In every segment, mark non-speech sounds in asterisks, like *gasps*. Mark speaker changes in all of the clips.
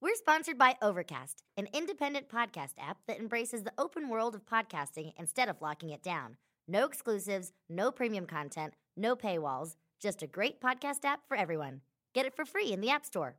Speaker 1: We're sponsored by Overcast, an independent podcast app that embraces the open world of podcasting instead of locking it down. No exclusives, no premium content, no paywalls, just a great podcast app for everyone. Get it for free in the App Store.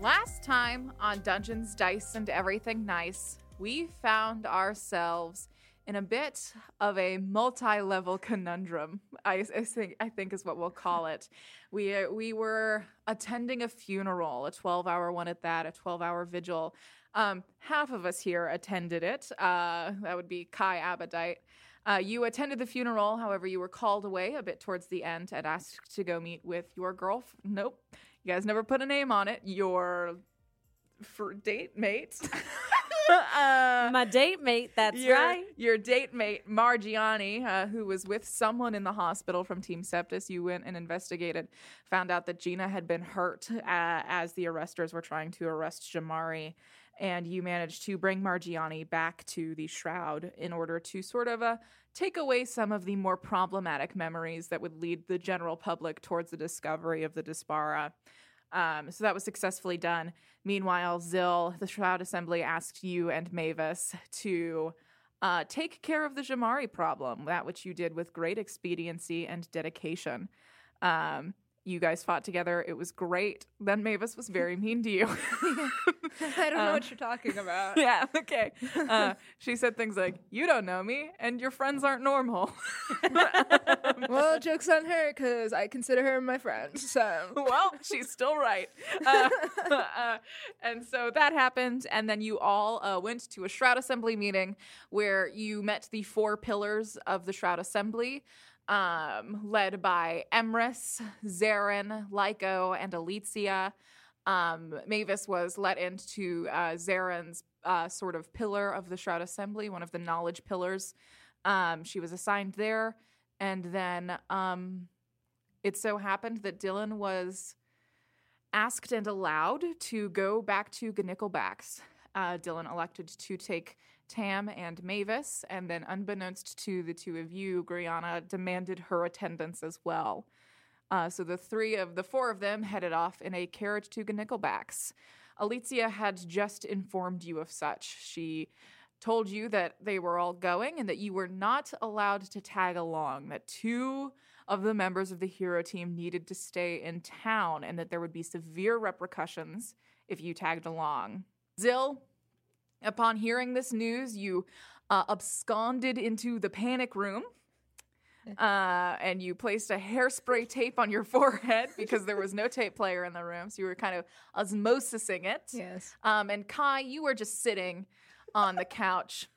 Speaker 2: Last time on Dungeons, Dice, and Everything Nice, we found ourselves in a bit of a multi-level conundrum. I, I think I think is what we'll call it. We uh, we were attending a funeral, a twelve-hour one at that, a twelve-hour vigil. Um, half of us here attended it. Uh, that would be Kai Abadite. Uh, you attended the funeral, however, you were called away a bit towards the end and asked to go meet with your girl. Nope, you guys never put a name on it. Your for date mate. *laughs* Uh,
Speaker 3: My date mate, that's
Speaker 2: your,
Speaker 3: right.
Speaker 2: Your date mate, Margiani, uh, who was with someone in the hospital from Team Septus, you went and investigated, found out that Gina had been hurt uh, as the arresters were trying to arrest Jamari. And you managed to bring Margiani back to the Shroud in order to sort of uh, take away some of the more problematic memories that would lead the general public towards the discovery of the Dispara. Um, so that was successfully done. Meanwhile, Zill, the Shroud Assembly, asked you and Mavis to uh, take care of the Jamari problem, that which you did with great expediency and dedication. Um, you guys fought together. It was great. Then Mavis was
Speaker 4: *laughs*
Speaker 2: very mean to you.
Speaker 4: I don't know what you're
Speaker 3: *laughs*
Speaker 4: talking about.
Speaker 2: yeah, okay.
Speaker 4: *laughs*
Speaker 2: Uh, she said things like, You don't know me, and your friends aren't normal.
Speaker 4: well, joke's on her because I consider her my friend. So
Speaker 2: *laughs* well, she's still right. Uh, *laughs* uh, and so that happened. And then you all uh, went to a Shroud Assembly meeting where you met the four pillars of the Shroud Assembly, um, led by Emrys, Zarin, Lyco, and Alicia. Um, Mavis was let into uh, Zarin's uh, sort of pillar of the Shroud Assembly, one of the knowledge pillars. Um, she was assigned there. And then um, it so happened that Dylan was asked and allowed to go back to Nickelback's. Uh, Dylan elected to take Tam and Mavis, and then, unbeknownst to the two of you, Griana demanded her attendance as well. Uh, so the three of the four of them headed off in a carriage to Nickelback's. Alicia had just informed you of such. She told you that they were all going and that you were not allowed to tag along, that two of the members of the hero team needed to stay in town and that there would be severe repercussions if you tagged along. Zill, upon hearing this news, you uh, absconded into the panic room. Uh, and you placed a hairspray tape on your *laughs* forehead because there was no tape player in the room, so you were kind of osmosising it.
Speaker 4: yes,
Speaker 2: Um, and Kai, you were just sitting on the couch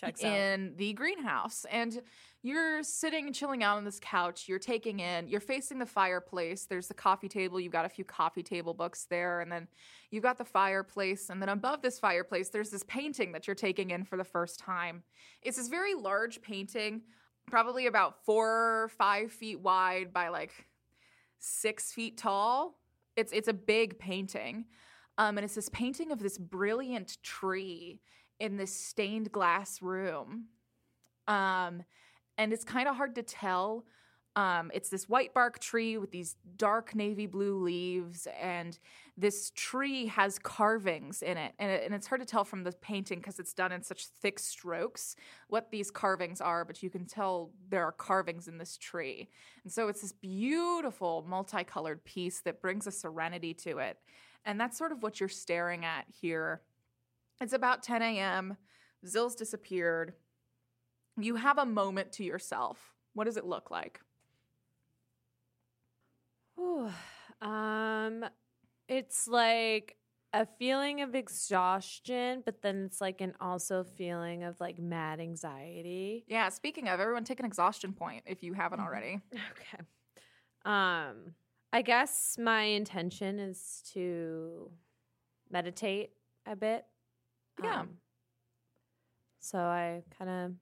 Speaker 3: Checks out.
Speaker 2: in the greenhouse and you're sitting and chilling out on this couch you're taking in you're facing the fireplace there's the coffee table you've got a few coffee table books there and then you've got the fireplace and then above this fireplace there's this painting that you're taking in for the first time it's this very large painting probably about four or five feet wide by like six feet tall it's it's a big painting um, and it's this painting of this brilliant tree in this stained glass room. Um, and it's kind of hard to tell. Um, it's this white bark tree with these dark navy blue leaves, and this tree has carvings in it. And, it, and it's hard to tell from the painting because it's done in such thick strokes what these carvings are, but you can tell there are carvings in this tree. And so it's this beautiful multicolored piece that brings a serenity to it. And that's sort of what you're staring at here it's about 10 a.m. Zill's disappeared. You have a moment to yourself. What does it look like?
Speaker 3: Ooh, um, it's like a feeling of exhaustion, but then it's like an also feeling of like mad anxiety.
Speaker 2: Yeah, speaking of, everyone take an exhaustion point if you haven't
Speaker 3: Mm-hmm. *laughs*
Speaker 2: already.
Speaker 3: Okay. Um, I guess my intention is to meditate a bit.
Speaker 2: Yeah.
Speaker 3: Um, so I kind of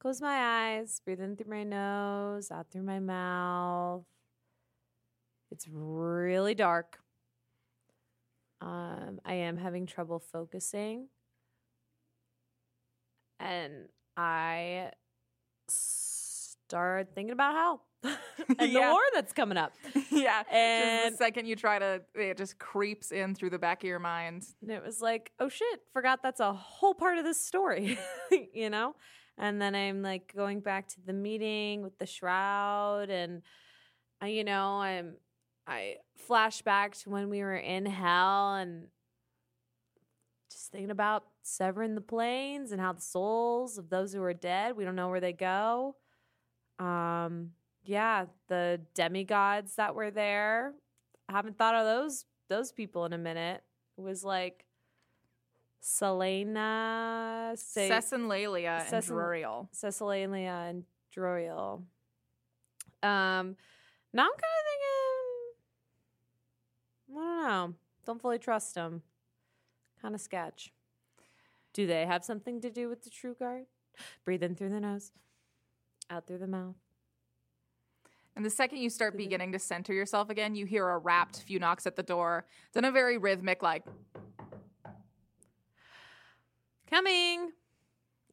Speaker 3: close my eyes, breathe in through my nose, out through my mouth. It's really dark. Um, I am having trouble focusing. And I start thinking about how *laughs* and
Speaker 2: Yeah.
Speaker 3: the war that's coming up.
Speaker 2: yeah.
Speaker 3: And-
Speaker 2: just the second you try to, it just creeps in through the back of your mind.
Speaker 3: And it was like, oh shit, forgot that's a whole part of this story, *laughs* you know? And then I'm like going back to the meeting with the shroud and I, you know, I'm I flash back to when we were in hell and just thinking about severing the planes and how the souls of those who are dead, we don't know where they go. Um yeah, the demigods that were there. I haven't thought of those those people in a minute. It was like Selena, Se-
Speaker 2: Cecilalia and
Speaker 3: Cecil- *laughs*
Speaker 2: Druriel.
Speaker 3: Cecilia and Droyal. Um, now I'm kind of thinking, I don't know. Don't fully trust them. Kind of sketch. Do they have something to do with the true guard? Breathe in through the nose, out through the mouth.
Speaker 2: And the second you start
Speaker 3: Did it-
Speaker 2: beginning to center yourself again, you hear a rapt few knocks at the door. Then a very rhythmic, like,
Speaker 3: Coming.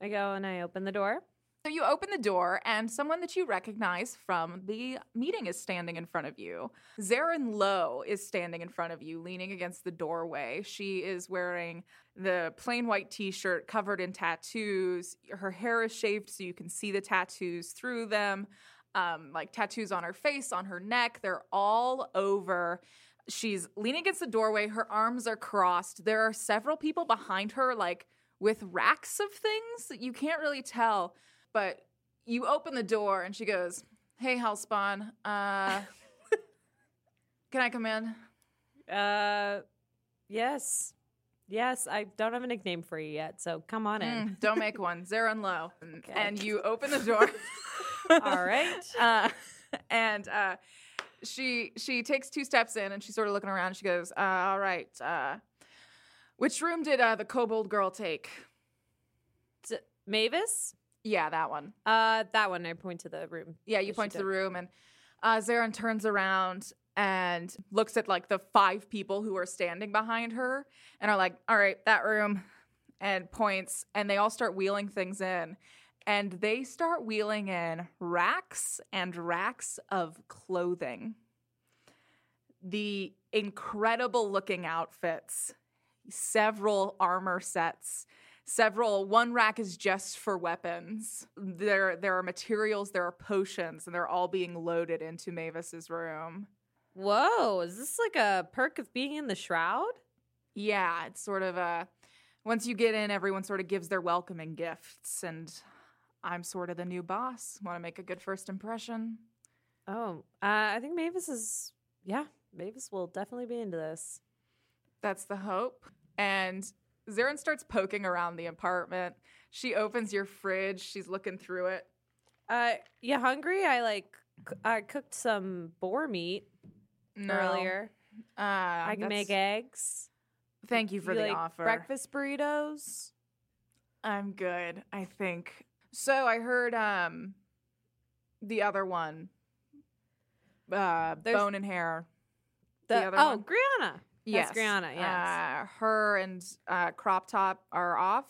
Speaker 3: I go and I open the door.
Speaker 2: so you open the door, and someone that you recognize from the meeting is standing in front of you. Zarin Lowe is standing in front of you, leaning against the doorway. She is wearing the plain white t shirt covered in tattoos. Her hair is shaved so you can see the tattoos through them. Um, like tattoos on her face, on her neck. They're all over. She's leaning against the doorway. Her arms are crossed. There are several people behind her, like with racks of things. that You can't really tell, but you open the door and she goes, Hey, Hellspawn,
Speaker 3: *laughs*
Speaker 2: uh, can I come in?
Speaker 3: Uh, yes. Yes, I don't have a nickname for you yet, so come on in.
Speaker 2: Mm, don't make one. Zero and low.
Speaker 3: Okay.
Speaker 2: And you open the
Speaker 3: *laughs*
Speaker 2: door.
Speaker 3: All right.
Speaker 2: *laughs* uh, and uh, she she takes two steps in and she's sort of looking around. She goes, uh, "All right, uh, which room did uh, the kobold girl take?"
Speaker 3: Mavis?
Speaker 2: Yeah, that one.
Speaker 3: Uh, that one. I point to the room.
Speaker 2: Yeah, you
Speaker 3: Yes, she
Speaker 2: point to the
Speaker 3: did.
Speaker 2: room, and uh, Zarin turns around and looks at like the five people who are standing behind her and are like, "All right, that room," and points, and they all start wheeling things in. And they start wheeling in racks and racks of clothing. The incredible looking outfits, several armor sets, several one rack is just for weapons there there are materials there are potions and they're all being loaded into mavis's room
Speaker 3: Whoa! Is this like a perk of being in the shroud?
Speaker 2: yeah it's sort of a once you get in everyone sort of gives their welcoming gifts and i'm sort of the new boss want to make a good first impression
Speaker 3: Oh, uh, I think Mavis is. Yeah, Mavis will definitely be into this.
Speaker 2: That's the hope. And Zarin starts poking around the apartment. She opens your fridge. She's looking through it.
Speaker 3: Uh, you hungry? I like. c- I cooked some boar meat
Speaker 2: No.
Speaker 3: earlier.
Speaker 2: Uh,
Speaker 3: I can make eggs.
Speaker 2: Thank you for the
Speaker 3: like
Speaker 2: offer.
Speaker 3: Breakfast burritos.
Speaker 2: I'm good, I think. So I heard um the other one. Uh
Speaker 3: There's-
Speaker 2: Bone and Hair.
Speaker 3: The,
Speaker 2: The other
Speaker 3: oh,
Speaker 2: one?
Speaker 3: Griana. That's Griana. Yes.
Speaker 2: Uh, her and uh, Crop Top are off.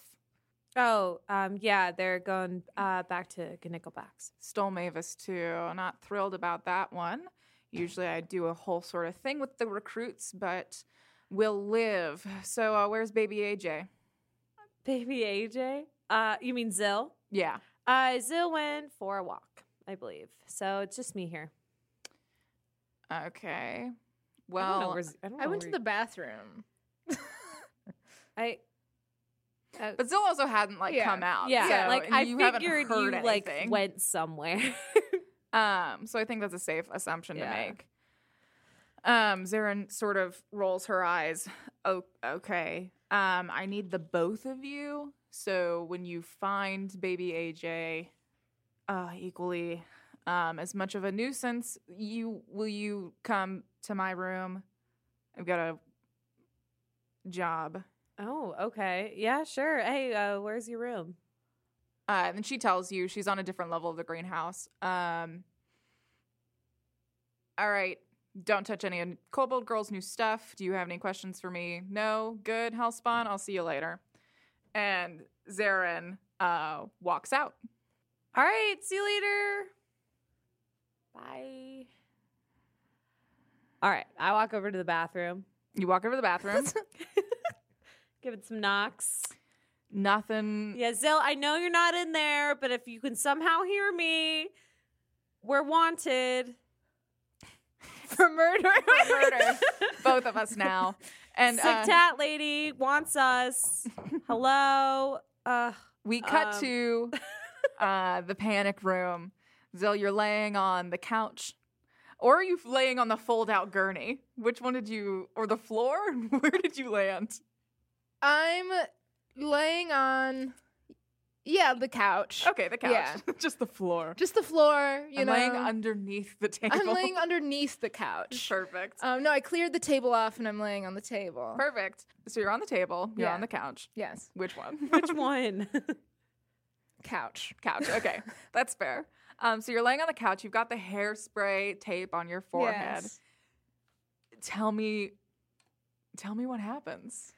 Speaker 3: oh, um, yeah. They're going uh, back to Nickelbacks. *laughs*
Speaker 2: Stole Mavis too. Not thrilled about that one. Usually I do a whole sort of thing with the recruits, but we'll live. So uh, where's baby AJ?
Speaker 3: Baby AJ. Uh, you mean Zill?
Speaker 2: Yeah.
Speaker 3: Uh, Zill went for a walk, I believe. So it's just me here.
Speaker 2: Okay.
Speaker 3: I don't know
Speaker 2: Well,
Speaker 3: where Z- I, don't
Speaker 4: I
Speaker 3: know
Speaker 4: went to
Speaker 3: where-
Speaker 4: the bathroom.
Speaker 3: *laughs* I uh,
Speaker 2: but Zill also hadn't like
Speaker 4: Yeah.
Speaker 2: come out.
Speaker 3: yeah,
Speaker 2: so-
Speaker 3: like
Speaker 2: and
Speaker 3: I
Speaker 2: you haven't
Speaker 3: figured Oh, you
Speaker 2: heard
Speaker 3: like
Speaker 2: anything.
Speaker 3: went somewhere. *laughs*
Speaker 2: Um, so I think that's a safe assumption
Speaker 3: Yeah.
Speaker 2: to make. Um, Zarin sort of rolls her eyes. Oh, okay. Um, I need the both of you. So when you find baby AJ, uh, equally um, as much of a nuisance, you will you come to my room? I've got a job.
Speaker 3: Oh, okay. Yeah, sure. Hey, uh, where's your room?
Speaker 2: Uh, and then she tells you she's on a different level of the greenhouse. Um, all right, don't touch any of Kobold Girl's new stuff. Do you have any questions for me? No, good, Hellspawn. I'll see you later. And Zarin uh, walks out.
Speaker 3: All right. See you later. Bye. All right. I walk over to the bathroom,
Speaker 2: You walk over to the *laughs* bathroom.
Speaker 3: give it some knocks.
Speaker 2: Nothing.
Speaker 3: Yeah, Zill, I know you're not in there, but if you can somehow hear me, we're wanted.
Speaker 2: For murder. *laughs* murder.
Speaker 3: *laughs*
Speaker 2: Both of us now. And
Speaker 3: Sick
Speaker 2: uh,
Speaker 3: tat lady
Speaker 2: *laughs*
Speaker 3: wants us. Hello. Uh, *laughs*
Speaker 2: we cut
Speaker 3: Um.
Speaker 4: *laughs*
Speaker 2: to uh, the panic room. Zill, you're laying on the couch. Or are you laying on the fold out gurney? Which one did you, or the floor? *laughs* Where did you land?
Speaker 4: I'm laying on, yeah, the couch.
Speaker 2: Okay, the couch.
Speaker 4: Yeah.
Speaker 2: *laughs* Just the floor.
Speaker 4: Just the floor, you
Speaker 2: I'm
Speaker 4: know.
Speaker 2: laying underneath the table. *laughs*
Speaker 4: I'm laying underneath the couch.
Speaker 2: Perfect.
Speaker 4: Um, no, I cleared the table off and I'm laying on the table.
Speaker 2: Perfect. So you're on the table. You're
Speaker 4: Yeah.
Speaker 2: on the couch.
Speaker 4: yes,
Speaker 2: Which one? *laughs*
Speaker 3: which one?
Speaker 4: *laughs* couch.
Speaker 2: couch.
Speaker 4: *laughs*
Speaker 2: Okay, that's fair. Um, so you're laying on the couch. You've got the hairspray tape on your forehead.
Speaker 4: Yes.
Speaker 2: Tell me, tell me what happens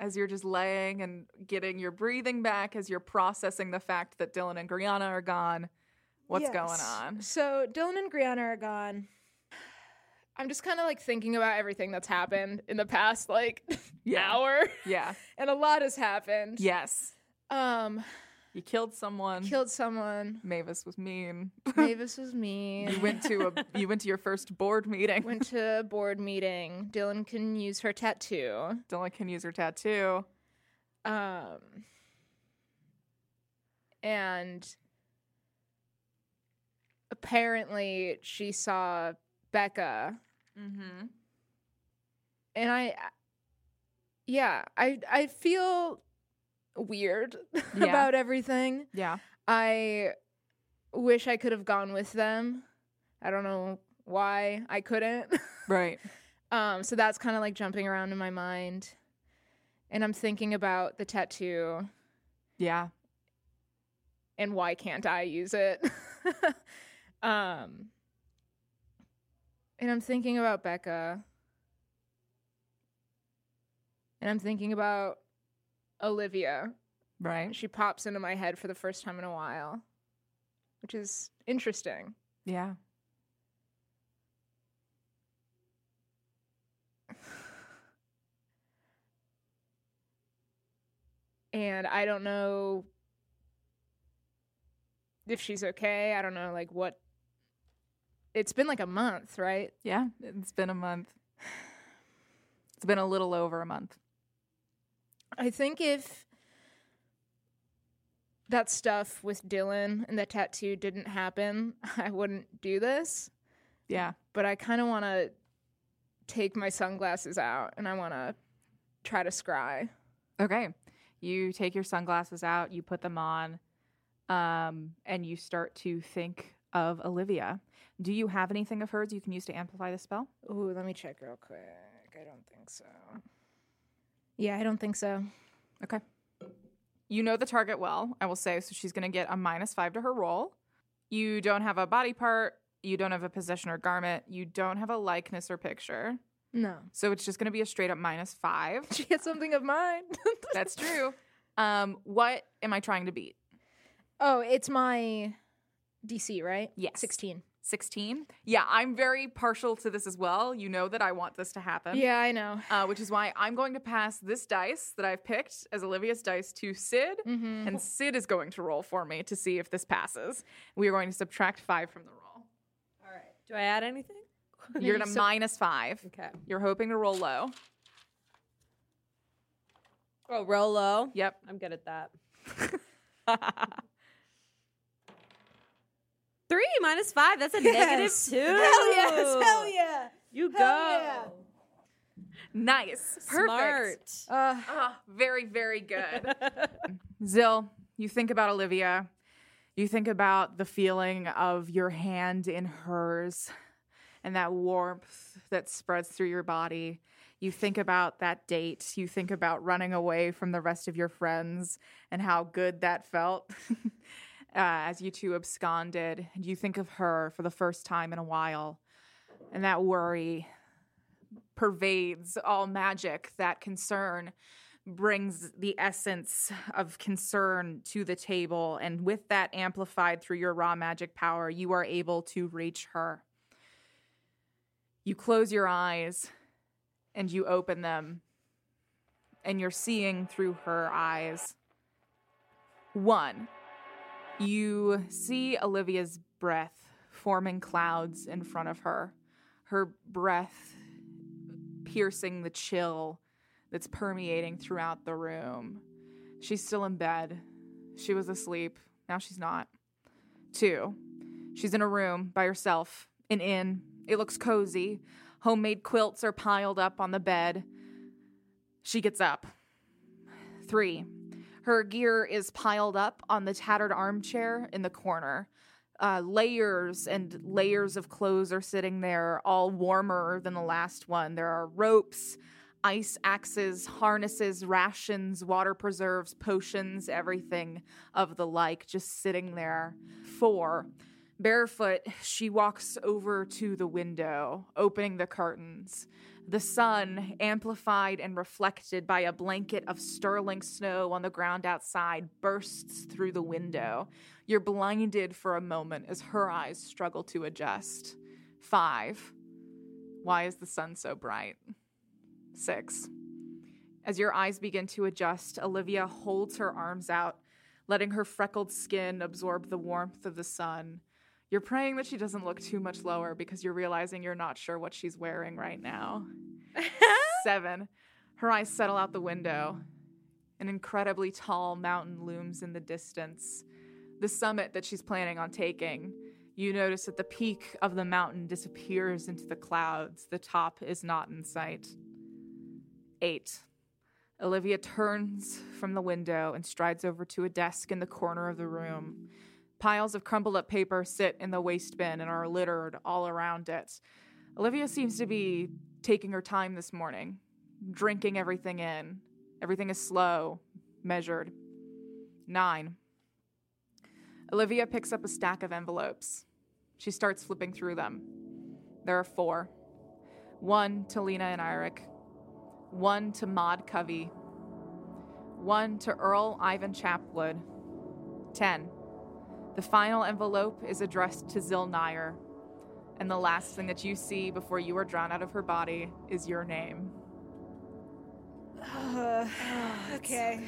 Speaker 2: as you're just laying and getting your breathing back as you're processing the fact that Dylan and Brianna are gone. What's going
Speaker 4: Yes.
Speaker 2: on?
Speaker 4: So Dylan and Brianna are gone. I'm just kind of like thinking about everything that's happened in the past like *laughs* hour,
Speaker 2: Yeah.
Speaker 4: and a lot has happened.
Speaker 2: Yes.
Speaker 4: Um,
Speaker 2: You killed someone. *laughs*
Speaker 4: killed someone.
Speaker 2: Mavis was mean.
Speaker 4: Mavis was me.
Speaker 2: You went to a you went to your first board meeting.
Speaker 4: Went to a board meeting. Dylan can use her tattoo.
Speaker 2: Dylan can use her tattoo.
Speaker 4: Um, and apparently she saw Becca,
Speaker 2: Mm-hmm.
Speaker 4: and I, yeah, I I feel weird *laughs*
Speaker 2: Yeah.
Speaker 4: about everything.
Speaker 2: Yeah.
Speaker 4: I wish I could have gone with them. I don't know why I couldn't. *laughs*
Speaker 2: Right.
Speaker 4: Um, so that's kind of like jumping around in my mind. And I'm thinking about the tattoo
Speaker 2: Yeah.
Speaker 4: and why can't I use it? *laughs* um, and I'm thinking about Becca. And I'm thinking about Olivia.
Speaker 2: Right.
Speaker 4: She pops into my head for the first time in a while, which is interesting.
Speaker 2: Yeah.
Speaker 4: and I don't know if she's okay. I don't know like what it's been like a month, right?
Speaker 2: Yeah. It's been a month. It's been a little over a month.
Speaker 4: I think if that stuff with Dylan and the tattoo didn't happen, *laughs* I wouldn't do this,
Speaker 2: Yeah.
Speaker 4: but I kind of want to take my sunglasses out and I want to try to scry.
Speaker 2: Okay. You take your sunglasses out, you put them on, um, and you start to think of Olivia. Do you have anything of hers you can use to amplify the spell?
Speaker 4: Ooh, let me check real quick. I don't think so. Yeah, I don't think so.
Speaker 2: You know the target well, I will say, so she's going to get a minus five to her roll. You don't have a body part. You don't have a possession or garment. You don't have a likeness or picture.
Speaker 4: No.
Speaker 2: So it's just going to be a straight up minus *laughs* five.
Speaker 4: *laughs* She had something of mine. *laughs*
Speaker 2: That's true. Um, what am I trying to beat?
Speaker 4: Oh, it's my DC, right?
Speaker 2: Yes.
Speaker 4: 16.
Speaker 2: 16? Yeah, I'm very partial to this as well. You know that I want this to happen.
Speaker 4: Yeah, I know.
Speaker 2: Uh, which is why I'm going to pass this dice that I've picked as Olivia's dice to Sid.
Speaker 4: Mm-hmm.
Speaker 2: And Sid is going to roll for me to see if this passes. We are going to subtract five from the roll.
Speaker 4: *laughs*
Speaker 3: All right. Do I add anything?
Speaker 2: You're
Speaker 4: Maybe
Speaker 2: gonna
Speaker 4: so-
Speaker 2: minus five.
Speaker 3: Okay.
Speaker 2: You're hoping to roll low.
Speaker 3: Oh, roll low.
Speaker 2: Yep.
Speaker 3: I'm good at
Speaker 2: *laughs*
Speaker 3: that. Three minus
Speaker 2: *laughs*
Speaker 3: five. That's a negative two.
Speaker 4: Hell yes, hell
Speaker 3: yeah. You go.
Speaker 2: Nice. Perfect.
Speaker 3: Smart.
Speaker 4: Uh,
Speaker 2: Ah, very, very good. Zill, you think about Olivia. You think about the feeling of your hand in hers and that warmth that spreads through your body. You think about that date. You think about running away from the rest of your friends and how good that felt *laughs* uh, as you two absconded. And you think of her for the first time in a while. And that worry pervades all magic, that concern brings the essence of concern to the table. And with that amplified through your raw magic power, you are able to reach her. You close your eyes and you open them, and you're seeing through her eyes. One, you see Olivia's breath forming clouds in front of her, her breath piercing the chill that's permeating throughout the room. She's still in bed. She was asleep. Now she's not. Two, she's in a room by herself, an inn. It looks cozy. Homemade quilts are piled up on the bed. She gets up. Three, her gear is piled up on the tattered armchair in the corner. Uh, layers and layers of clothes are sitting there, all warmer than the last one. There are ropes, ice axes, harnesses, rations, water preserves, potions, everything of the like, just sitting there. Four, barefoot, she walks over to the window, opening the curtains. The sun, amplified and reflected by a blanket of sterling snow on the ground outside, bursts through the window. You're blinded for a moment as her eyes struggle to adjust. Five, why is the sun so bright? Six. As your eyes begin to adjust, Olivia holds her arms out, letting her freckled skin absorb the warmth of the sun. You're praying that she doesn't look too much lower because you're realizing you're not sure what she's wearing right now. Seven. Her eyes settle out the window. An incredibly tall mountain looms in the distance. The summit that she's planning on taking. You notice that the peak of the mountain disappears into the clouds. The top is not in sight. Eight. Olivia turns from the window and strides over to a desk in the corner of the room. Piles of crumpled up paper sit in the waste bin and are littered all around it. Olivia seems to be taking her time this morning, drinking everything in. Everything is slow, measured. Nine. Olivia picks up a stack of envelopes. She starts flipping through them. There are four one to Lena and Eirik, one to Maud Covey, one to Earl Ivan Chapwood. 10. The final envelope is addressed to Zil Nair, and the last thing that you see before you are drawn out of her body is your name.
Speaker 4: uh, *sighs* okay.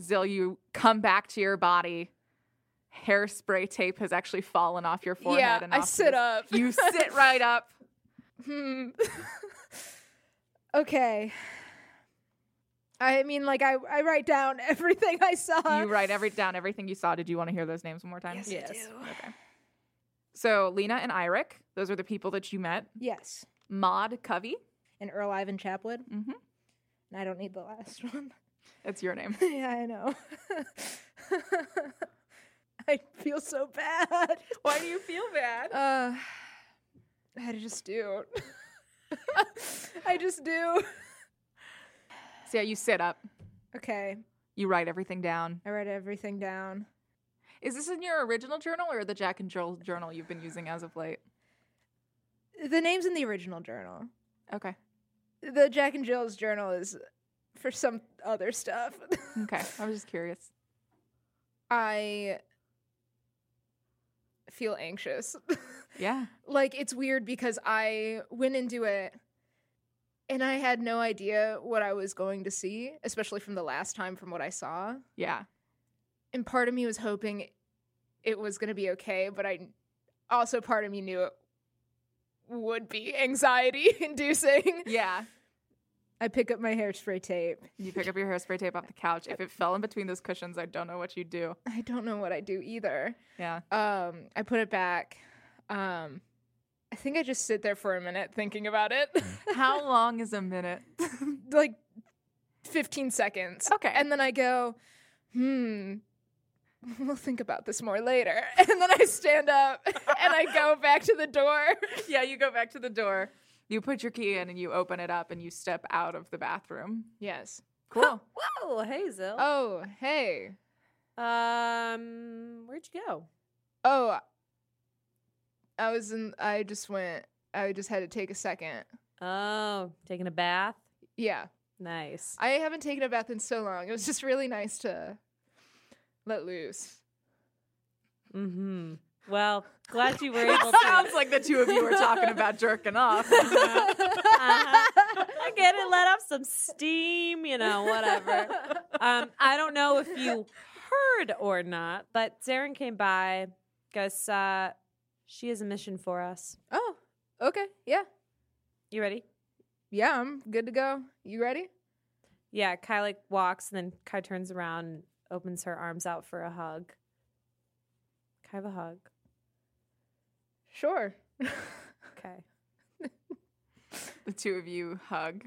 Speaker 2: Zil, you come back to your body. Hairspray tape has actually fallen off your forehead.
Speaker 4: Yeah,
Speaker 2: and
Speaker 4: I
Speaker 2: off to
Speaker 4: sit
Speaker 2: the-
Speaker 4: up.
Speaker 2: *laughs* You sit right
Speaker 4: *laughs*
Speaker 2: up.
Speaker 4: Hmm. *laughs* okay. I mean, like, I, I write down *laughs* everything I saw.
Speaker 2: You write every down everything you saw. Did you want to hear those names one more time?
Speaker 4: Yes,
Speaker 3: Yes.
Speaker 4: I do.
Speaker 2: So Lena and Eirik, those are the people that you met.
Speaker 4: Yes.
Speaker 2: Maud Covey,
Speaker 4: And Earl Ivan Chapwood.
Speaker 2: Mhm.
Speaker 4: And I don't need the last one. *laughs*
Speaker 2: that's your name.
Speaker 4: yeah, I know. *laughs* I feel so bad.
Speaker 2: *laughs* Why do you feel bad? *laughs*
Speaker 4: Uh, I just do. *laughs* I just do.
Speaker 2: So yeah, you sit up.
Speaker 4: Okay,
Speaker 2: You write everything down.
Speaker 4: I write everything down.
Speaker 2: Is this in your original journal or the Jack and Jill journal you've been using as of late?
Speaker 4: The name's in the original journal.
Speaker 2: Okay.
Speaker 4: The Jack and Jill's journal is for some other stuff.
Speaker 2: Okay. *laughs* I was just curious.
Speaker 4: *laughs* I feel anxious. *laughs*
Speaker 2: Yeah.
Speaker 4: like it's weird because I went into it and I had no idea what I was going to see, especially from the last time from what I saw.
Speaker 2: Yeah.
Speaker 4: And part of me was hoping it was going to be okay, but I also part of me knew it would be *laughs* anxiety inducing.
Speaker 2: Yeah.
Speaker 4: I pick up my hairspray tape.
Speaker 2: You pick up your hairspray tape off the couch. *laughs* If it fell in between those cushions, I don't know what you'd do.
Speaker 4: I don't know what I do either.
Speaker 2: Yeah.
Speaker 4: Um, I put it back. Um, I think I just sit there for a minute thinking about it.
Speaker 2: *laughs*
Speaker 4: *laughs*
Speaker 2: How long is a minute?
Speaker 4: like 15 seconds.
Speaker 2: Okay.
Speaker 4: And then I go, hmm, we'll think about this more later. *laughs* And then I
Speaker 2: *laughs*
Speaker 4: stand up and I go back to the door.
Speaker 2: *laughs* yeah, you go back to the door. You put your key in and you open it up and you step out of the bathroom.
Speaker 3: *laughs*
Speaker 4: Yes.
Speaker 2: Cool.
Speaker 3: Whoa, Hazel.
Speaker 4: Oh, hey.
Speaker 3: Um, where'd you go?
Speaker 4: Oh, I was in, I just went, I just had to take a second.
Speaker 3: Oh, taking a bath.
Speaker 4: Yeah.
Speaker 3: Nice.
Speaker 4: I haven't taken a bath in so long. It was just really nice to let loose.
Speaker 3: Mm-hmm. Well, glad you
Speaker 2: *laughs*
Speaker 3: were able
Speaker 2: It
Speaker 3: to.
Speaker 2: sounds like the two of you were talking about jerking *laughs* off.
Speaker 3: *laughs* Uh-huh. I get it. Let off some steam, you know, *laughs* whatever. Um, I don't know if you heard or not, but Zarin came by. Guess uh, she has a mission for us.
Speaker 4: *laughs* Oh, okay. Yeah.
Speaker 3: You ready?
Speaker 4: Yeah, I'm good to go. You ready?
Speaker 3: Yeah. Kai like walks, and then Kai turns around, and opens her arms out for a hug. Kai have a hug.
Speaker 4: Sure.
Speaker 3: Okay.
Speaker 2: the two of you hug.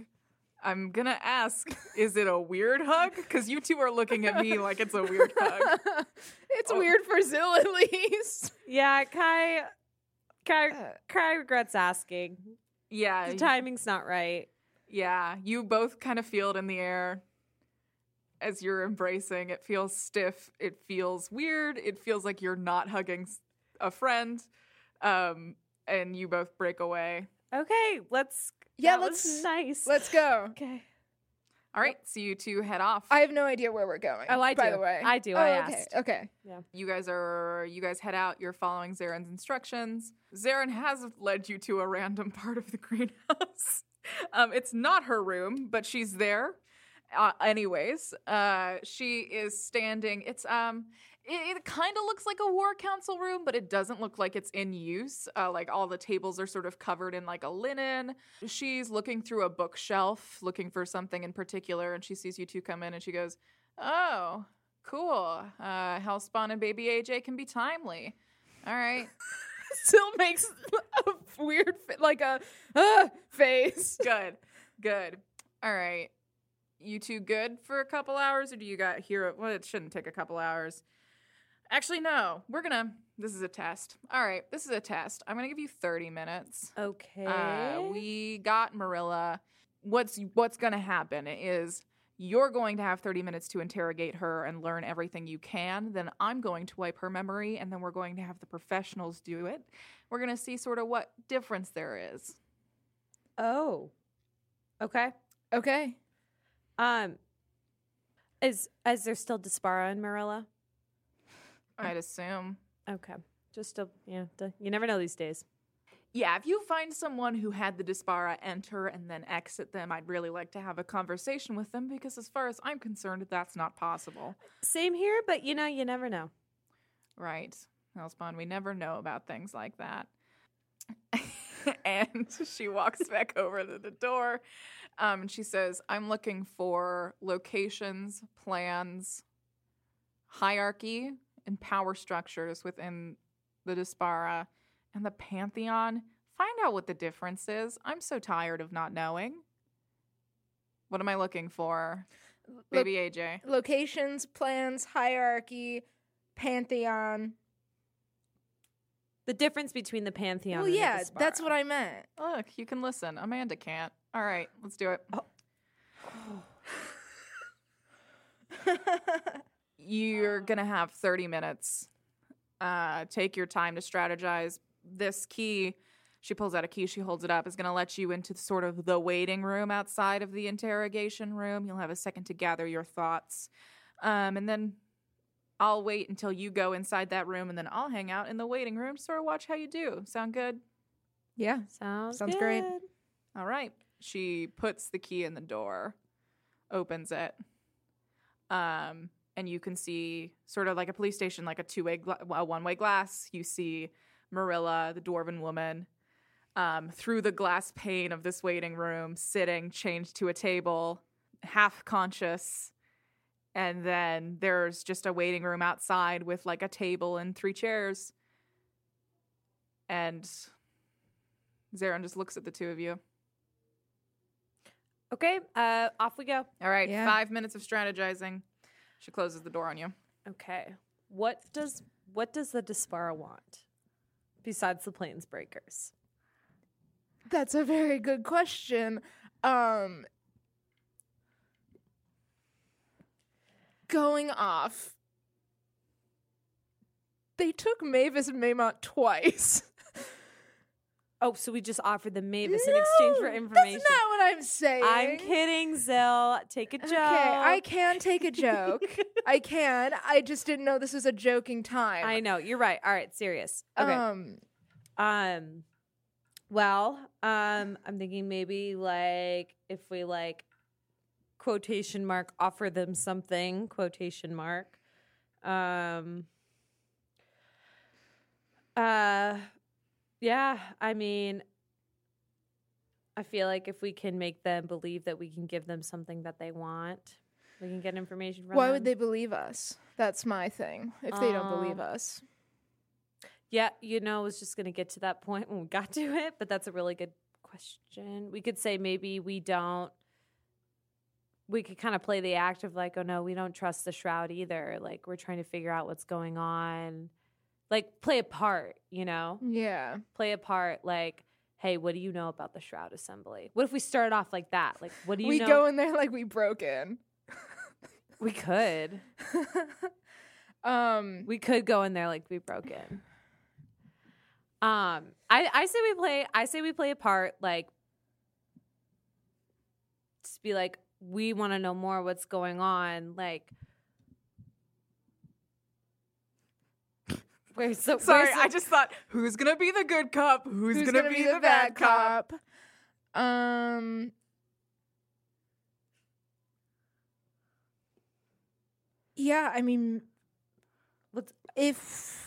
Speaker 2: I'm gonna ask, is it a weird hug? Because you two are looking at me like it's a weird hug.
Speaker 4: *laughs* it's
Speaker 2: Oh.
Speaker 4: weird for Zill at
Speaker 3: *laughs*
Speaker 4: least.
Speaker 3: Yeah, Kai. Kai.
Speaker 4: Uh,
Speaker 3: Kai regrets asking.
Speaker 2: Yeah,
Speaker 3: The timing's not right.
Speaker 2: yeah. You both kind of feel it in the air as you're embracing. It feels stiff. It feels weird. It feels like you're not hugging s- a friend. Um, and you both break away.
Speaker 3: Okay, let's.
Speaker 4: Yeah,
Speaker 3: that was
Speaker 4: let's-
Speaker 3: nice.
Speaker 4: Let's go.
Speaker 3: Okay.
Speaker 2: All right, so you two head off.
Speaker 4: I have no idea where we're going.
Speaker 3: Oh, I
Speaker 4: by
Speaker 3: do.
Speaker 4: the way.
Speaker 3: I do.
Speaker 4: Oh,
Speaker 3: I
Speaker 4: okay.
Speaker 3: asked.
Speaker 4: Okay.
Speaker 2: you guys are you guys head out you're following zarin's instructions zarin has led you to a random part of the *laughs* greenhouse um, it's not her room but she's there uh, anyways uh, she is standing it's um it, it kind of looks like a war council room but it doesn't look like it's in use uh, like all the tables are sort of covered in like a linen she's looking through a bookshelf looking for something in particular and she sees you two come in and she goes oh Cool. Uh, Hellspawn and Baby AJ can be timely. All *laughs* right.
Speaker 4: Still makes a weird, fa- like a uh, face.
Speaker 2: *laughs* Good. Good. All right. You two good for a couple hours, or do you got here? Well, it shouldn't take a couple hours. Actually, no. We're gonna. This is a test. All right. This is a test. I'm gonna give you 30 minutes.
Speaker 3: Okay.
Speaker 2: Uh, we got Marilla. What's what's going to happen is you're going to have 30 minutes to interrogate her and learn everything you can. Then I'm going to wipe her memory, and then we're going to have the professionals do it. We're going to see sort of what difference there is.
Speaker 3: oh. Okay.
Speaker 4: Okay.
Speaker 3: Um. Is is there still Despara and Marilla?
Speaker 2: I'd assume.
Speaker 3: Okay. Just to yeah. To, you never know these days.
Speaker 2: Yeah, if you find someone who had the Dispara enter and then exit them, I'd really like to have a conversation with them because, as far as I'm concerned, that's not possible.
Speaker 3: Same here, but you know, you never know.
Speaker 2: Right. Hellspawn, we never know about things like that. *laughs* and she walks back over to the door um, and she says, I'm looking for locations, plans, hierarchy, and power structures within the Dispara and the Pantheon. Find out what the difference is. I'm so tired of not knowing. What am I looking for?
Speaker 4: Look-
Speaker 2: Baby AJ.
Speaker 4: locations, plans, hierarchy, pantheon.
Speaker 3: The difference between the pantheon.
Speaker 4: well,
Speaker 3: and the
Speaker 4: yeah, that's
Speaker 3: Despara.
Speaker 4: what I meant.
Speaker 2: Look, you can listen. Amanda can't. All right, let's do it. *sighs* You're gonna have 30 minutes. Uh, take your time to strategize. This key, she pulls out a key, she holds it up, is gonna let you into sort of the waiting room outside of the interrogation room. You'll have a second to gather your thoughts. Um, and then I'll wait until you go inside that room, and then I'll hang out in the waiting room, sort of watch how you do. Sound good?
Speaker 4: yeah.
Speaker 3: sounds
Speaker 4: Sounds great.
Speaker 3: good.
Speaker 2: All right. She puts the key in the door, opens it. Um, and you can see sort of like a police station, like a two-way, gla- a one-way glass. You see Marilla, the dwarven woman, um, through the glass pane of this waiting room, sitting chained to a table, half conscious. And then there's just a waiting room outside with like a table and three chairs. And Zaron just looks at the two of you.
Speaker 3: Okay, uh, off we go.
Speaker 2: All right,
Speaker 4: Yeah.
Speaker 2: five minutes of strategizing. She closes the door on you.
Speaker 3: Okay, what does what does the Dispara want besides the Plains Breakers?
Speaker 4: That's a very good question. Um going off. They took Mavis and Maymont twice.
Speaker 3: Oh, so we just offered them Mavis in exchange for
Speaker 4: No,
Speaker 3: information.
Speaker 4: That's not what I'm saying.
Speaker 3: I'm kidding, Zill. Take a joke.
Speaker 4: Okay, I can take a
Speaker 3: *laughs*
Speaker 4: *laughs* joke. I can. I just didn't know this was a joking time.
Speaker 3: I know you're right. All right, serious. Okay.
Speaker 4: Um,
Speaker 3: Um, well, um, I'm thinking maybe like if we like quotation mark offer them something quotation mark. Um. Uh, yeah. I mean, I feel like if we can make them believe that we can give them something that they want, we can get information from.
Speaker 4: why would
Speaker 3: them.
Speaker 4: they believe us? That's my thing. If they don't believe
Speaker 3: Um,
Speaker 4: us,
Speaker 3: Yeah, you know, I was just going to get to that point when we got to it, but that's a really good question. We could say maybe we don't. We could kind of play the act of like, oh no, we don't trust the shroud either. Like we're trying to figure out what's going on. Like play a part, you know,
Speaker 4: Mm. yeah.
Speaker 3: play a part. Like, hey, what do you know about the shroud assembly? What if we start off like that? Like, what do you
Speaker 4: We
Speaker 3: know?
Speaker 4: go in there like we broke in. *laughs*
Speaker 3: we could,
Speaker 4: um,
Speaker 3: we could go in there like we broke in. Um, I I say we play. I say we play a part like just be like we want to know more what's going on.
Speaker 2: *laughs*
Speaker 3: Like, where's the
Speaker 2: Sorry,
Speaker 3: where's the-
Speaker 2: I just thought, who's gonna be the good cop? Who's,
Speaker 4: who's,
Speaker 2: gonna, be, the, bad cop?
Speaker 4: cop? Um, yeah. I mean,
Speaker 3: What's-
Speaker 4: if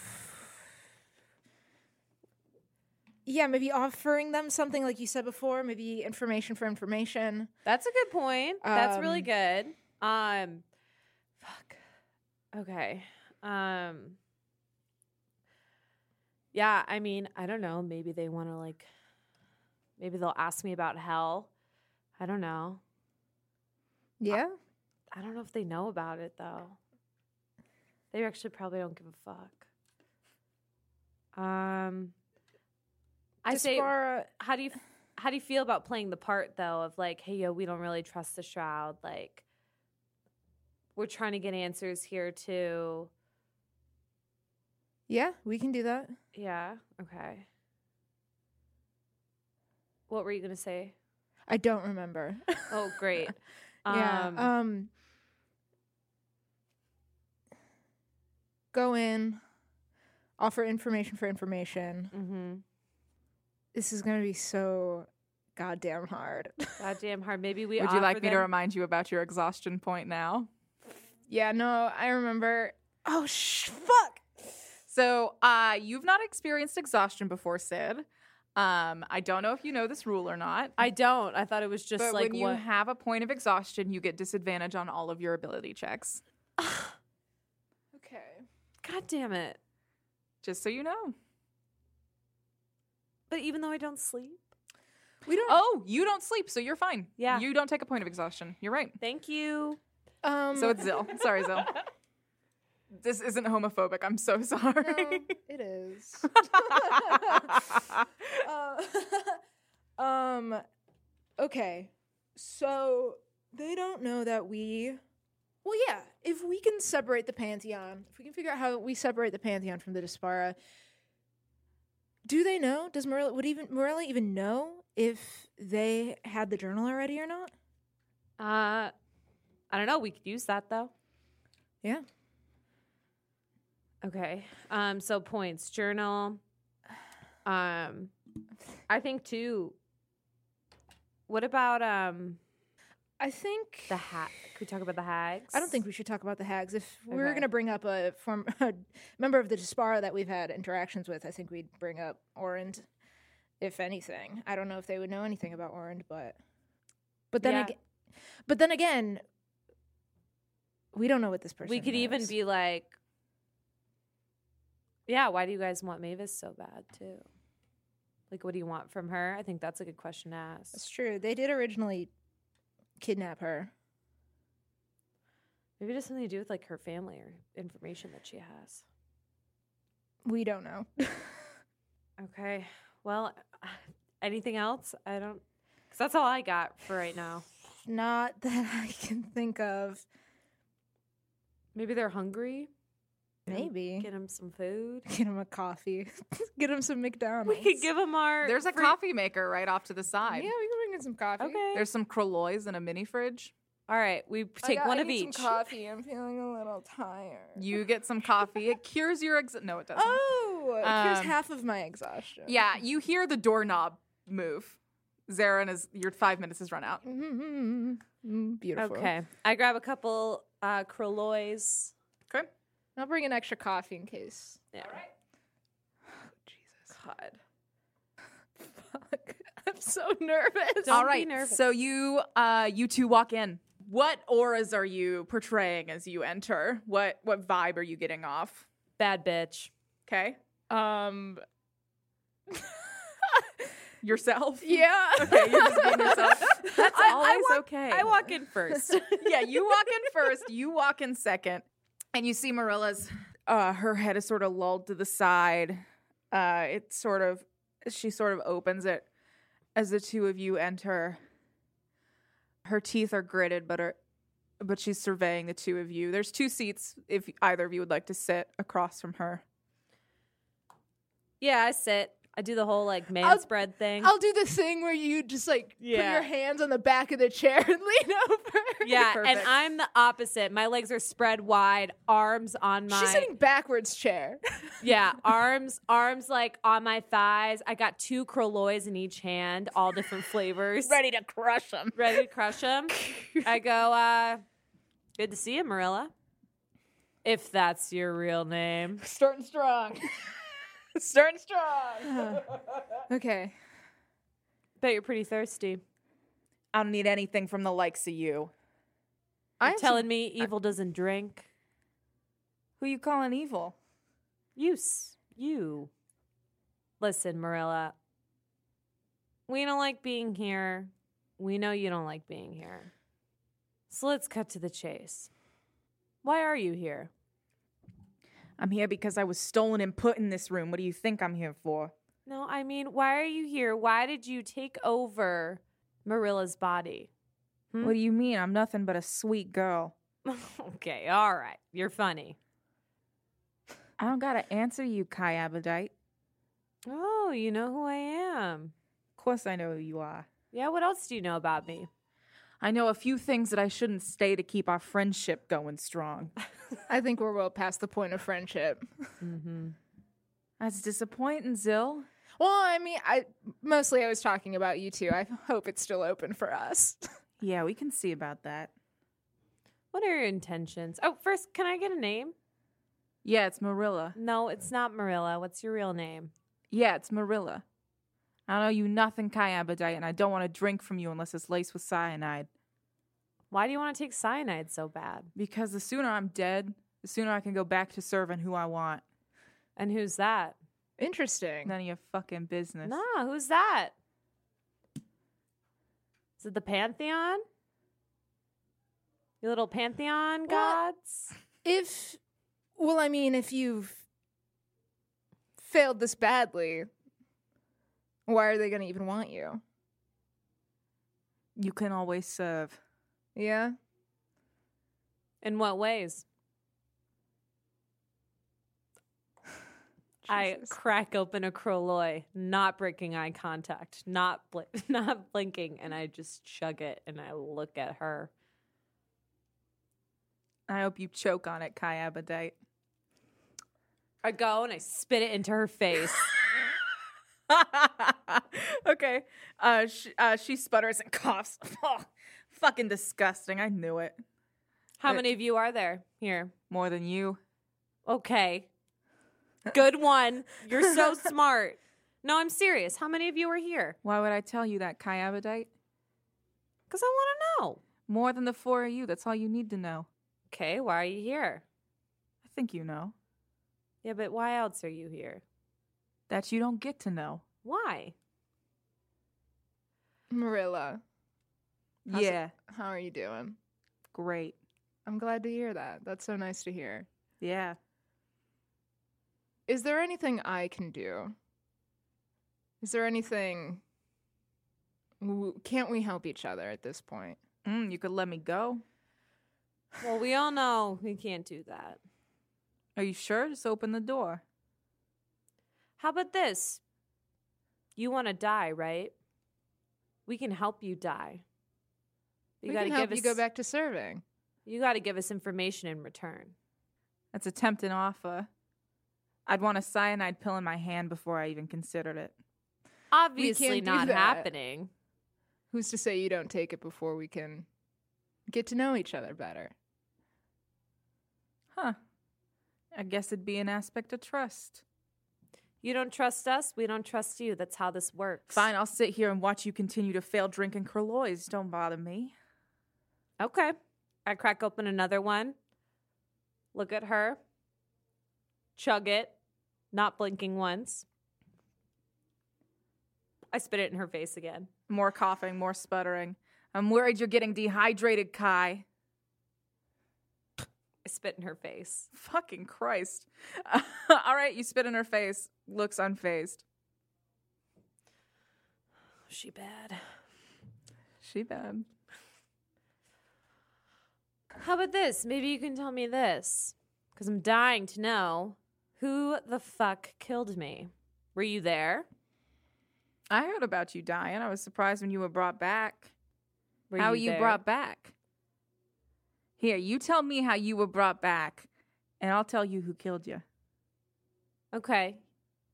Speaker 4: yeah, maybe offering them something like you said before, maybe information for information.
Speaker 3: That's a good point. That's really
Speaker 4: Um,
Speaker 3: good. Um, fuck. Okay. Um. Yeah, I mean, I don't know. Maybe they want to like. Maybe they'll ask me about hell. I don't know.
Speaker 4: Yeah.
Speaker 3: I don't know if they know about it though. They actually probably don't give a fuck. Um.
Speaker 4: Uh,
Speaker 3: I say
Speaker 4: Dispara-
Speaker 3: how do you how do you feel about playing the part though of like hey yo we don't really trust the shroud like we're trying to get answers here too
Speaker 4: yeah, we can do that.
Speaker 3: yeah okay what were you gonna say
Speaker 4: I don't remember. *laughs*
Speaker 3: oh great *laughs*
Speaker 4: yeah.
Speaker 3: um,
Speaker 4: um go in offer information for information.
Speaker 3: mhm.
Speaker 4: This is going to be so goddamn hard. *laughs*
Speaker 3: goddamn hard maybe we
Speaker 2: Would you like
Speaker 3: offer
Speaker 2: me to
Speaker 3: them-
Speaker 2: remind you about your exhaustion point now?
Speaker 4: yeah, no, I remember. Oh sh- fuck.
Speaker 2: So, uh, you've not experienced exhaustion before, Sid. Um, I don't know if you know this rule or not.
Speaker 3: i don't i thought it was just
Speaker 2: but
Speaker 3: like
Speaker 2: when you
Speaker 3: what
Speaker 2: have a point of exhaustion, you get disadvantage on all of your ability checks.
Speaker 4: Okay.
Speaker 3: god damn it
Speaker 2: Just so you know.
Speaker 3: but even though i don't sleep
Speaker 4: We don't
Speaker 2: Oh, you don't sleep, so you're fine.
Speaker 3: Yeah.
Speaker 2: You don't take a point of exhaustion. You're right.
Speaker 3: thank you
Speaker 4: um
Speaker 2: So
Speaker 4: *laughs*
Speaker 2: it's Zill. Sorry, Zill. *laughs* This isn't homophobic. I'm so sorry.
Speaker 4: no, it is.
Speaker 2: *laughs*
Speaker 4: Uh, *laughs* um okay so they don't know that we well yeah if we can separate the pantheon if we can figure out how we separate the pantheon from the dispara do they know does morella would even morella even know if they had the journal already or not
Speaker 3: uh i don't know we could use that though
Speaker 4: yeah
Speaker 3: Okay. Um so points journal um I think too What about um
Speaker 4: i think
Speaker 3: the hat? Could we talk about the hags?
Speaker 4: I don't think we should talk about the hags. If we were
Speaker 3: Okay.
Speaker 4: going to bring up a, form, *laughs* a member of the Dispara that we've had interactions with, I think we'd bring up Orend, if anything. I don't know if they would know anything about Orend, but but then
Speaker 3: Yeah.
Speaker 4: again, but then again, we don't know what this person.
Speaker 3: we could even
Speaker 4: knows.
Speaker 3: be like Yeah, why do you guys want Mavis so bad too? Like, what do you want from her? I think that's a good question to
Speaker 4: That's
Speaker 3: ask.
Speaker 4: true. They did originally kidnap her.
Speaker 3: Maybe it has something to do with like her family or information that she has.
Speaker 4: We don't know. *laughs*
Speaker 3: Okay. Well, *sighs* anything else? I don't. Cause that's all I got for right now.
Speaker 4: Not that I can think of.
Speaker 3: Maybe they're hungry.
Speaker 4: Maybe.
Speaker 3: Get them some food.
Speaker 4: *laughs* Get him a coffee. *laughs* Get him some
Speaker 3: We
Speaker 4: McDonald's.
Speaker 3: could give them our.
Speaker 2: There's a
Speaker 3: free-
Speaker 2: coffee maker right off to the
Speaker 4: Yeah, we
Speaker 2: side.
Speaker 4: can bring in some coffee.
Speaker 3: Okay.
Speaker 2: There's some Crolloys in a mini fridge.
Speaker 3: all right. We
Speaker 4: I
Speaker 3: take
Speaker 4: got-
Speaker 3: one
Speaker 4: I
Speaker 3: of
Speaker 4: need
Speaker 3: each.
Speaker 4: Some coffee. I'm feeling a little tired.
Speaker 2: You get some coffee. It cures your ex. No, it doesn't.
Speaker 4: Oh, here's
Speaker 2: Um,
Speaker 4: half of my exhaustion.
Speaker 2: Yeah, you hear the doorknob move. Zarin is your five minutes has run out.
Speaker 4: *laughs* Mm-hmm. Beautiful.
Speaker 3: Okay. I grab a couple uh Crolloys.
Speaker 2: Okay.
Speaker 4: I'll bring an extra coffee in case.
Speaker 3: Yeah.
Speaker 4: Jesus.
Speaker 3: God.
Speaker 4: *laughs* Fuck. I'm so nervous.
Speaker 3: Don't
Speaker 2: All
Speaker 3: be
Speaker 2: right.
Speaker 3: nervous.
Speaker 2: So you uh you two walk in. What auras are you portraying as you enter? What what vibe are you getting off?
Speaker 3: Bad bitch.
Speaker 2: Okay. *laughs* Um *laughs* yourself?
Speaker 4: Yeah.
Speaker 2: Okay, you're just being yourself. That's
Speaker 3: I
Speaker 2: always
Speaker 3: walk-
Speaker 2: okay.
Speaker 3: I walk in first.
Speaker 2: *laughs* yeah, you walk in first, you walk in second, and you see Marilla's uh her head is sort of lulled to the side. Uh it sort of she sort of opens it as the two of you enter. Her teeth are gritted, but her but she's surveying the two of you. There's two seats if either of you would like to sit across from her.
Speaker 3: *laughs* yeah, I sit. I do the whole like man
Speaker 4: I'll-
Speaker 3: spread thing.
Speaker 4: *laughs* I'll do the thing where you just like put
Speaker 2: Yeah.
Speaker 4: your hands on the back of the chair and *laughs* lean over.
Speaker 3: yeah, and
Speaker 2: Perfect.
Speaker 3: I'm the opposite. My legs are spread wide, arms on my
Speaker 4: She's sitting backwards chair.
Speaker 3: yeah, arms arms like on my thighs. I got two Crolloys in each hand, all different flavors.
Speaker 2: Ready to crush *laughs* them.
Speaker 3: ready to crush him. I go, uh, good to see you, Marilla. If that's your real name.
Speaker 4: Starting strong. *laughs*
Speaker 2: Starting strong.
Speaker 4: okay.
Speaker 3: Bet you're pretty thirsty.
Speaker 2: I don't need anything from the likes of you.
Speaker 3: You're telling me evil doesn't drink.
Speaker 2: who you calling evil.
Speaker 3: You, s- you. Listen, Marilla. We don't like being here. We know you don't like being here. So let's cut to the chase. Why are you here?
Speaker 2: I'm here because I was stolen and put in this room. What do you think I'm here for?
Speaker 3: No, I mean, why are you here? Why did you take over Marilla's body? *laughs* Hmm?
Speaker 2: What do you mean? I'm nothing but a sweet girl.
Speaker 3: okay, all right. You're funny.
Speaker 2: I don't gotta answer you, Kai Abadite.
Speaker 3: Oh, you know who I am.
Speaker 2: Of course I know who you are.
Speaker 3: Yeah, what else do you know about me?
Speaker 2: I know a few things that I shouldn't stay to keep our friendship going strong.
Speaker 4: I think we're well past the point of friendship.
Speaker 3: Mm-hmm.
Speaker 2: That's disappointing, Zill.
Speaker 4: Well, I mean, I mostly I was talking about you two. I *laughs* hope it's still open for us.
Speaker 2: Yeah, we can see about that.
Speaker 3: What are your intentions? Oh, first, can I get a name?
Speaker 2: Yeah, it's Marilla.
Speaker 3: No, it's not Marilla. What's your real name?
Speaker 2: Yeah, it's Marilla. I know you nothing, Kai Abadite, and I don't want to drink from you unless it's laced with cyanide.
Speaker 3: Why do you want to take cyanide so bad?
Speaker 2: Because the sooner I'm dead, the sooner I can go back to serving who I want.
Speaker 3: And who's that?
Speaker 4: Interesting.
Speaker 2: None of your fucking business.
Speaker 3: Nah, who's that? Is it the Pantheon? Your little Pantheon gods?
Speaker 4: If, well, I mean, if you've failed this badly, why are they going to even want you?
Speaker 2: You can always serve.
Speaker 4: Yeah.
Speaker 3: In what ways? I
Speaker 4: Jesus.
Speaker 3: crack open a Crolloy, not breaking eye contact, not bl- *laughs* not blinking, and I just chug it and I look at her.
Speaker 2: I hope you choke on it, Kai Abadite.
Speaker 3: I go and I spit it into her face.
Speaker 2: *laughs* okay. Uh, sh- uh, she sputters and *laughs* coughs. Oh, fucking disgusting. I knew it.
Speaker 3: How
Speaker 2: It-
Speaker 3: many of you are there here?
Speaker 2: More than you.
Speaker 3: Okay. Good one. You're so smart. No, I'm serious. How many of you are here?
Speaker 2: Why would I tell you that, Kai Abadite?
Speaker 3: Because I want to know.
Speaker 2: More than the four of you. That's all you need to know.
Speaker 3: Okay, why are you here?
Speaker 2: I think you know.
Speaker 3: Yeah, but why else are you here?
Speaker 2: That you don't get to know.
Speaker 3: Why?
Speaker 4: Marilla, How's it-
Speaker 2: yeah,
Speaker 4: how are you doing?
Speaker 2: great.
Speaker 4: I'm glad to hear that. That's so nice to hear.
Speaker 2: Yeah.
Speaker 4: Is there anything I can do? Is there anything. w- Can't we help each other at this point?
Speaker 2: Mm, you could let me go.
Speaker 3: Well, we all know we can't do that.
Speaker 2: Are you sure? Just open the door.
Speaker 3: How about this? You want to die, right? We can help you die. You
Speaker 4: we
Speaker 3: gotta
Speaker 4: can help
Speaker 3: give
Speaker 4: you
Speaker 3: us
Speaker 4: go back to serving.
Speaker 3: You got to give us information in return.
Speaker 2: That's a tempting offer. I'd want a cyanide pill in my hand before I even considered it.
Speaker 3: Obviously
Speaker 4: can't do
Speaker 3: not
Speaker 4: that.
Speaker 3: happening.
Speaker 4: Who's to say you don't take it before we can get to know each other better?
Speaker 2: Huh. I guess it'd be an aspect of trust.
Speaker 3: You don't trust us, we don't trust you. That's how this works.
Speaker 2: Fine, I'll sit here and watch you continue to fail drinking Curloys. Don't bother me.
Speaker 3: Okay. I crack open another one. Look at her. Chug it, not blinking once. I spit it in her face again.
Speaker 2: More coughing, more sputtering. I'm worried you're getting dehydrated, Kai.
Speaker 3: I spit in her face.
Speaker 2: Fucking Christ. *laughs* All right, you spit in her face. Looks unfazed.
Speaker 3: She bad.
Speaker 2: She bad.
Speaker 3: How about this? Maybe you can tell me this because I'm dying to know who the fuck killed me. Were you there?
Speaker 2: I heard about you dying. I was surprised when you were brought back.
Speaker 3: Were
Speaker 2: how you,
Speaker 3: there?
Speaker 2: brought back? Here, you tell me how you were brought back, and I'll tell you who killed you.
Speaker 3: Okay.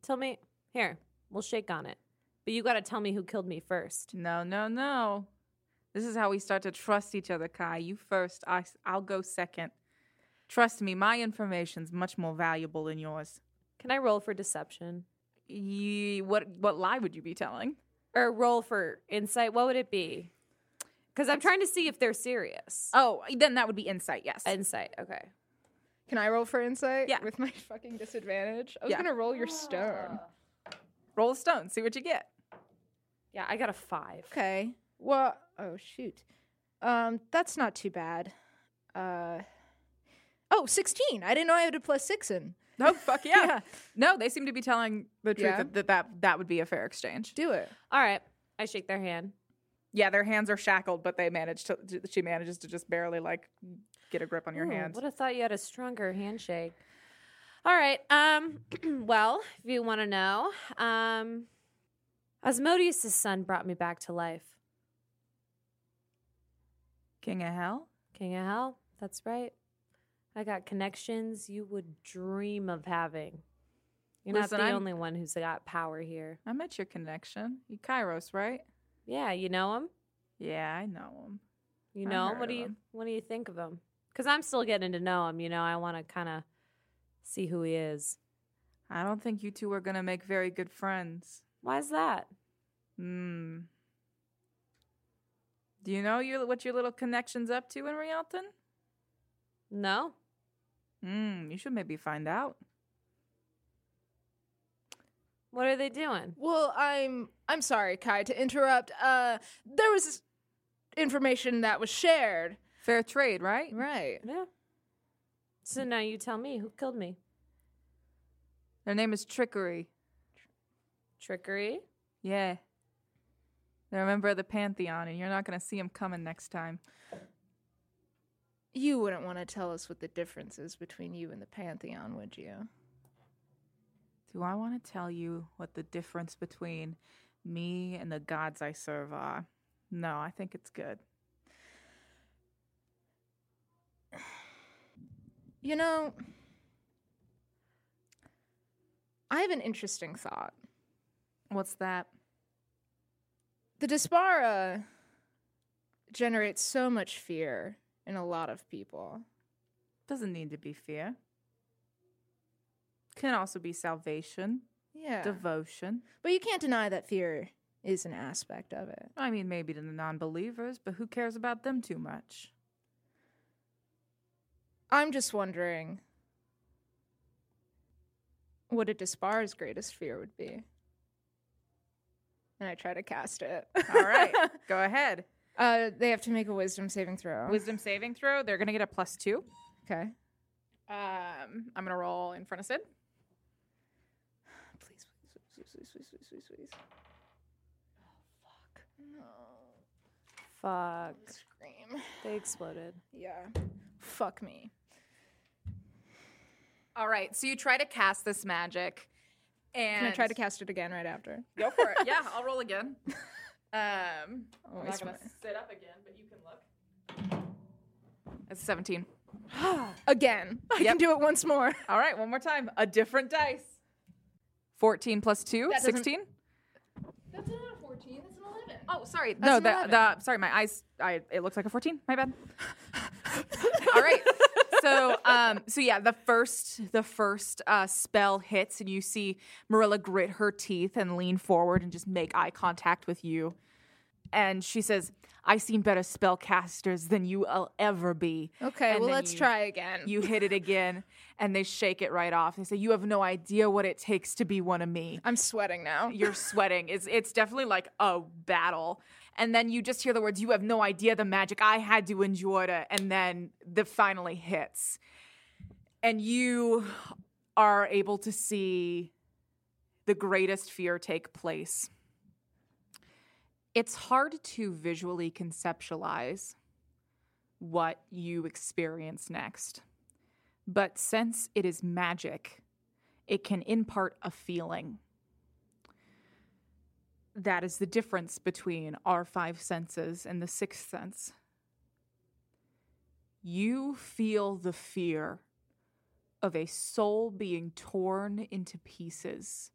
Speaker 3: Tell me. Here, we'll shake on it. But you got to tell me who killed me first.
Speaker 2: No, no, no. This is how we start to trust each other, Kai. You first, I, I'll go second. Trust me, my information's much more valuable than yours.
Speaker 3: Can I roll for deception?
Speaker 2: Ye what what lie would you be telling?
Speaker 3: or roll for insight, what would it be? Because I'm trying to see if they're serious.
Speaker 2: Oh, then that would be insight. Yes.
Speaker 3: Insight, okay.
Speaker 4: Can I roll for insight?
Speaker 2: Yeah.
Speaker 4: With my *laughs* fucking disadvantage? I was
Speaker 2: Yeah.
Speaker 4: gonna roll your stone.
Speaker 2: Roll a stone. See what you get.
Speaker 3: Yeah, I got a five.
Speaker 4: Okay. Well, oh shoot. Um, that's not too bad. Uh, oh, 16. I didn't know I had a plus six in.
Speaker 2: Oh fuck yeah. No, they seem to be telling the truth
Speaker 4: Yeah.
Speaker 2: that, that that that would be a fair exchange.
Speaker 4: Do it.
Speaker 3: All right. I shake their hand.
Speaker 2: Yeah, their hands are shackled, but they manage to she manages to just barely like get a grip on your
Speaker 3: Ooh,
Speaker 2: hand.
Speaker 3: Would have thought you had a stronger handshake. All right. Um, *clears throat* well, if you want to know, um, Osmodeus' son brought me back to life.
Speaker 2: King of hell?
Speaker 3: King of Hell. That's right. I got connections you would dream of having. You're
Speaker 2: Listen,
Speaker 3: not the
Speaker 2: I'm-
Speaker 3: only one who's got power here.
Speaker 2: I met your connection. You Kairos, right?
Speaker 3: Yeah, you know him.
Speaker 2: Yeah, I know him.
Speaker 3: You
Speaker 2: I've
Speaker 3: know,
Speaker 2: heard
Speaker 3: what do
Speaker 2: of
Speaker 3: you
Speaker 2: him.
Speaker 3: what do you think of him? Because I'm still getting to know him. You know, I want to kind of see who he is.
Speaker 2: I don't think you two are gonna make very good friends.
Speaker 3: Why is that?
Speaker 2: Hmm. Do you know your what your little connection's up to in Rialton?
Speaker 3: No,
Speaker 2: Hmm, you should maybe find out.
Speaker 3: what are they doing?
Speaker 4: Well, I'm I'm sorry, Kai, to interrupt. Uh, there was information that was shared.
Speaker 2: Fair trade, right?
Speaker 4: Right.
Speaker 3: Yeah. So now you tell me who killed me?
Speaker 2: Their name is Trickery.
Speaker 3: Trickery.
Speaker 2: Yeah. They're a member of the Pantheon, and you're not going to see them coming next time.
Speaker 4: You wouldn't want to tell us what the difference is between you and the Pantheon, would you?
Speaker 2: Do I want to tell you what the difference between me and the gods I serve are? No, I think it's good.
Speaker 4: You know, I have an interesting thought.
Speaker 2: What's that?
Speaker 4: The Dispara generates so much fear in a lot of people.
Speaker 2: Doesn't need to be fear. Can also be salvation,
Speaker 4: Yeah.
Speaker 2: devotion.
Speaker 4: but you can't deny that fear is an aspect of it.
Speaker 2: I mean, maybe to the non believers, but who cares about them too much?
Speaker 4: I'm just wondering what a Dispara's greatest fear would be. and I try to cast it.
Speaker 2: All *laughs* right, go ahead.
Speaker 4: *laughs* Uh, they have to make a wisdom saving throw.
Speaker 2: Wisdom saving throw. They're gonna get a plus two.
Speaker 4: okay.
Speaker 2: Um, I'm gonna roll in front of Sid.
Speaker 4: Please, please, please, please, please, please, please, please. Oh,
Speaker 3: Fuck.
Speaker 4: fuck. Scream.
Speaker 3: They exploded.
Speaker 4: Yeah. Fuck me.
Speaker 2: All right, so you try to cast this magic, and
Speaker 4: Can I try to cast it again right after?
Speaker 2: Go for
Speaker 4: *laughs*
Speaker 2: it. yeah, I'll roll again. Um,
Speaker 4: Oh,
Speaker 2: I'm
Speaker 4: it's
Speaker 2: not gonna
Speaker 4: fine.
Speaker 2: sit up again, but you can look. That's 17.
Speaker 4: Again. *laughs* I
Speaker 2: Yep.
Speaker 4: can do it
Speaker 2: *laughs*
Speaker 4: once more.
Speaker 2: All right, one more time. A different dice. 14 plus 2,
Speaker 4: That doesn't-
Speaker 2: 16.
Speaker 4: That's not a 14, that's an 11.
Speaker 2: Oh, sorry.
Speaker 4: an
Speaker 2: no, the,
Speaker 4: 11.
Speaker 2: the sorry, my eyes I it looks like a 14. My *laughs* bad. All right. So, um so yeah, the first the first uh spell hits and you see Marilla grit her teeth and lean forward and just make eye contact with you. And she says, "I've seen better spellcasters than you'll ever be."
Speaker 4: Okay,
Speaker 2: And
Speaker 4: well,
Speaker 2: then
Speaker 4: let's
Speaker 2: you-
Speaker 4: try again.
Speaker 2: You hit it again, and they shake it right off. They say, "You have no idea what it takes to be one of me."
Speaker 4: I'm sweating
Speaker 2: *laughs*
Speaker 4: now.
Speaker 2: You're sweating. It's it's definitely like a battle. And then you just hear the words, "You have no idea the magic I had to endure," to, and then the finally hits, and you are able to see the greatest fear take place. It's hard to visually conceptualize what you experience next. But since it is magic, it can impart a feeling. That is the difference between our five senses and the sixth sense. You feel the fear of a soul being torn into pieces,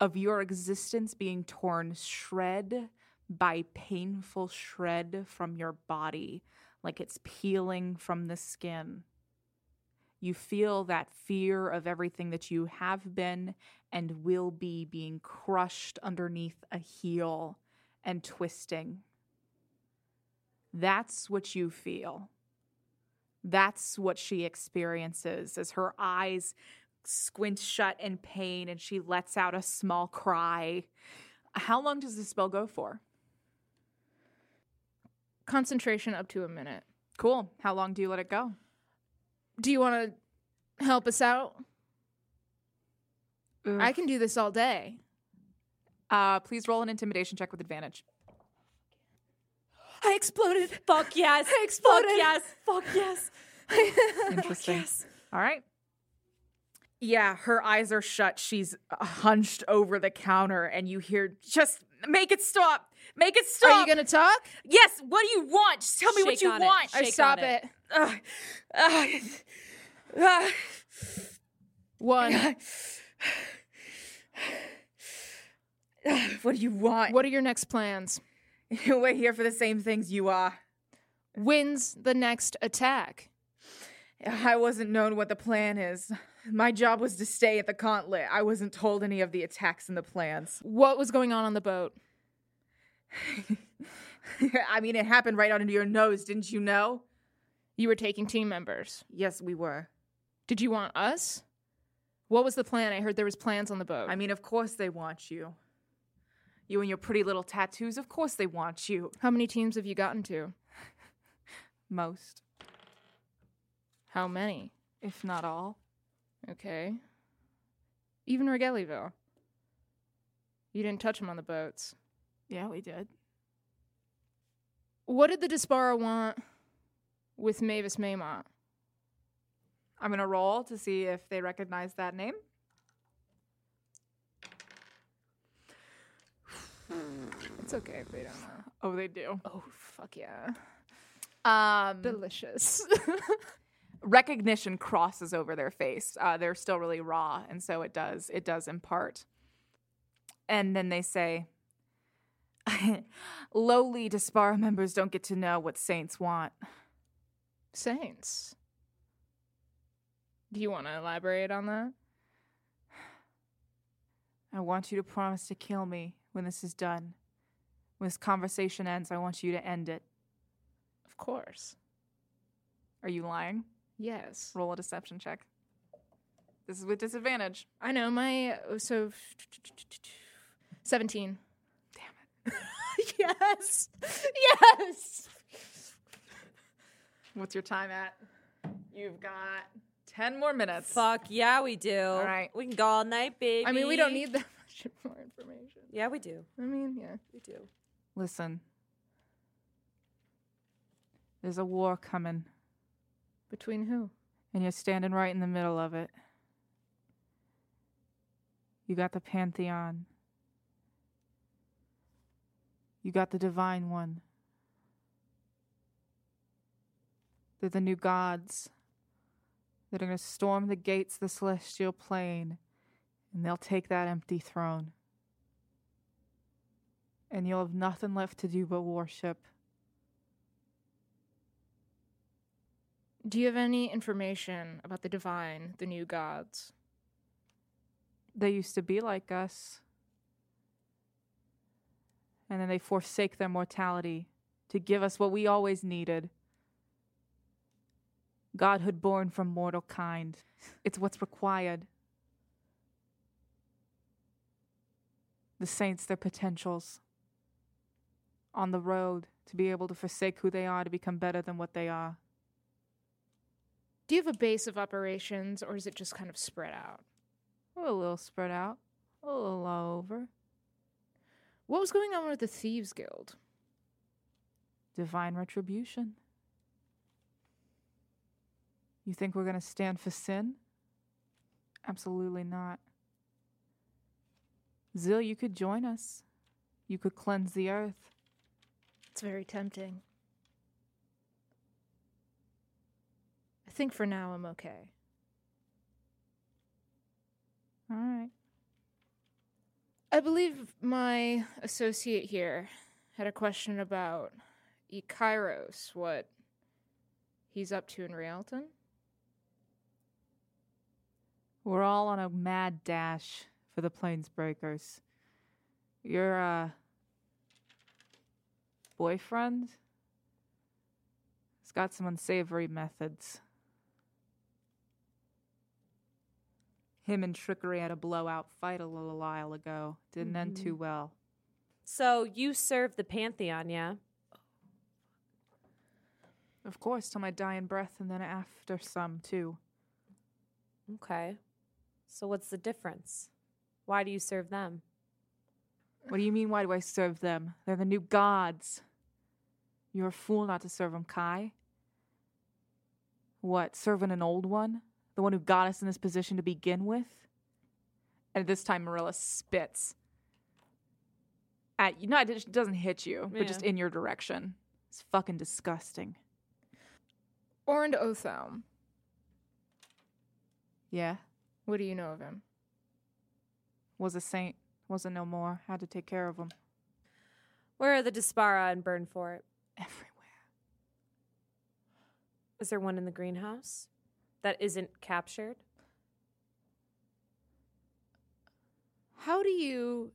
Speaker 2: of your existence being torn shred by painful shred from your body, like it's peeling from the skin. You feel that fear of everything that you have been and will be being crushed underneath a heel and twisting. That's what you feel. That's what she experiences as her eyes squint shut in pain and she lets out a small cry. How long does this spell go for?
Speaker 4: Concentration up to a minute.
Speaker 2: Cool. How long do you let it go?
Speaker 4: Do you want to help us out? I can do this all day.
Speaker 2: Uh, please roll an intimidation check with advantage.
Speaker 4: I exploded.
Speaker 3: Fuck yes. Fuck
Speaker 4: exploded.
Speaker 3: yes. Fuck
Speaker 4: *laughs*
Speaker 3: yes.
Speaker 2: Interesting. All right. Yeah, her eyes are shut. She's hunched over the counter, and you hear, just make it stop. Make it stop.
Speaker 4: Are you going to talk?
Speaker 2: yes, what do you want? Just tell me what
Speaker 3: Shake
Speaker 2: you
Speaker 3: on it.
Speaker 2: want.
Speaker 4: I
Speaker 3: Shake
Speaker 4: stop
Speaker 3: on it.
Speaker 4: it.
Speaker 2: Ugh. Ugh. Ugh. *laughs*
Speaker 4: One.
Speaker 2: Ugh. *sighs* what do you want?
Speaker 4: what are your next plans?
Speaker 2: *laughs* We're here for the same things you are.
Speaker 4: When's the next attack?
Speaker 2: I wasn't known what the plan is. My job was to stay at the gauntlet. I wasn't told any of the attacks and the plans. *laughs*
Speaker 4: What was going on on the boat?
Speaker 2: I mean, it happened right under your nose, didn't you know?
Speaker 4: You were taking team members.
Speaker 2: Yes, we were.
Speaker 4: Did you want us? What was the plan? I heard there was plans on the boat.
Speaker 2: I mean, of course they want you. You and your pretty little tattoos, of course they want you.
Speaker 4: How many teams have you gotten to?
Speaker 2: Most,
Speaker 4: How many?
Speaker 2: if not all.
Speaker 4: Okay. Even Regellyville. You didn't touch him on the boats.
Speaker 2: Yeah, we did.
Speaker 4: What did the Dispara want with Mavis Maymont?
Speaker 2: I'm gonna roll to see if they recognize that name.
Speaker 4: It's okay if they don't know.
Speaker 2: Oh, they do.
Speaker 4: Oh, fuck yeah.
Speaker 2: Um,
Speaker 4: Delicious. *laughs*
Speaker 2: recognition crosses over their face. Uh, they're still really raw, and so it does. It does impart. And then they say, *laughs* "Lowly Dispara members don't get to know what saints want."
Speaker 4: Saints. Do you want to elaborate on that?
Speaker 2: I want you to promise to kill me when this is done. When this conversation ends, I want you to end it.
Speaker 4: Of course.
Speaker 2: Are you lying?
Speaker 4: Yes.
Speaker 2: Roll a deception check. This is with disadvantage.
Speaker 4: I know my so 17.
Speaker 3: yes. Yes.
Speaker 2: What's your time at? You've got 10 more minutes.
Speaker 3: Fuck yeah, we do. All
Speaker 2: right.
Speaker 3: We can go all night, baby.
Speaker 4: I mean, we don't need that *laughs* much more information.
Speaker 3: Yeah, we do.
Speaker 4: I mean, yeah.
Speaker 3: We do.
Speaker 2: Listen. There's a war coming,
Speaker 4: Between who?
Speaker 2: and you're standing right in the middle of it. You got the Pantheon. You got the Divine One. They're the new gods that are going to storm the gates of the celestial plane, and they'll take that empty throne. And you'll have nothing left to do but worship.
Speaker 4: Do you have any information about the divine, the new gods?
Speaker 2: they used to be like us. And then they forsake their mortality to give us what we always needed Godhood born from mortal kind. It's what's required. The saints, their potentials. On the road to be able to forsake who they are to become better than what they are.
Speaker 4: Do you have a base of operations, or is it just kind of spread out?
Speaker 2: We're a little spread out, a little all over.
Speaker 4: What was going on with the Thieves Guild?
Speaker 2: divine retribution. You think we're going to stand for sin? Absolutely not. Zill, you could join us. You could cleanse the earth.
Speaker 4: It's very tempting. I think for now I'm okay.
Speaker 2: All right.
Speaker 4: I believe my associate here had a question about Ikairos, what he's up to in Rialton.
Speaker 2: We're all on a mad dash for the Planesbreakers. Your uh, boyfriend has got some unsavory methods. Him and Trickery had a blowout fight a little while ago. Didn't end too well.
Speaker 3: So you serve the Pantheon, yeah?
Speaker 2: Of course, till my dying breath, and then after some too.
Speaker 3: Okay. So what's the difference? Why do you serve them?
Speaker 2: What do you mean, why do I serve them? They're the new gods. You're a fool not to serve them, Kai. What, serving an old one? The one who got us in this position to begin with? And at this time, Marilla spits at you. Not, it doesn't hit you, but just
Speaker 3: Yeah.
Speaker 2: in your direction. It's fucking disgusting.
Speaker 4: Orand Othelm.
Speaker 2: Yeah.
Speaker 4: What do you know of him?
Speaker 2: Was a saint, wasn't no more. Had to take care of him.
Speaker 3: Where are the Dispara and Burn for it?
Speaker 2: Everywhere.
Speaker 3: Is there one in the greenhouse that isn't captured?
Speaker 4: How do you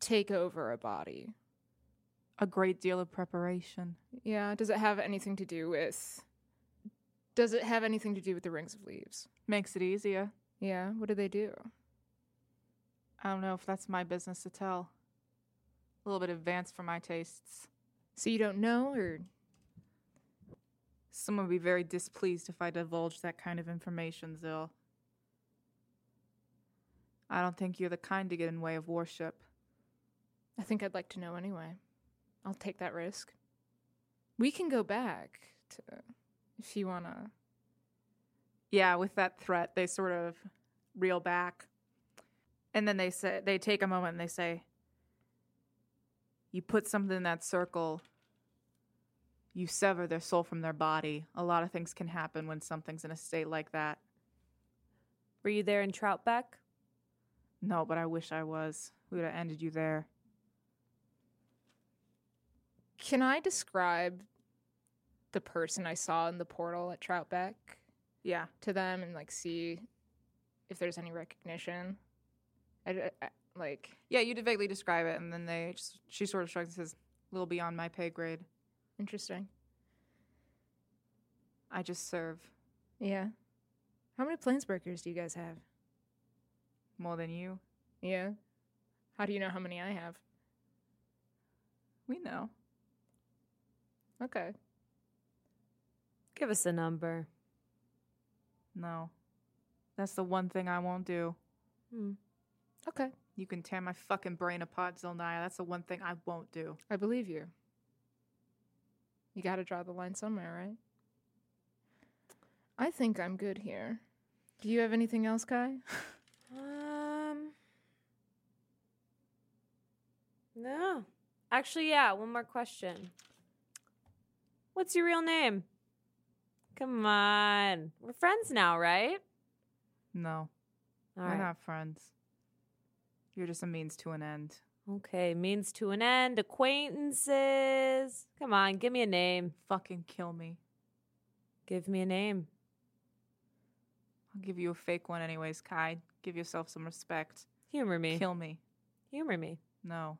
Speaker 4: take over a body?
Speaker 2: A great deal of preparation.
Speaker 4: Yeah, does it have anything to do with. Does it have anything to do with the Rings of Leaves?
Speaker 2: Makes it easier.
Speaker 4: Yeah, what do they do?
Speaker 2: I don't know if that's my business to tell. A little bit advanced for my tastes.
Speaker 4: So you don't know, or.
Speaker 2: Someone would be very displeased if I divulged that kind of information, Zill. I don't think you're the kind to get in way of worship.
Speaker 4: I think I'd like to know anyway. I'll take that risk. We can go back to. If you wanna.
Speaker 2: Yeah, with that threat, they sort of reel back. And then they say they take a moment and they say, "You put something in that circle. You sever their soul from their body. A lot of things can happen when something's in a state like that."
Speaker 3: Were you there in Troutbeck?
Speaker 2: No, but I wish I was. We would have ended you there.
Speaker 4: Can I describe the person I saw in the portal at Troutbeck
Speaker 2: Yeah.
Speaker 4: to them and, like, see if there's any recognition? I, I- I- like.
Speaker 2: Yeah, you did vaguely describe it, and then they just, she sort of shrugs and says, a little beyond my pay grade.
Speaker 4: Interesting.
Speaker 2: I just serve
Speaker 4: Yeah. How many Planesbreakers do you guys have?
Speaker 2: more than you.
Speaker 4: Yeah. How do you know how many I have?
Speaker 2: We know.
Speaker 4: Okay.
Speaker 3: Give us a number.
Speaker 2: No. That's the one thing I won't do.
Speaker 3: Hmm.
Speaker 4: Okay.
Speaker 2: You can tear my fucking brain apart, Zelnaya. That's the one thing I won't do.
Speaker 4: I believe you. You got to draw the line somewhere, right? I think I'm good here. Do you have anything else, Kai?
Speaker 3: Um. No. Actually, yeah, one more question. What's your real name? Come on. We're friends now, right?
Speaker 2: No.
Speaker 3: All
Speaker 2: we're
Speaker 3: right.
Speaker 2: not friends. You're just a means to an end.
Speaker 3: Okay, means to an end, acquaintances. Come on, give me a name.
Speaker 2: Fucking kill me.
Speaker 3: Give me a name.
Speaker 2: I'll give you a fake one, anyways, Kai. Give yourself some respect.
Speaker 3: Humor me.
Speaker 2: Kill me.
Speaker 3: Humor me.
Speaker 2: No.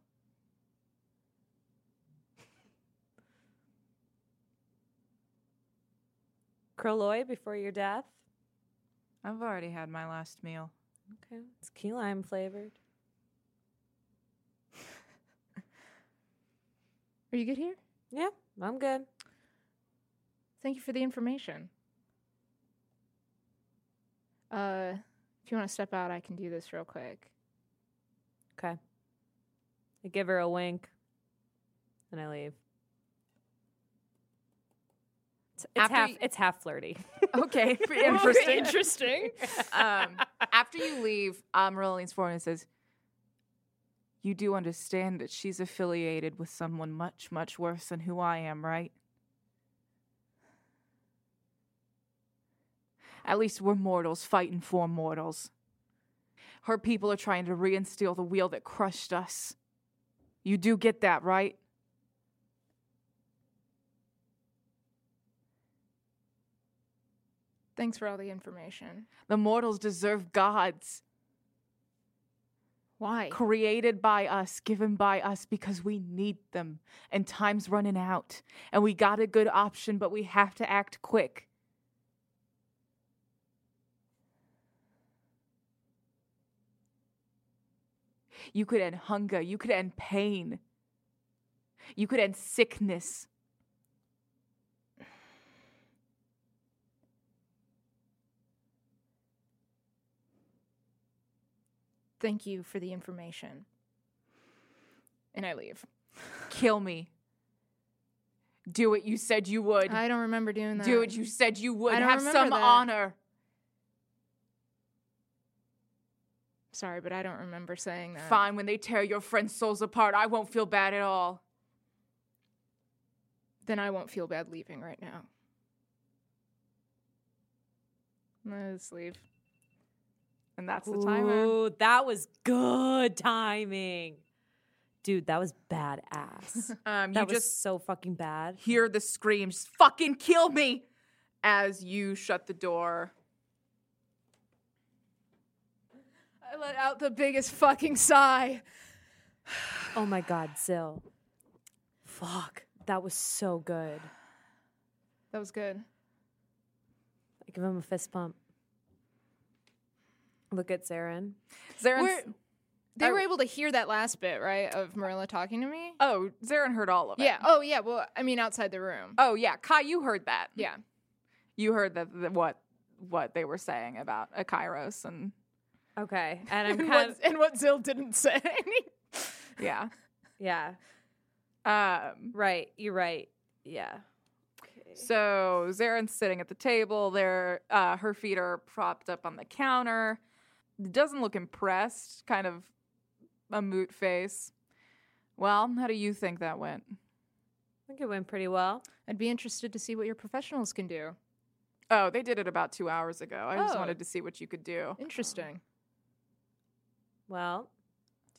Speaker 3: Curloy before your death.
Speaker 2: I've already had my last meal.
Speaker 3: Okay. It's key lime flavored.
Speaker 4: Are you good here?
Speaker 3: Yeah, I'm good.
Speaker 4: Thank you for the information. Uh, if you want to step out, I can do this real quick.
Speaker 3: Okay. I give her a wink and I leave. It's, it's
Speaker 2: After
Speaker 3: half
Speaker 2: y-
Speaker 3: it's
Speaker 2: *laughs*
Speaker 3: half flirty. *laughs*
Speaker 2: Okay, pretty
Speaker 4: Interesting.
Speaker 2: *laughs* um, after you leave, um, Roland leans forward and says, "You do understand that she's affiliated with someone much, much worse than who I am, right? At least we're mortals fighting for mortals. Her people are trying to reinstall the wheel that crushed us. You do get that, right?"
Speaker 4: Thanks for all the information.
Speaker 2: The mortals deserve gods.
Speaker 4: Why?
Speaker 2: created by us, given by us because we need them. And time's running out. And we got a good option, but we have to act quick. You could end hunger. You could end pain. You could end sickness.
Speaker 4: Thank you for the information. And I leave.
Speaker 2: Kill me. Do what you said you would.
Speaker 4: I don't remember doing that.
Speaker 2: Do what you said you would.
Speaker 4: I don't
Speaker 2: Have
Speaker 4: remember
Speaker 2: some
Speaker 4: that.
Speaker 2: honor.
Speaker 4: Sorry, but I don't remember saying that.
Speaker 2: Fine, when they tear your friends' souls apart, I won't feel bad at all.
Speaker 4: Then I won't feel bad leaving right now. Let's leave.
Speaker 2: And that's
Speaker 3: Ooh, that was good timing. Dude, that was
Speaker 2: *laughs*
Speaker 3: badass.
Speaker 2: Um, you
Speaker 3: that was
Speaker 2: just
Speaker 3: so fucking bad.
Speaker 2: hear the screams, fucking kill me, as you shut the door.
Speaker 4: I let out the biggest fucking sigh.
Speaker 3: Oh my god, Zill. Fuck. That was so good.
Speaker 4: That was good.
Speaker 3: I give him a fist pump. Look at Zarin.
Speaker 2: Zaren's,
Speaker 4: We're- They were able to hear that last bit, right, of Marilla talking to me?
Speaker 2: oh, Zarin heard all of it.
Speaker 4: yeah. Oh, yeah. Well, I mean, outside the room.
Speaker 2: Oh, yeah. Kai, you heard that.
Speaker 4: Yeah.
Speaker 2: You heard that, that what what they were saying about a Kairos and
Speaker 3: Okay.
Speaker 2: *laughs*
Speaker 3: And I'm
Speaker 4: And
Speaker 3: kind
Speaker 4: what,
Speaker 3: of
Speaker 4: *laughs* and what Zill didn't say. *laughs*
Speaker 2: yeah.
Speaker 3: Yeah.
Speaker 2: Um,
Speaker 3: Right. You're right. Yeah.
Speaker 2: So Zaren's sitting at the table. There, uh, her feet are propped up on the counter. Doesn't look impressed. Kind of a moot face. Well, how do you think that went?
Speaker 3: I think it went pretty well.
Speaker 4: I'd be interested to see what your professionals can do.
Speaker 2: Oh, they did it about two hours ago. I just
Speaker 4: Oh.
Speaker 2: wanted to see what you could do.
Speaker 4: Interesting.
Speaker 3: Well,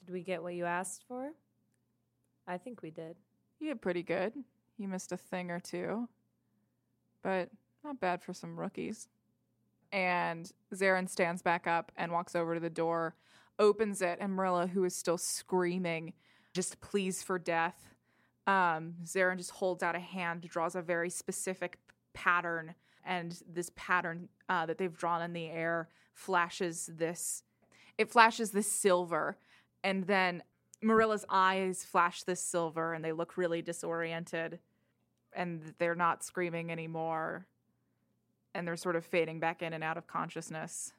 Speaker 3: did we get what you asked for? I think we did.
Speaker 2: You did pretty good. You missed a thing or two, but not bad for some rookies. And Zarin stands back up and walks over to the door, opens it, and Marilla, who is still screaming, just pleas for death. Um, Zarin just holds out a hand, draws a very specific p- pattern, and this pattern uh, that they've drawn in the air flashes this. It flashes this silver, and then Marilla's eyes flash this silver and they look really disoriented and they're not screaming anymore and they're sort of fading back in and out of consciousness.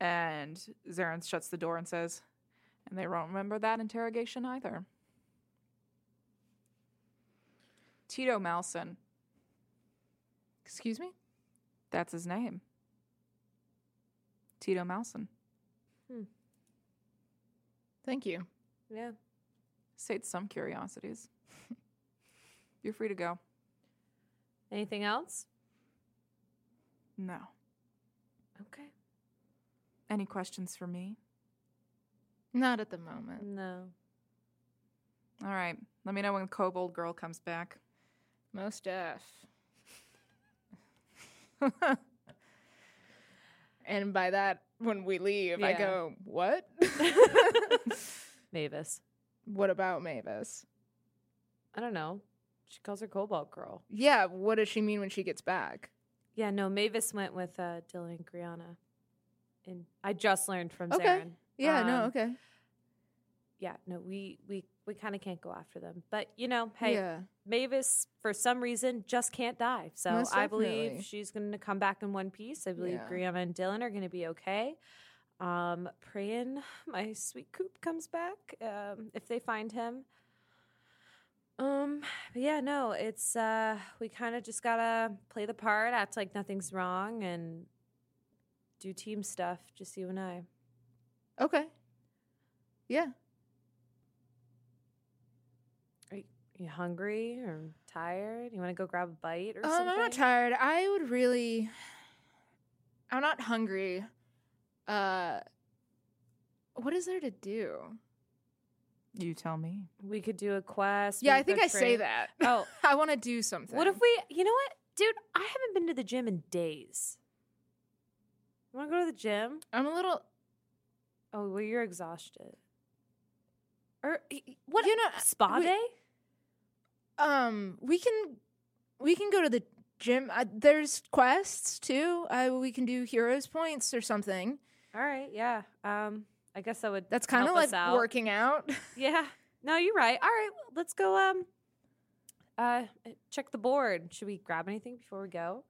Speaker 2: And Zarin shuts the door and says, and they won't remember that interrogation either. Tito Malson.
Speaker 4: Excuse me?
Speaker 2: That's his name. Tito Malson.
Speaker 4: Thank you.
Speaker 3: Yeah.
Speaker 2: States some curiosities. *laughs* You're free to go.
Speaker 3: Anything else?
Speaker 2: No.
Speaker 3: Okay.
Speaker 2: Any questions for me?
Speaker 4: Not at the moment.
Speaker 3: No.
Speaker 2: All right. Let me know when Kobold Girl comes back.
Speaker 4: Most F. *laughs* and by that, when we leave, I
Speaker 3: Yeah.
Speaker 4: go,
Speaker 2: *laughs*
Speaker 4: what? *laughs*
Speaker 3: Mavis.
Speaker 4: what about Mavis?
Speaker 3: I don't know. She calls her Cobalt Girl.
Speaker 4: Yeah, what does she mean when she gets back?
Speaker 3: Yeah, no, Mavis went with uh, Dylan and Griana. And I just learned from
Speaker 4: Okay.
Speaker 3: Zarin.
Speaker 4: Yeah, no,
Speaker 3: Um,
Speaker 4: okay.
Speaker 3: Yeah, no, we we we kind of can't go after them. But, you know, hey,
Speaker 4: Yeah.
Speaker 3: Mavis for some reason just can't die. So
Speaker 4: Most
Speaker 3: I
Speaker 4: definitely.
Speaker 3: believe she's going to come back in one piece. I believe
Speaker 4: Yeah.
Speaker 3: Griana and Dylan are going to be okay. Um, praying my sweet coop comes back um, if they find him. Um, but yeah, no, it's uh, we kind of just gotta play the part, act like nothing's wrong, and do team stuff. Just you and I.
Speaker 4: Okay. Yeah.
Speaker 3: You hungry or tired? You want to go grab a bite or
Speaker 4: Um,
Speaker 3: something?
Speaker 4: I'm not tired. I would really. I'm not hungry. Uh, what is there to do?
Speaker 2: You tell me.
Speaker 3: We could do a quest. we
Speaker 4: yeah, I
Speaker 3: could
Speaker 4: think
Speaker 3: go
Speaker 4: I say
Speaker 3: train-
Speaker 4: that. *laughs*
Speaker 3: Oh,
Speaker 4: I want to do something.
Speaker 3: What if we, you know what, dude? I haven't been to the gym in days. You want to go to the gym?
Speaker 4: I'm a little.
Speaker 3: Oh, well, you're exhausted. uh, Or Er, y- y- what?
Speaker 4: You know,
Speaker 3: spa
Speaker 4: we-
Speaker 3: day?
Speaker 4: Um, we can, we can go to the gym. I, there's quests too. I we can do heroes points or something.
Speaker 3: All right, yeah. Um, I guess that would.
Speaker 4: That's kind of
Speaker 3: help us
Speaker 4: like
Speaker 3: out.
Speaker 4: working out.
Speaker 3: *laughs*
Speaker 4: *laughs*
Speaker 3: Yeah. No, you're right. All right, well, let's go. Um, uh, check the board. Should we grab anything before we go?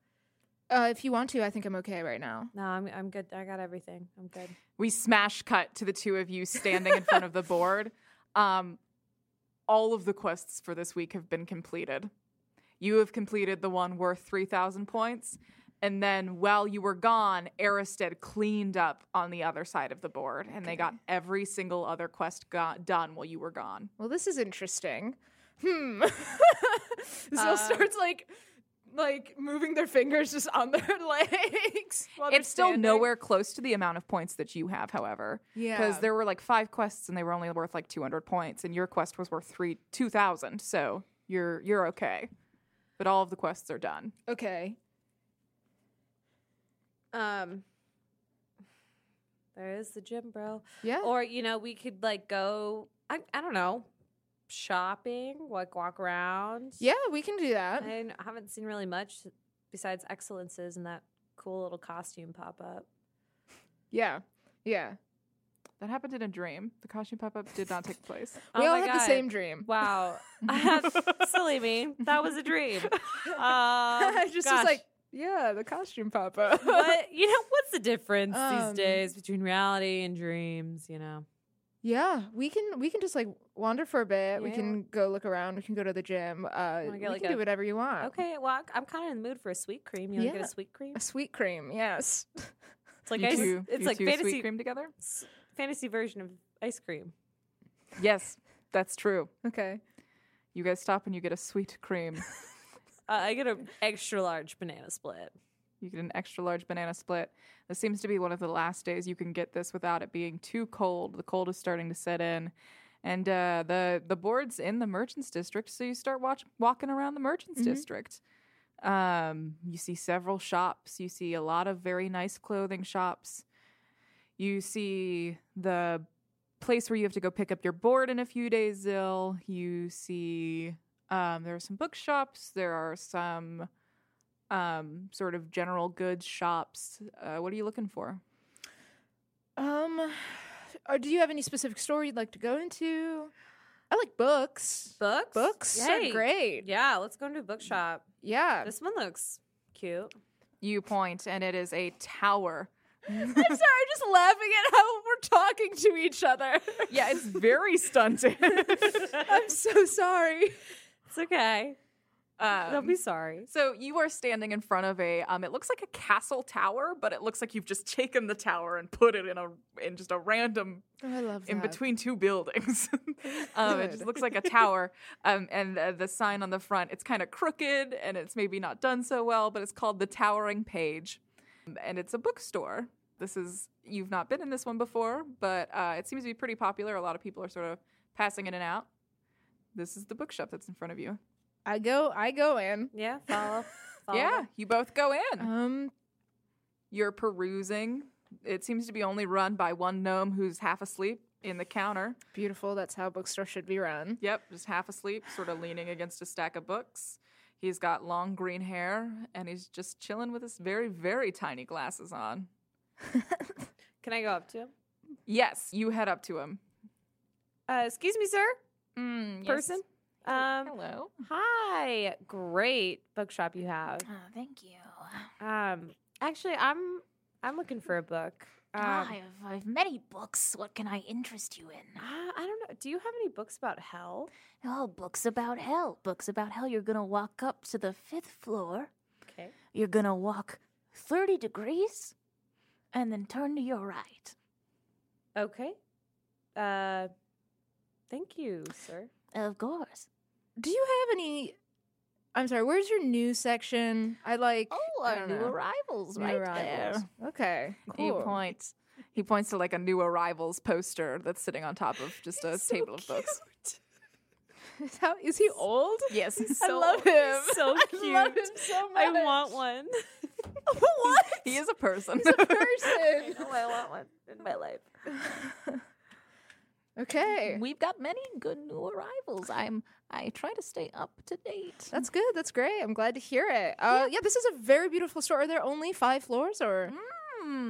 Speaker 4: Uh, if you want to, I think I'm okay right now.
Speaker 3: No, I'm I'm good. I got everything. I'm good.
Speaker 2: we smash cut to the two of you standing in front of the board. Um, all of the quests for this week have been completed. You have completed the one worth 3,000 points. And then while you were gone, Aristed cleaned up on the other side of the board, and they got every single other quest got done while you were gone.
Speaker 4: Well, this is interesting. Hmm. *laughs* Zill
Speaker 3: Uh,
Speaker 2: Um,
Speaker 4: starts like like moving their fingers just on their *laughs* legs. While they're
Speaker 2: It's still
Speaker 4: standing.
Speaker 2: nowhere close to the amount of points that you have, however.
Speaker 4: Yeah.
Speaker 2: Because there were like five quests and they were only worth like 200 points, and your quest was worth three 2,000. So you're you're okay. But all of the quests are done.
Speaker 4: okay.
Speaker 3: Um, there is the gym, bro.
Speaker 4: Yeah.
Speaker 3: Or, you know, we could like go, I, I don't know, shopping, like walk around.
Speaker 4: yeah, we can do
Speaker 3: I
Speaker 4: that.
Speaker 3: n- haven't seen really much besides Excellences and that cool little costume pop up.
Speaker 4: Yeah. Yeah.
Speaker 2: That happened in a dream. The costume pop up did not take place.
Speaker 4: we
Speaker 3: Oh
Speaker 4: all
Speaker 3: my
Speaker 4: had the
Speaker 3: God.
Speaker 4: same *laughs* dream.
Speaker 3: *laughs* Wow. Silly me. That was a
Speaker 4: *laughs*
Speaker 3: dream. Um,
Speaker 4: just was
Speaker 3: gosh.
Speaker 4: like, *laughs* yeah, the costume pop up.
Speaker 3: what, you know, what's the difference
Speaker 4: Um,
Speaker 3: these days between reality and dreams, you know?
Speaker 4: *laughs* Yeah, we can we can just like wander for a bit. We
Speaker 3: Yeah.
Speaker 4: can go look around. We can go to the gym. Uh,
Speaker 3: Wanna
Speaker 4: we
Speaker 3: get, like,
Speaker 4: can do
Speaker 3: a-
Speaker 4: whatever you want.
Speaker 3: Okay, well, I'm- I'm kind of in the mood for a sweet cream. You want to
Speaker 4: Uh, Yeah.
Speaker 3: get a sweet
Speaker 4: *laughs*
Speaker 3: cream?
Speaker 4: A sweet cream, yes.
Speaker 3: It's *laughs* like
Speaker 2: you
Speaker 3: ice,
Speaker 2: two,
Speaker 3: it's
Speaker 2: you
Speaker 3: like
Speaker 2: two
Speaker 3: fantasy
Speaker 2: sweet cream
Speaker 3: *laughs*
Speaker 2: together.
Speaker 3: s- fantasy version of ice cream.
Speaker 2: Yes, that's true.
Speaker 4: Okay.
Speaker 2: You guys stop and you get a sweet cream.
Speaker 3: Uh, I get an extra large banana split.
Speaker 2: You get an extra large banana split. This seems to be one of the last days you can get this without it being too cold. The cold is starting to set in. And uh, the the board's in the merchants district, so you start watch, walking around the merchants
Speaker 4: Mhm.
Speaker 2: district. Um, you see several shops. You see a lot of very nice clothing shops. You see the place where you have to go pick up your board in a few days, Zill. You see um, there are some bookshops. There are some um, sort of general goods shops. Uh, what are you looking for?
Speaker 4: Um, Or do you have any specific story you'd like to go into? I like books.
Speaker 3: Books?
Speaker 4: Books
Speaker 3: Yay.
Speaker 4: are great.
Speaker 3: Yeah, let's go into a bookshop.
Speaker 4: Yeah.
Speaker 3: This one looks cute.
Speaker 2: You point, and it is a tower.
Speaker 4: I'm sorry, I'm just laughing at how we're talking to
Speaker 3: *laughs*
Speaker 4: each other.
Speaker 2: Yeah, it's very *laughs* stunted.
Speaker 4: *laughs*
Speaker 2: Um,
Speaker 4: I'm so sorry.
Speaker 3: It's okay. They'll
Speaker 2: Um,
Speaker 3: be sorry.
Speaker 2: so you are standing in front of a. Um, it looks like a castle tower, but it looks like you've just taken the tower and put it in a in just a random
Speaker 4: I love that.
Speaker 2: in between two buildings. *laughs* um, it just
Speaker 4: Good.
Speaker 2: looks like a tower. Um, and uh, the sign on the front, it's kind of crooked and it's maybe not done so well, but it's called The Towering Page. Um, And it's a bookstore. This is, you've not been in this one before, but uh, it seems to be pretty popular. A lot of people are sort of passing in and out. This is the bookshop that's in front of you.
Speaker 4: I go I go in.
Speaker 3: Yeah,
Speaker 4: *laughs*
Speaker 3: follow. follow
Speaker 2: yeah,
Speaker 3: them.
Speaker 2: you both go in.
Speaker 4: Um
Speaker 2: You're perusing. It seems to be only run by one gnome who's half asleep in the counter.
Speaker 4: beautiful, that's how a bookstore should be run.
Speaker 2: Yep, just half asleep, sort of leaning against a stack of books. He's got long green hair and he's just chilling with his very, very tiny glasses on.
Speaker 3: Can I go up to him?
Speaker 2: Yes, you head up to him.
Speaker 3: Uh, excuse me, sir.
Speaker 2: Mm, yes.
Speaker 3: Person. Um,
Speaker 2: Hello.
Speaker 3: hi. Great bookshop you have.
Speaker 5: Oh, thank you.
Speaker 3: Um, actually, I'm I'm looking for a book. Um,
Speaker 5: Ah, I, have, I have many books. What can I interest you in?
Speaker 3: I I don't know. Do you have any books about hell?
Speaker 5: Oh, books about hell. Books about hell. You're going to walk up to the fifth floor.
Speaker 3: Okay.
Speaker 5: You're going to walk 30 degrees and then turn to your right.
Speaker 3: Okay. Uh, thank you, sir.
Speaker 5: Of course.
Speaker 4: Do you have any I'm sorry, where's your news section? I like
Speaker 5: Oh,
Speaker 4: I
Speaker 5: our
Speaker 4: don't
Speaker 5: new
Speaker 4: know.
Speaker 5: arrivals
Speaker 4: New
Speaker 5: right
Speaker 4: arrivals.
Speaker 5: there.
Speaker 4: Okay.
Speaker 2: He
Speaker 4: Cool.
Speaker 2: points. He points to like a new arrivals poster that's sitting on top of just a table of books.
Speaker 4: Is, how, is he old?
Speaker 2: Yes, he's
Speaker 4: I
Speaker 2: so
Speaker 4: love
Speaker 2: old.
Speaker 4: him.
Speaker 3: so
Speaker 4: *laughs* I love him
Speaker 3: cute.
Speaker 4: so much.
Speaker 3: I want one.
Speaker 4: *laughs* what?
Speaker 2: He is a person. *laughs*
Speaker 4: person.
Speaker 3: I want one in my life.
Speaker 4: Okay.
Speaker 5: We've got many good new arrivals. I'm I try to stay up to date.
Speaker 4: That's good. That's great. I'm glad to hear it. Uh, yeah. this is a very beautiful store. Are there only five floors or
Speaker 2: Mm.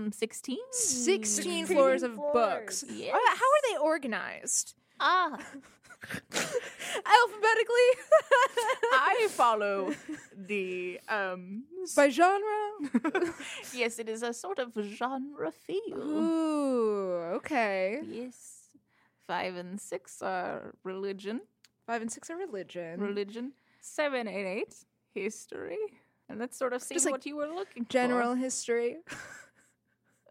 Speaker 5: Hmm, 16?
Speaker 4: 16 floors of books?
Speaker 3: floors.
Speaker 4: Are- How are they
Speaker 2: *laughs*
Speaker 4: organized?
Speaker 5: Ah,
Speaker 4: Alphabetically?
Speaker 2: I follow
Speaker 4: *laughs*
Speaker 2: the um
Speaker 4: By
Speaker 2: *laughs*
Speaker 4: genre?
Speaker 5: *laughs* yes, it is a sort of genre feel.
Speaker 4: Ooh, okay.
Speaker 5: Yes.
Speaker 2: five and six are religion.
Speaker 4: Five and six are religion.
Speaker 2: religion. Seven and eight, history. And that's sort of seems
Speaker 4: like,
Speaker 2: what you were looking
Speaker 4: General history.
Speaker 5: Or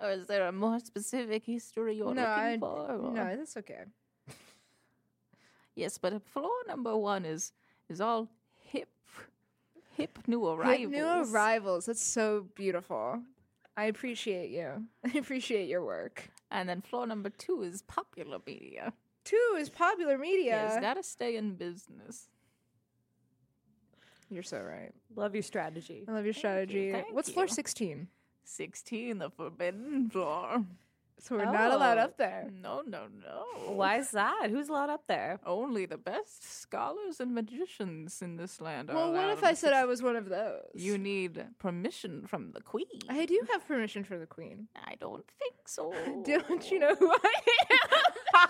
Speaker 5: Oh, is there a more specific history you're
Speaker 4: no,
Speaker 5: looking
Speaker 4: I,
Speaker 5: for? or-
Speaker 4: no, that's okay.
Speaker 5: Yes, but floor number one is is all hip, hip new arrivals.
Speaker 4: Hip New arrivals. That's so beautiful. I appreciate you. *laughs* I appreciate your work.
Speaker 5: and then floor number two is popular media.
Speaker 4: Two is popular media.
Speaker 5: Yes, gotta stay in business.
Speaker 4: You're so right.
Speaker 3: Love your strategy.
Speaker 4: I love your strategy.
Speaker 5: thank
Speaker 4: What's floor
Speaker 5: you.
Speaker 4: 16?
Speaker 5: Sixteen, the forbidden floor.
Speaker 4: So we're not allowed
Speaker 3: Oh.
Speaker 4: up there.
Speaker 5: No, no, no.
Speaker 3: Why is that? Who's allowed up there?
Speaker 2: Only the best scholars and magicians in this land are.
Speaker 4: Well, what
Speaker 2: allowed
Speaker 4: if
Speaker 2: on
Speaker 4: I
Speaker 2: the
Speaker 4: said I
Speaker 2: sixth-
Speaker 4: was one of those?
Speaker 2: You need permission from the queen.
Speaker 4: I do have permission from the queen.
Speaker 5: I don't think
Speaker 4: *laughs*
Speaker 5: so.
Speaker 4: Don't you know who I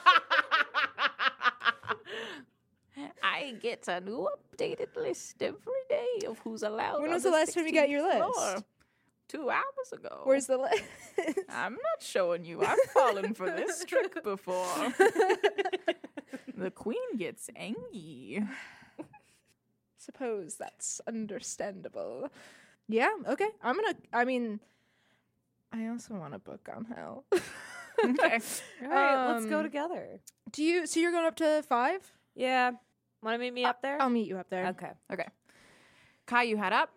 Speaker 5: I get a new updated list every day of who's allowed.
Speaker 4: When
Speaker 5: on
Speaker 4: was the last time you got your
Speaker 5: 16th floor.
Speaker 4: list?
Speaker 5: Two hours ago.
Speaker 4: Where's the list? *laughs*
Speaker 2: I'm not showing you. I've fallen for this *laughs* trick before. the queen gets angry.
Speaker 4: Suppose that's understandable. Yeah, okay. I'm gonna I mean I also want a book on hell. *laughs*
Speaker 2: Okay.
Speaker 3: All right, let's go
Speaker 4: Um,
Speaker 3: together.
Speaker 4: Do you so you're going up to five?
Speaker 3: Yeah. Want to meet me up there?
Speaker 4: I'll meet you up there.
Speaker 3: okay.
Speaker 2: Okay. Kai, you head up.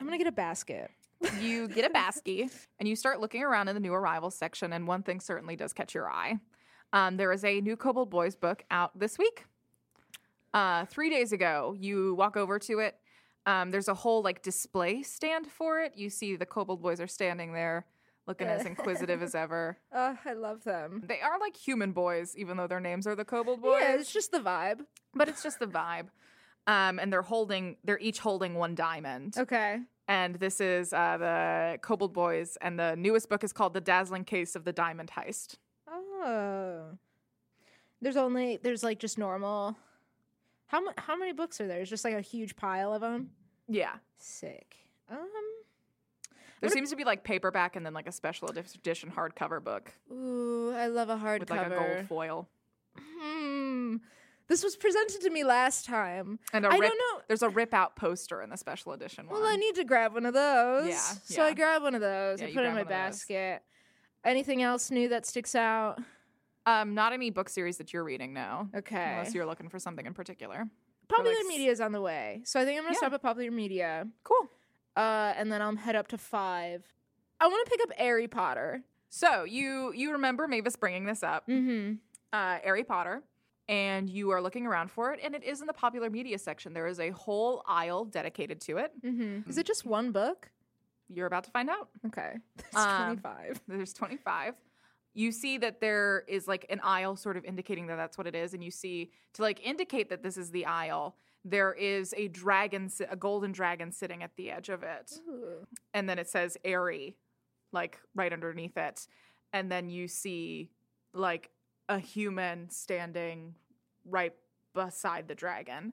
Speaker 4: I'm gonna get a basket.
Speaker 2: You get a basket *laughs* and you start looking around in the new arrivals section, and one thing certainly does catch your eye. Um, there is a new Kobold Boys book out this week. Uh, three days ago, you walk over to it. Um, there's a whole like display stand for it. You see the Kobold Boys are standing there, looking as inquisitive as ever.
Speaker 4: Uh, I love them.
Speaker 2: They are like human boys, even though their names are the Kobold Boys.
Speaker 4: Yeah, it's just the vibe.
Speaker 2: but it's just the vibe. Um, and they're holding, they're each holding one diamond.
Speaker 4: Okay.
Speaker 2: And this is uh, the Kobold Boys, and the newest book is called The Dazzling Case of the Diamond Heist.
Speaker 4: Oh, Oh. There's only there's like just normal. How mu- how many books are there? It's just like a huge pile of them.
Speaker 2: Yeah.
Speaker 4: Sick. Um.
Speaker 2: There
Speaker 4: What a-
Speaker 2: seems to be like paperback and then like a special edi- edition hardcover book
Speaker 4: Ooh, I love a hardcover.
Speaker 2: with like a gold foil
Speaker 4: Hmm. This was presented to me last time.
Speaker 2: and a
Speaker 4: I
Speaker 2: rip.
Speaker 4: don't know.
Speaker 2: There's a rip out poster in the special edition one.
Speaker 4: Well, I need to grab one of those.
Speaker 2: Yeah,
Speaker 4: So
Speaker 2: yeah.
Speaker 4: I grabbed one of those.
Speaker 2: Yeah,
Speaker 4: I
Speaker 2: you
Speaker 4: put it in
Speaker 2: grab
Speaker 4: my
Speaker 2: one of those.
Speaker 4: basket. Anything else new that sticks out?
Speaker 2: um, not any book series that you're reading now,
Speaker 4: Okay.
Speaker 2: unless you're looking for something in particular.
Speaker 4: Popular
Speaker 2: like, s-
Speaker 4: media is on the way. So I think I'm going
Speaker 2: Yeah.
Speaker 4: to stop at popular media.
Speaker 2: Cool.
Speaker 4: Uh, and then I'll head up to five. I want to pick up Harry Potter.
Speaker 2: So you you remember Mavis bringing this up,
Speaker 4: Mm-hmm.
Speaker 2: uh, Harry Potter, and you are looking around for it, and it is in the popular media section. There is a whole aisle dedicated to it.
Speaker 4: Mm-hmm. Is it just one book?
Speaker 2: You're about to find out.
Speaker 4: Okay. *laughs* It's
Speaker 2: Um,
Speaker 4: 25.
Speaker 2: *laughs* There's 25. You see that there is like an aisle sort of indicating that that's what it is. And you see to like indicate that this is the aisle, there is a dragon, si- a golden dragon sitting at the edge of it.
Speaker 4: Ooh.
Speaker 2: And then it says Airy, like right underneath it. And then you see like a human standing right beside the dragon.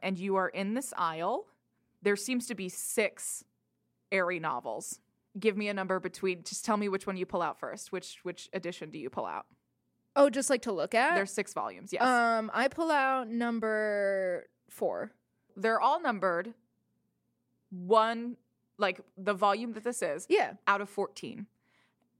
Speaker 2: And you are in this aisle. There seems to be six Airy novels give me a number between just tell me which one you pull out first which which edition do you pull out
Speaker 4: Oh, just like to look at?
Speaker 2: there's six volumes yes
Speaker 4: Um, I pull out number four.
Speaker 2: they're all numbered one like the volume that this is
Speaker 4: Yeah.
Speaker 2: out of 14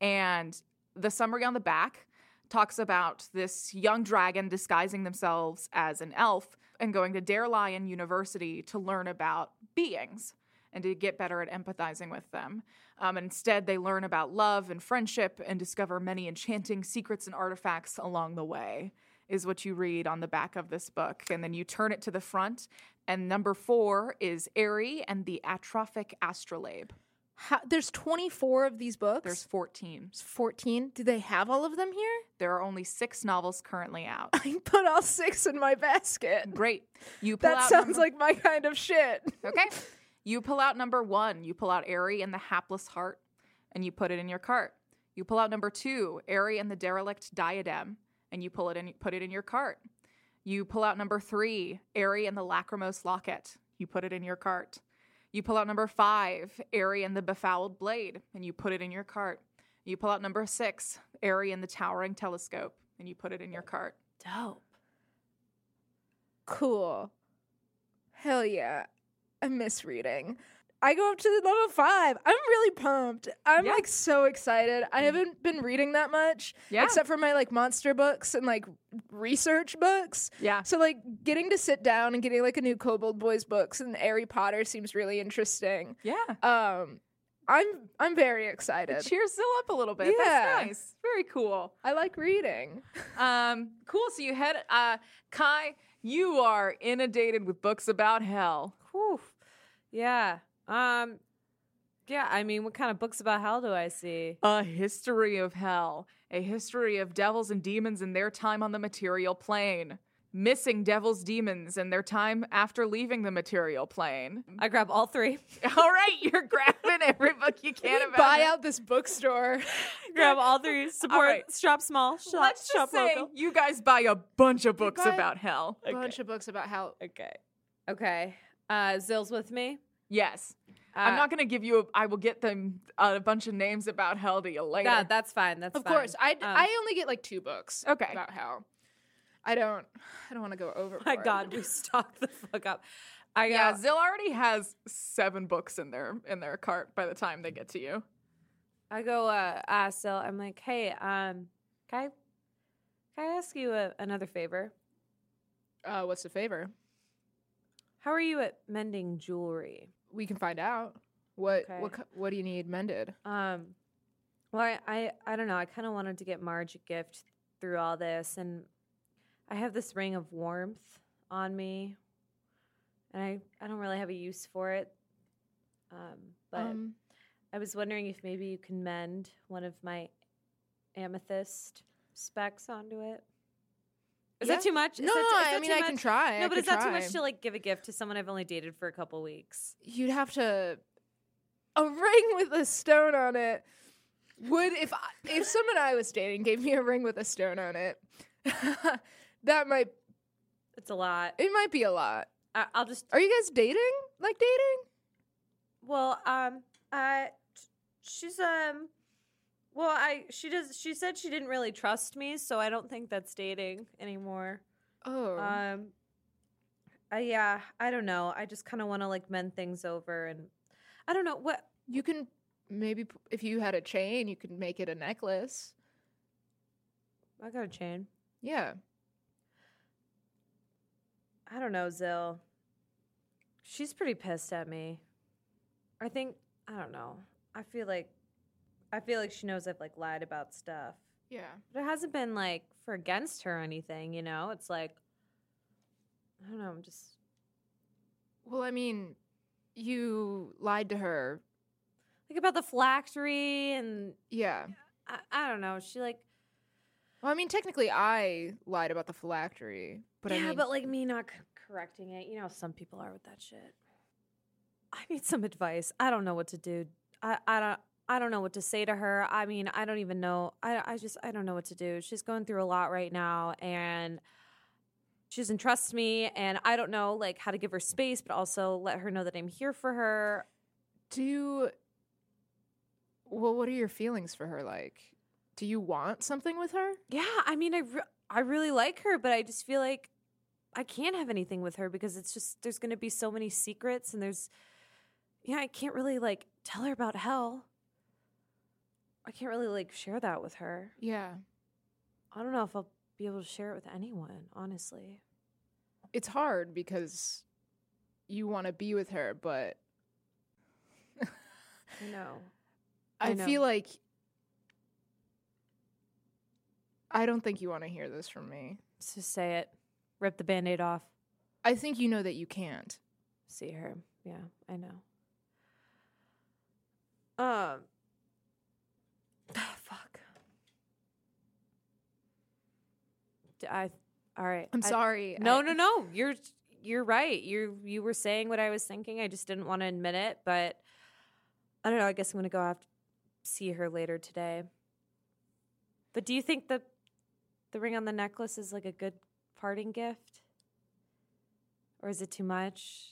Speaker 2: and the summary on the back talks about this young dragon disguising themselves as an elf and going to Dare Lion University to learn about beings and to get better at empathizing with them. Um, and instead, they learn about love and friendship and discover many enchanting secrets and artifacts along the way, is what you read on the back of this book. And then you turn it to the front, and number four is Airy and the Atrophic Astrolabe.
Speaker 4: How, there's 24 of these books.
Speaker 2: There's 14.
Speaker 4: There's 14. Do they have all of them here? *laughs*
Speaker 2: There are only six novels currently out.
Speaker 4: I put all six in my basket.
Speaker 2: Great. You pull
Speaker 4: That
Speaker 2: out
Speaker 4: sounds
Speaker 2: number-
Speaker 4: like my kind of shit.
Speaker 2: okay. You pull out number one. You pull out Airy and the Hapless Heart, and you put it in your cart. You pull out number two, Airy and the Derelict Diadem, and you pull it in, put it in your cart. You pull out number three, Airy and the Lachrymose Locket. You put it in your cart. You pull out number five, Airy and the Befouled Blade, and you put it in your cart. You pull out number six, Airy and the Towering Telescope, and you put it in your cart.
Speaker 3: Dope.
Speaker 4: Cool. Hell yeah. I miss reading. I go up to the level five. I'm really pumped. I'm
Speaker 2: Yeah. Mm.
Speaker 4: like so excited. I haven't been reading that much
Speaker 2: Yeah.
Speaker 4: except for my like monster books and like research books.
Speaker 2: yeah.
Speaker 4: So like getting to sit down and getting like a new Kobold Boys books and Harry Potter seems really interesting.
Speaker 2: Yeah.
Speaker 4: Um I'm I'm very
Speaker 2: It
Speaker 4: excited.
Speaker 2: cheers it up a little bit.
Speaker 4: Yeah.
Speaker 2: That's nice. Very cool.
Speaker 4: I like reading.
Speaker 2: Um, cool. So you head, uh, Kai, you are inundated with books about hell.
Speaker 3: Whew. Yeah. Um. Yeah. I mean, what kind of books about hell do I see?
Speaker 2: A history of hell, a history of devils and demons and their time on the material plane. Missing devils, demons, and their time after leaving the material plane. *laughs*
Speaker 3: I grab all three.
Speaker 2: All right, you're grabbing every book you can about
Speaker 4: Buy
Speaker 2: it.
Speaker 4: out
Speaker 2: *laughs*
Speaker 4: this bookstore.
Speaker 3: *laughs* grab all three. Support.
Speaker 2: right.
Speaker 3: Shop small. Shop,
Speaker 2: Let's
Speaker 3: shop
Speaker 2: just say
Speaker 3: local.
Speaker 2: you guys buy a bunch of books
Speaker 4: buy-
Speaker 2: about hell.
Speaker 4: A bunch of books about how
Speaker 3: Okay. Okay. Uh, Zill's with me.
Speaker 2: Yes,
Speaker 3: Uh,
Speaker 2: I'm not going to give you. A, I will get them uh, a bunch of names about hell to you later.
Speaker 3: Yeah, that's fine. That's
Speaker 4: Of
Speaker 3: fine.
Speaker 4: course, I
Speaker 3: Um,
Speaker 4: I only get like two books.
Speaker 2: Okay.
Speaker 4: about how I don't I don't want to go over.
Speaker 3: *laughs* My *laughs* God, we stocked the fuck up.
Speaker 4: *laughs*
Speaker 3: I
Speaker 2: Yeah,
Speaker 3: got
Speaker 2: Zill already has seven books in their in their cart by the time they get to you.
Speaker 3: I go, uh, uh, so I'm like, hey, um, can I, can I ask you a, another favor?
Speaker 4: Uh, what's the favor?
Speaker 3: How are you at mending jewelry?
Speaker 4: We can find out. What
Speaker 3: Okay.
Speaker 4: what co- what do you need mended?
Speaker 3: Um, well, I, I, I don't know. I kind of wanted to get Marge a gift through all this, and I have this ring of warmth on me, and I, I don't really have a use for it. Um, but
Speaker 4: um,
Speaker 3: I was wondering if maybe you can mend one of my amethyst specs onto it. Is
Speaker 4: Yeah.
Speaker 3: that too much? Is
Speaker 4: no,
Speaker 3: that, is
Speaker 4: I
Speaker 3: that
Speaker 4: mean
Speaker 3: too
Speaker 4: I can
Speaker 3: much?
Speaker 4: try.
Speaker 3: No,
Speaker 4: I
Speaker 3: but
Speaker 4: could
Speaker 3: is that too much
Speaker 4: try.
Speaker 3: to like give a gift to someone I've only dated for a couple weeks?
Speaker 4: You'd have to a ring with a stone on it. Would if I, if someone I was dating gave me a ring with a stone on it, *laughs* that might
Speaker 3: It's a lot.
Speaker 4: it might be a lot.
Speaker 3: I, I'll just
Speaker 4: Are you guys dating? Like dating?
Speaker 3: Well, um, uh, sh- she's um, well, I she does. She said she didn't really trust me, so I don't think that's dating anymore.
Speaker 4: Oh,
Speaker 3: Um, I yeah, I don't know. I just kind of want to like mend things over, and I don't know what.
Speaker 4: you can maybe p- if you had a chain, you could make it a necklace.
Speaker 3: I got a chain.
Speaker 4: Yeah.
Speaker 3: I don't know, Zill. She's pretty pissed at me. I think I don't know. I feel like I feel like she knows I've like lied about stuff.
Speaker 4: Yeah.
Speaker 3: But it hasn't been like for against her or anything, you know? It's like I don't know, I'm just
Speaker 4: Well, I mean, you lied to her.
Speaker 3: like about the flactory and
Speaker 4: Yeah.
Speaker 3: I, I don't know. She like
Speaker 4: Well, I mean, technically, I lied about the phylactery, but
Speaker 3: Yeah,
Speaker 4: I mean,
Speaker 3: but like me not c- correcting it. You know how some people are with that shit. I need some advice. I don't know what to do. I, I don't I don't know what to say to her. I mean, I don't even know. I I just I don't know what to do. She's going through a lot right now and she doesn't trust me and I don't know like how to give her space but also let her know that I'm here for her.
Speaker 4: do you? Well, what are your feelings for her like? Do you want something with her?
Speaker 3: Yeah, I mean, I, re- I really like her, but I just feel like I can't have anything with her because it's just there's going to be so many secrets, and there's yeah, I can't really like tell her about hell. I can't really like share that with her.
Speaker 4: Yeah.
Speaker 3: I don't know if I'll be able to share it with anyone, honestly.
Speaker 4: It's hard because you want to be with her, but
Speaker 3: I know.
Speaker 4: I,
Speaker 3: I know.
Speaker 4: feel like I don't think you want to hear this from me.
Speaker 3: So say it. Rip the band aid off.
Speaker 4: I think you know that you can't.
Speaker 3: see her. Yeah, I know. Um. *sighs* fuck. D- I. All right.
Speaker 4: I'm
Speaker 3: I-
Speaker 4: sorry.
Speaker 3: no,
Speaker 4: I-
Speaker 3: no, no. You're you're right. You you were saying what I was thinking. I just didn't want to admit it, but I don't know. I guess I'm gonna go have to see her later today. But do you think the the ring on the necklace is like a good parting gift, or is it too much?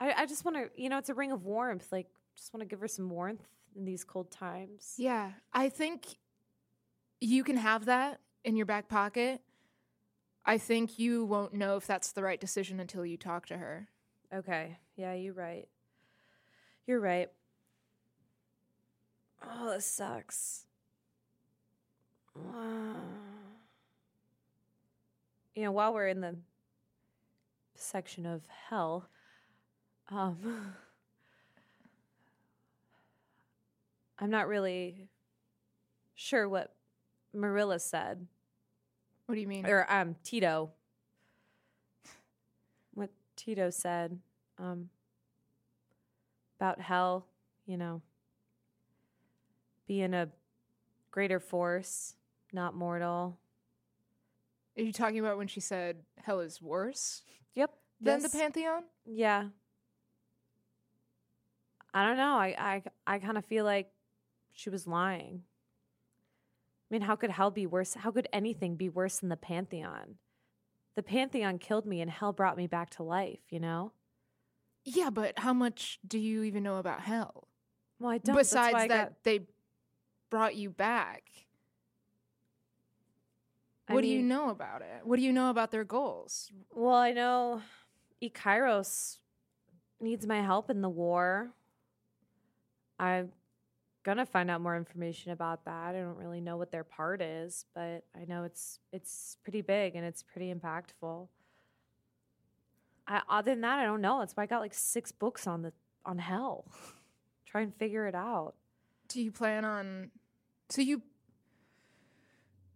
Speaker 3: I I just want to you know it's a ring of warmth. Like just want to give her some warmth in these cold times.
Speaker 4: Yeah, I think you can have that in your back pocket. I think you won't know if that's the right decision until you talk to her.
Speaker 3: Okay. Yeah, you're right. You're right. Oh, this sucks. *sighs* you know, while we're in the section of hell, um, *laughs* I'm not really sure what Marilla said
Speaker 4: What do you mean?
Speaker 3: or um Tito. What Tito said um about hell, you know, being a greater force, not mortal.
Speaker 4: Are you talking about when she said hell is worse
Speaker 3: Yep.
Speaker 4: than
Speaker 3: yes.
Speaker 4: the Pantheon?
Speaker 3: Yeah. I don't know. I I I kind of feel like she was lying. I mean, how could hell be worse? How could anything be worse than the Pantheon? The Pantheon killed me and hell brought me back to life, you know?
Speaker 4: Yeah, but how much do you even know about hell?
Speaker 3: Well, I don't. that's why
Speaker 4: Besides
Speaker 3: I
Speaker 4: that,
Speaker 3: got-
Speaker 4: they brought you back.
Speaker 3: I
Speaker 4: What do you
Speaker 3: mean-
Speaker 4: know about it? What do you know about their goals?
Speaker 3: Well, I know Ikairos needs my help in the war. I'm gonna find out more information about that. I don't really know what their part is, but I know it's it's pretty big and it's pretty impactful. I, other than that, I don't know. That's why I got like six books on the on hell. *laughs* Try and figure it out.
Speaker 4: Do you plan on so you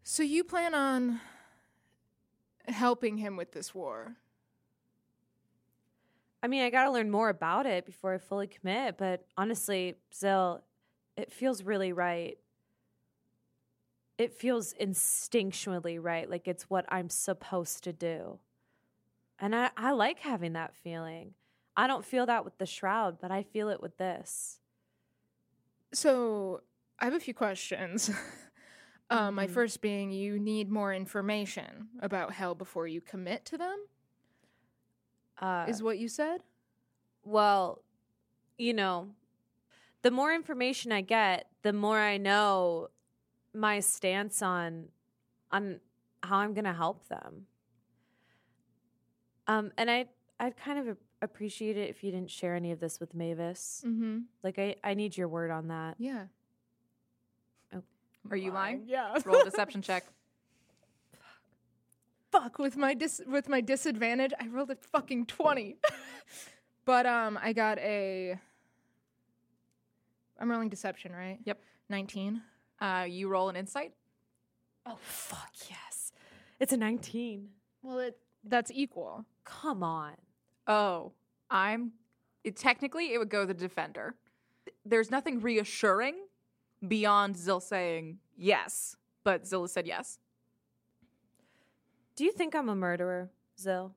Speaker 4: so you plan on helping him with this war?
Speaker 3: I mean, I got to learn more about it before I fully commit, but honestly, Zill, it feels really right. It feels instinctually right, like it's what I'm supposed to do. And I, I like having that feeling. I don't feel that with the shroud, but I feel it with this.
Speaker 4: So I have a few questions. *laughs* uh,
Speaker 2: Mm-hmm.
Speaker 4: My first being, you need more information about hell before you commit to them,
Speaker 3: Uh,
Speaker 4: is what you said.
Speaker 3: well, you know, the more information I get, the more I know my stance on on how I'm going to help them. Um, and I I'd kind of a- appreciate it if you didn't share any of this with Mavis.
Speaker 4: Mm-hmm.
Speaker 3: Like I I need your word on that.
Speaker 4: Yeah.
Speaker 2: Are you lying?
Speaker 4: Yeah.
Speaker 2: *laughs* Roll a deception check.
Speaker 4: Fuck with my dis with my disadvantage. I rolled a fucking twenty, *laughs* but um, I got a. I'm rolling deception, right?
Speaker 2: Yep.
Speaker 4: Nineteen.
Speaker 2: Uh, you roll an insight.
Speaker 3: Oh fuck yes. It's a 19.
Speaker 4: Well, it that's equal.
Speaker 3: Come on.
Speaker 2: Oh, I'm. It, technically, it would go the defender. There's nothing reassuring beyond Zill saying yes, but Zilla said yes.
Speaker 3: Do you think I'm a murderer, Zill?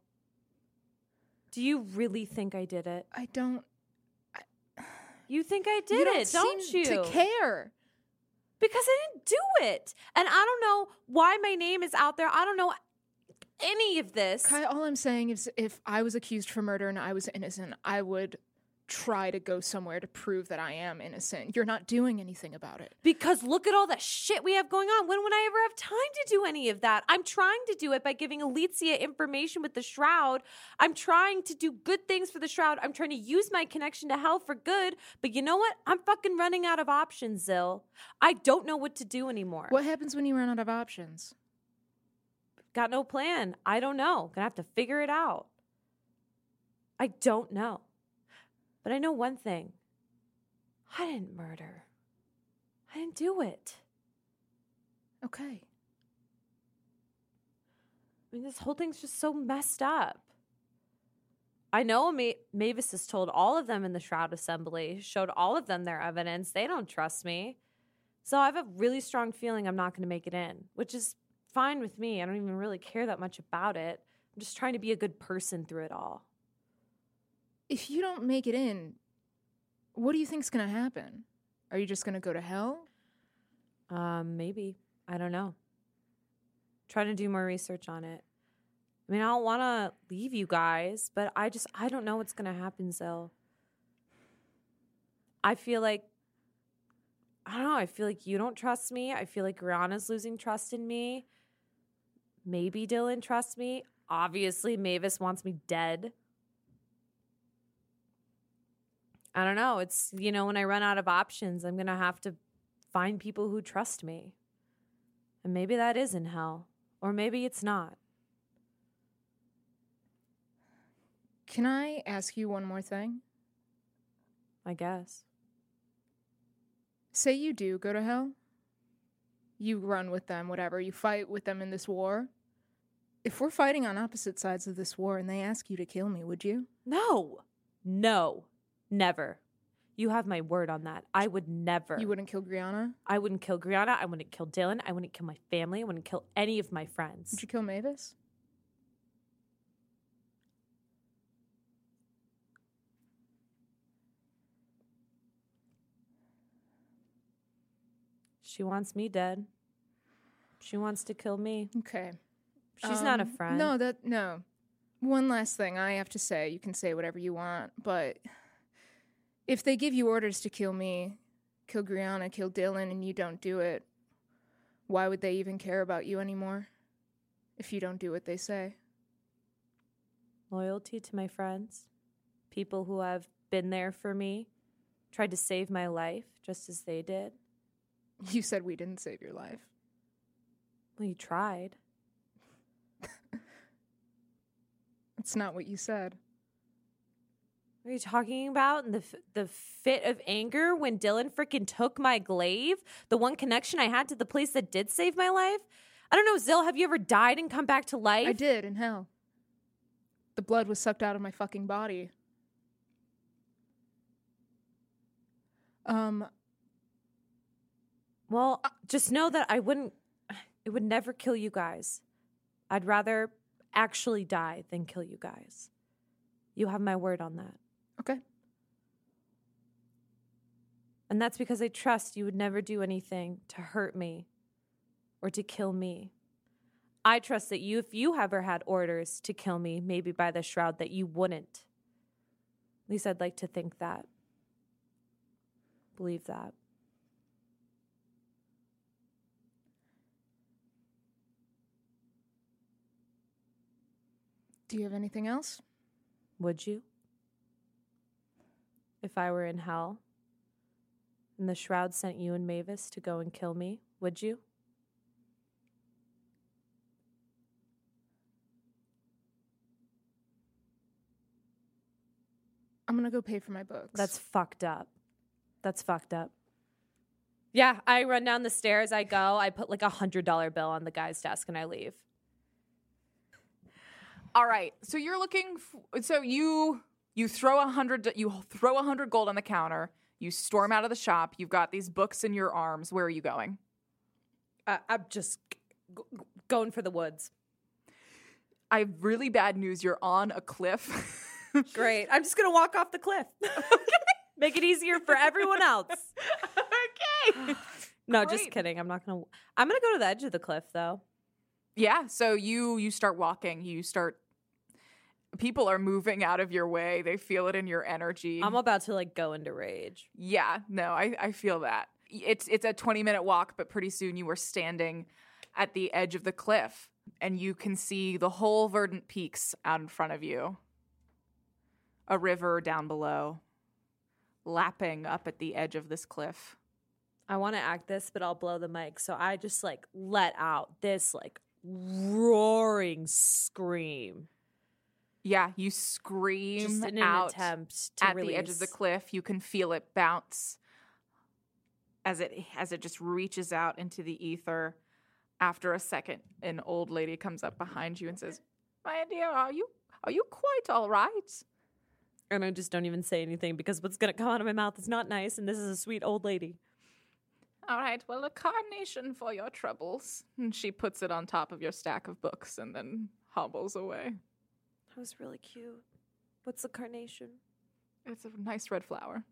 Speaker 3: Do you really think I did it?
Speaker 4: I don't.
Speaker 3: You think I did
Speaker 4: you don't
Speaker 3: it, don't
Speaker 4: seem
Speaker 3: you?
Speaker 4: To care.
Speaker 3: because I didn't do it. And I don't know why my name is out there. I don't know any of this.
Speaker 4: Kai, all I'm saying is if I was accused for murder and I was innocent, I would try to go somewhere to prove that I am innocent. You're not doing anything about it.
Speaker 3: Because look at all the shit we have going on. When would I ever have time to do any of that? I'm trying to do it by giving Alicia information with the Shroud. I'm trying to do good things for the Shroud. I'm trying to use my connection to hell for good. But you know what? I'm fucking running out of options, Zill. I don't know what to do anymore.
Speaker 4: What happens when you run out of options?
Speaker 3: Got no plan. I don't know. Gonna have to figure it out. I don't know. But I know one thing I didn't murder, I didn't do it.
Speaker 4: Okay.
Speaker 3: I mean, this whole thing's just so messed up. I know Ma- Mavis has told all of them in the Shroud Assembly, showed all of them their evidence. They don't trust me. So I have a really strong feeling I'm not going to make it in, which is fine with me. I don't even really care that much about it. I'm just trying to be a good person through it all.
Speaker 4: If you don't make it in, what do you think's going to happen? Are you just going to go to hell?
Speaker 3: Um, maybe. I don't know. Try to do more research on it. I mean, I don't want to leave you guys, but I just I don't know what's going to happen, Zill. I feel like I don't know. I feel like you don't trust me. I feel like Rihanna's losing trust in me. Maybe Dylan trusts me. Obviously, Mavis wants me dead. I don't know. It's, you know, when I run out of options, I'm going to have to find people who trust me. And maybe that is in hell, or maybe it's not.
Speaker 4: Can I ask you one more thing?
Speaker 3: I guess.
Speaker 4: Say you do go to hell. You run with them, whatever. You fight with them in this war. If we're fighting on opposite sides of this war and they ask you to kill me, would you?
Speaker 3: No, no, never. You have my word on that. I would never.
Speaker 4: You wouldn't kill Griana?
Speaker 3: I wouldn't kill Griana. I wouldn't kill Dylan. I wouldn't kill my family. I wouldn't kill any of my
Speaker 4: Would
Speaker 3: friends.
Speaker 4: you kill Mavis?
Speaker 3: She wants me dead. She wants to kill me.
Speaker 4: Okay.
Speaker 3: She's not a
Speaker 4: Um,
Speaker 3: friend.
Speaker 4: No, that no. One last thing I have to say. You can say whatever you want, but if they give you orders to kill me, kill Griana, kill Dylan, and you don't do it, why would they even care about you anymore? If you don't do what they say. *laughs*
Speaker 3: loyalty to my friends, people who have been there for me, tried to save my life just as they did.
Speaker 4: You said we didn't save your life.
Speaker 3: Well, you tried.
Speaker 4: That's not what you said.
Speaker 3: What are you talking about? And the f- the fit of anger when Dylan freaking took my glaive, the one connection I had to the place that did save my life. I don't know, Zill. Have you ever died and come back to life?
Speaker 4: I did in hell. The blood was sucked out of my fucking body. Um,
Speaker 3: Well, just know that I wouldn't. *sighs* It would never kill you guys. I'd rather actually die than kill you guys. You have my word on that.
Speaker 4: okay.
Speaker 3: And that's because I trust you would never do anything to hurt me or to kill me. I trust that you, if you ever had orders to kill me, maybe by the shroud, that you wouldn't. At least I'd like to think that. Believe that.
Speaker 4: Do you have anything else?
Speaker 3: Would you? If I were in hell and the shroud sent you and Mavis to go and kill me, would you?
Speaker 4: I'm gonna go pay for my books.
Speaker 3: That's
Speaker 4: *laughs*
Speaker 2: *laughs*
Speaker 3: fucked up. That's fucked up. Yeah, I run down the stairs, I go, I put like a hundred dollar bill on the guy's desk and I leave.
Speaker 2: All right. So you're looking. F- so you you throw a hundred. You throw a hundred gold on the counter. You storm out of the shop. You've got these books in your arms. Where are you going?
Speaker 3: Uh, I'm just g- g- going for the woods.
Speaker 2: I have really bad news. You're on a cliff.
Speaker 3: Great. I'm just gonna walk off the cliff. *laughs* Make it easier for everyone *laughs* else.
Speaker 2: okay.
Speaker 3: *sighs* No,
Speaker 2: Great.
Speaker 3: just kidding. I'm not gonna. I'm gonna go to the edge of the cliff though.
Speaker 2: *laughs* Yeah. So you you start walking. You start. People are moving out of your way. They feel it in your energy.
Speaker 3: I'm about to like go into rage.
Speaker 2: Yeah, no, I, I feel that. It's it's a 20 minute walk, but pretty soon you are standing at the edge of the cliff and you can see the whole verdant peaks out in front of you. A river down below, lapping up at the edge of this cliff.
Speaker 3: I want to act this, but I'll blow the mic. So I just like let out this like roaring scream.
Speaker 2: Yeah, you scream
Speaker 3: Just in an
Speaker 2: out
Speaker 3: attempt to
Speaker 2: at the edge of the
Speaker 3: release.
Speaker 2: cliff. You can feel it bounce as it as it just reaches out into the ether. After a second, an old lady comes up behind you and says, "My dear, are you are you quite all right?"
Speaker 3: And I just don't even say anything because what's gonna come out of my mouth is not nice. And this is a sweet old lady.
Speaker 2: All right, well, a carnation for your troubles. And she puts it on top of your stack of books and then hobbles away.
Speaker 3: That was really cute. What's the carnation? *sighs*
Speaker 2: It's a nice red flower.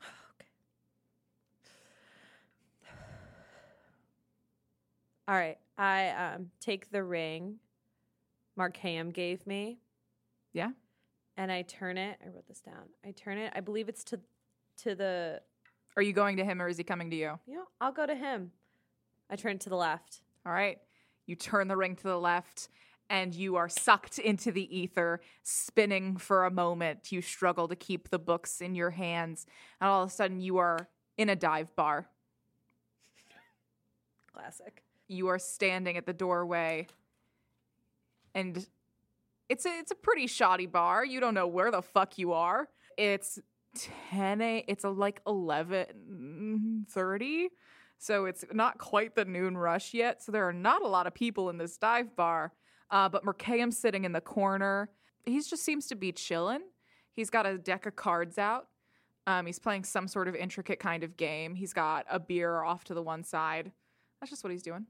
Speaker 3: *sighs* All right, I um, take the ring Mark Ham gave me.
Speaker 2: Yeah?
Speaker 3: and I turn it. I wrote this down. I turn it. I believe it's to to the.
Speaker 2: Are you going to him or is he coming to you?
Speaker 3: You know, I'll go to him. I turn it to the left.
Speaker 2: All right. You turn the ring to the left and you are sucked into the ether, spinning for a moment. You struggle to keep the books in your hands, and all of a sudden you are in a dive bar.
Speaker 3: Classic.
Speaker 2: You are standing at the doorway and it's a it's a pretty shoddy bar. You don't know where the fuck you are. It's 10 a it's a, like 11:30. So it's not quite the noon rush yet. So there are not a lot of people in this dive bar. Uh, but Mercaum's sitting in the corner. He just seems to be chilling. He's got a deck of cards out. Um, he's playing some sort of intricate kind of game. He's got a beer off to the one side. That's just what he's doing.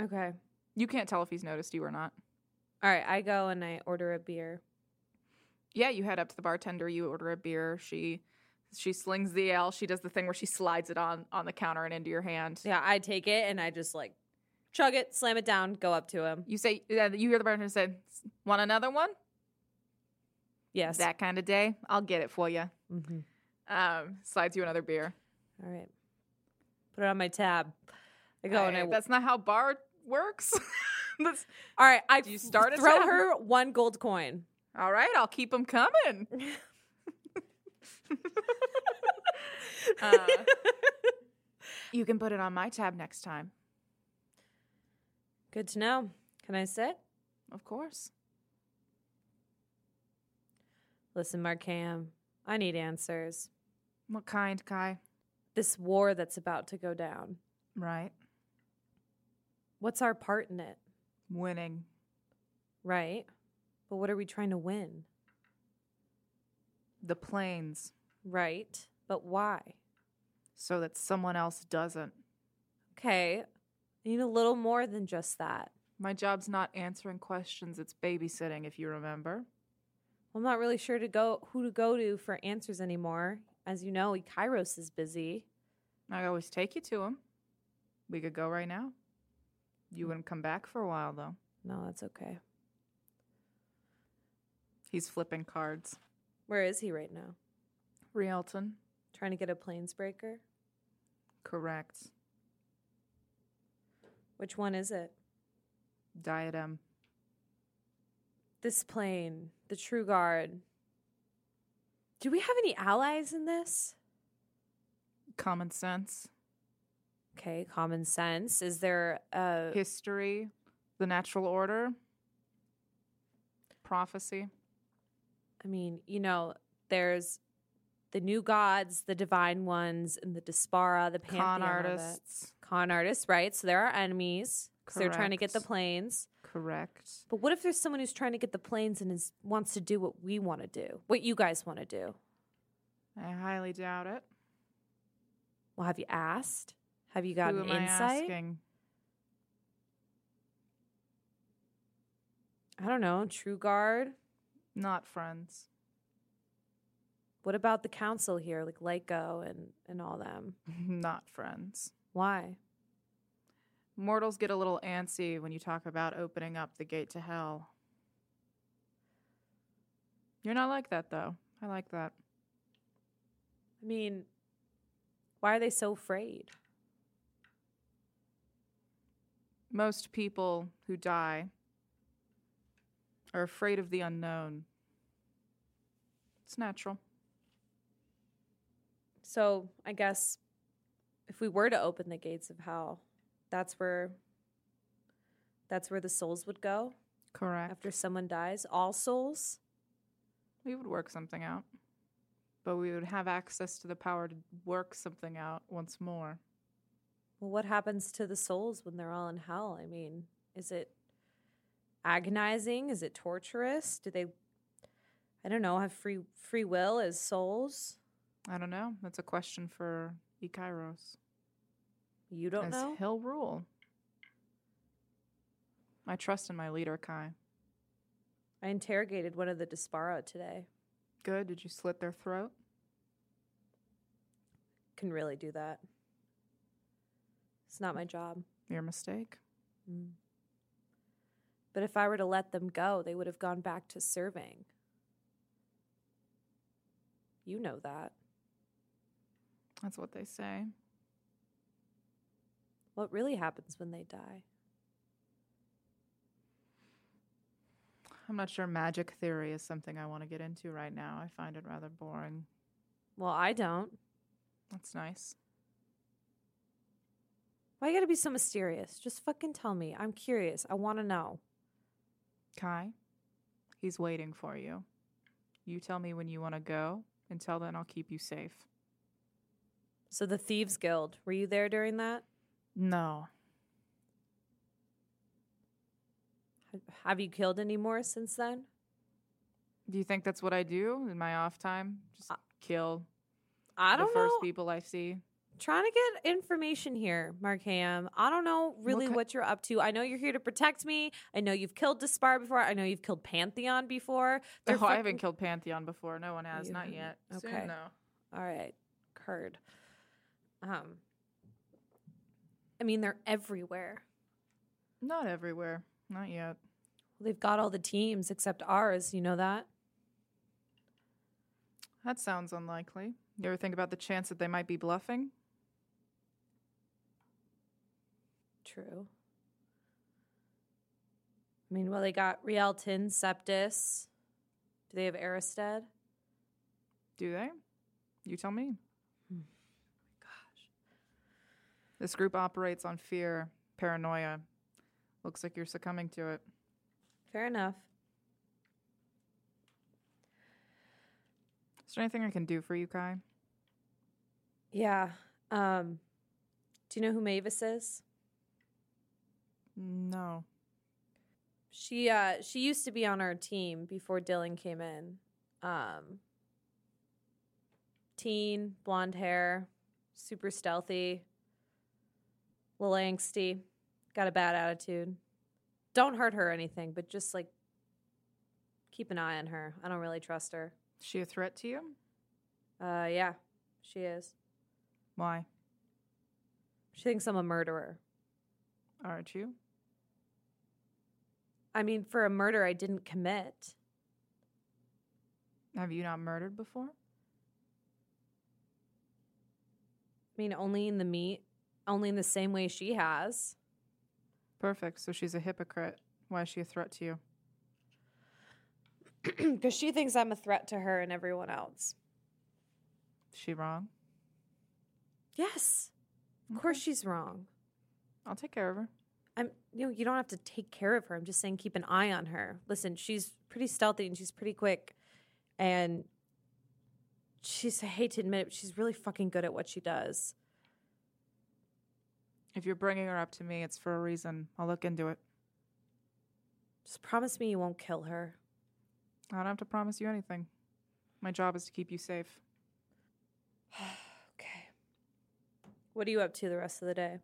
Speaker 3: Okay.
Speaker 2: You can't tell if he's noticed you or not.
Speaker 3: All right. I go and I order a beer.
Speaker 2: yeah, you head up to the bartender, you order a beer, she she slings the ale, she does the thing where she slides it on on the counter and into your hand.
Speaker 3: Yeah, I take it and I just like chug it, slam it down, go up to him.
Speaker 2: You say yeah, you hear the bartender say, "Want another one?"
Speaker 3: Yes.
Speaker 2: That kind of day, I'll get it for you.
Speaker 3: Mm-hmm.
Speaker 2: Um, slides you another beer.
Speaker 3: All right. Put it on my tab. I go and I.
Speaker 2: Alright, Uh, that's not how bar works. *laughs* that's,
Speaker 3: all right. I
Speaker 2: you start a
Speaker 3: throw
Speaker 2: tab?
Speaker 3: her one gold coin.
Speaker 2: all right, I'll keep them coming. *laughs* Uh, *laughs* you can put it on my tab next time,
Speaker 3: *laughs* Good to know. Can I sit?
Speaker 2: of course.
Speaker 3: Listen, Markham, I need answers.
Speaker 2: What kind, Kai?
Speaker 3: This war that's about to go down.
Speaker 2: Right,
Speaker 3: What's our part in it?
Speaker 2: winning.
Speaker 3: Right. But what are we trying to win?
Speaker 2: The planes,
Speaker 3: Right. But why?
Speaker 2: so that someone else doesn't.
Speaker 3: Okay. I need a little more than just that.
Speaker 2: My job's not answering questions, it's babysitting, if you remember.
Speaker 3: I'm not really sure to go who to go to for answers anymore. As you know, Kairos is busy.
Speaker 2: I always take you to him. We could go right now. You wouldn't come back for a while though.
Speaker 3: No, that's okay.
Speaker 2: He's flipping cards.
Speaker 3: Where is he right now?
Speaker 2: Rialton.
Speaker 3: Trying to get a planes breaker?
Speaker 2: Correct.
Speaker 3: Which one is it?
Speaker 2: Diadem.
Speaker 3: This plane, the True Guard. Do we have any allies in this?
Speaker 2: Common sense.
Speaker 3: Okay, common sense. Is there uh, a
Speaker 2: History. The natural order. Prophecy.
Speaker 3: I mean, you know, there's the new gods, the divine ones, and the Dispara, the pantheon
Speaker 2: Con
Speaker 3: of it.
Speaker 2: artists.
Speaker 3: Con artists, right? So they're our enemies. 'cause they're trying to get the
Speaker 2: Correct.
Speaker 3: planes.
Speaker 2: Correct.
Speaker 3: But what if there's someone who's trying to get the planes and is, wants to do what we want to do, what you guys want to do?
Speaker 2: I highly doubt it.
Speaker 3: Well, have you asked? Have you gotten
Speaker 2: Who am I
Speaker 3: insight?
Speaker 2: asking?
Speaker 3: I don't know. True Guard.
Speaker 2: Not friends. *laughs*
Speaker 3: What about the council here, like Lyco and and all them?
Speaker 2: Not friends.
Speaker 3: Why?
Speaker 2: Mortals get a little antsy when you talk about opening up the gate to hell. You're not like that, though. I like that.
Speaker 3: I mean, why are they so afraid?
Speaker 2: Most people who die are afraid of the unknown. It's natural.
Speaker 3: So I guess if we were to open the gates of hell, that's where that's where the souls would go
Speaker 2: Correct.
Speaker 3: after someone dies. All souls.
Speaker 2: we would work something out, but we would have access to the power to work something out once more.
Speaker 3: Well, what happens to the souls when they're all in hell? I mean, is it agonizing? Is it torturous? Do they, I don't know, have free free will as souls?
Speaker 2: I don't know. That's a question for Ikairos.
Speaker 3: You
Speaker 2: As
Speaker 3: don't know.
Speaker 2: he'll rule. I trust in my leader, Kai.
Speaker 3: I interrogated one of the Disparo today.
Speaker 2: Good. Did you slit their throat?
Speaker 3: Can really do that. It's not my job. Mm.
Speaker 2: Your mistake.
Speaker 3: But if I were to let them go, they would have gone back to serving. You know that.
Speaker 2: That's what they say.
Speaker 3: What really happens when they die?
Speaker 2: I'm not sure magic theory is something I want to get into right now. I find it rather boring.
Speaker 3: Well, I don't.
Speaker 2: That's nice.
Speaker 3: Why you gotta be so mysterious? Just fucking tell me. I'm curious. I wanna know.
Speaker 2: Kai, he's waiting for you. You tell me when you want to go. Until then, I'll keep you safe.
Speaker 3: So, the Thieves Guild, were you there during that?
Speaker 2: No.
Speaker 3: H- Have you killed any more since then?
Speaker 2: Do you think that's what I do in my off time? Just kill
Speaker 3: I don't
Speaker 2: the first
Speaker 3: know.
Speaker 2: people I see?
Speaker 3: Trying to get information here, Mark Ham. I don't know really
Speaker 2: Okay.
Speaker 3: what you're up to. I know you're here to protect me. I know you've killed Dispar before. I know you've killed Pantheon before.
Speaker 2: Oh,
Speaker 3: They're
Speaker 2: I
Speaker 3: fucking-
Speaker 2: haven't killed Pantheon before. No one has.
Speaker 3: You
Speaker 2: Not
Speaker 3: haven't.
Speaker 2: yet. Soon,
Speaker 3: Okay.
Speaker 2: though.
Speaker 3: All right, curd. Um, I mean, they're everywhere.
Speaker 2: Not everywhere. Not yet.
Speaker 3: They've got all the teams except ours. You know that?
Speaker 2: That sounds unlikely. You ever think about the chance that they might be bluffing?
Speaker 3: True. I mean, well, they got Rialton, Septis. Do they have Aristead?
Speaker 2: Do they? You tell me.
Speaker 3: Hmm.
Speaker 2: This group operates on fear, paranoia. Looks like you're succumbing to it.
Speaker 3: Fair enough.
Speaker 2: Is there anything I can do for you, Kai?
Speaker 3: Yeah. Um, do you know who Mavis is?
Speaker 2: No.
Speaker 3: She uh she used to be on our team before Dylan came in. Um teen, blonde hair, super stealthy, little angsty, got a bad attitude. Don't hurt her or anything, but just like keep an eye on her. I don't really trust her.
Speaker 5: Is she a threat to you?
Speaker 3: Uh, yeah, she is.
Speaker 5: Why?
Speaker 3: She thinks I'm a murderer.
Speaker 5: Aren't you?
Speaker 3: I mean, for a murder I didn't commit.
Speaker 5: Have you not murdered before?
Speaker 3: I mean, only in the meat, only in the same way she has.
Speaker 5: Perfect. So she's a hypocrite. Why is she a threat to you?
Speaker 3: *clears throat* Because she thinks I'm a threat to her and everyone else.
Speaker 5: Is she wrong?
Speaker 3: Yes, of course she's wrong.
Speaker 5: I'll take care of her.
Speaker 3: I'm you know, you don't have to take care of her. I'm just saying keep an eye on her. Listen, she's pretty stealthy and she's pretty quick. And she's I hate to admit it, but she's really fucking good at what she does.
Speaker 5: If you're bringing her up to me, it's for a reason. I'll look into it.
Speaker 3: Just promise me you won't kill her.
Speaker 5: I don't have to promise you anything. My job is to keep you safe.
Speaker 3: *sighs* okay. What are you up to the rest of the day?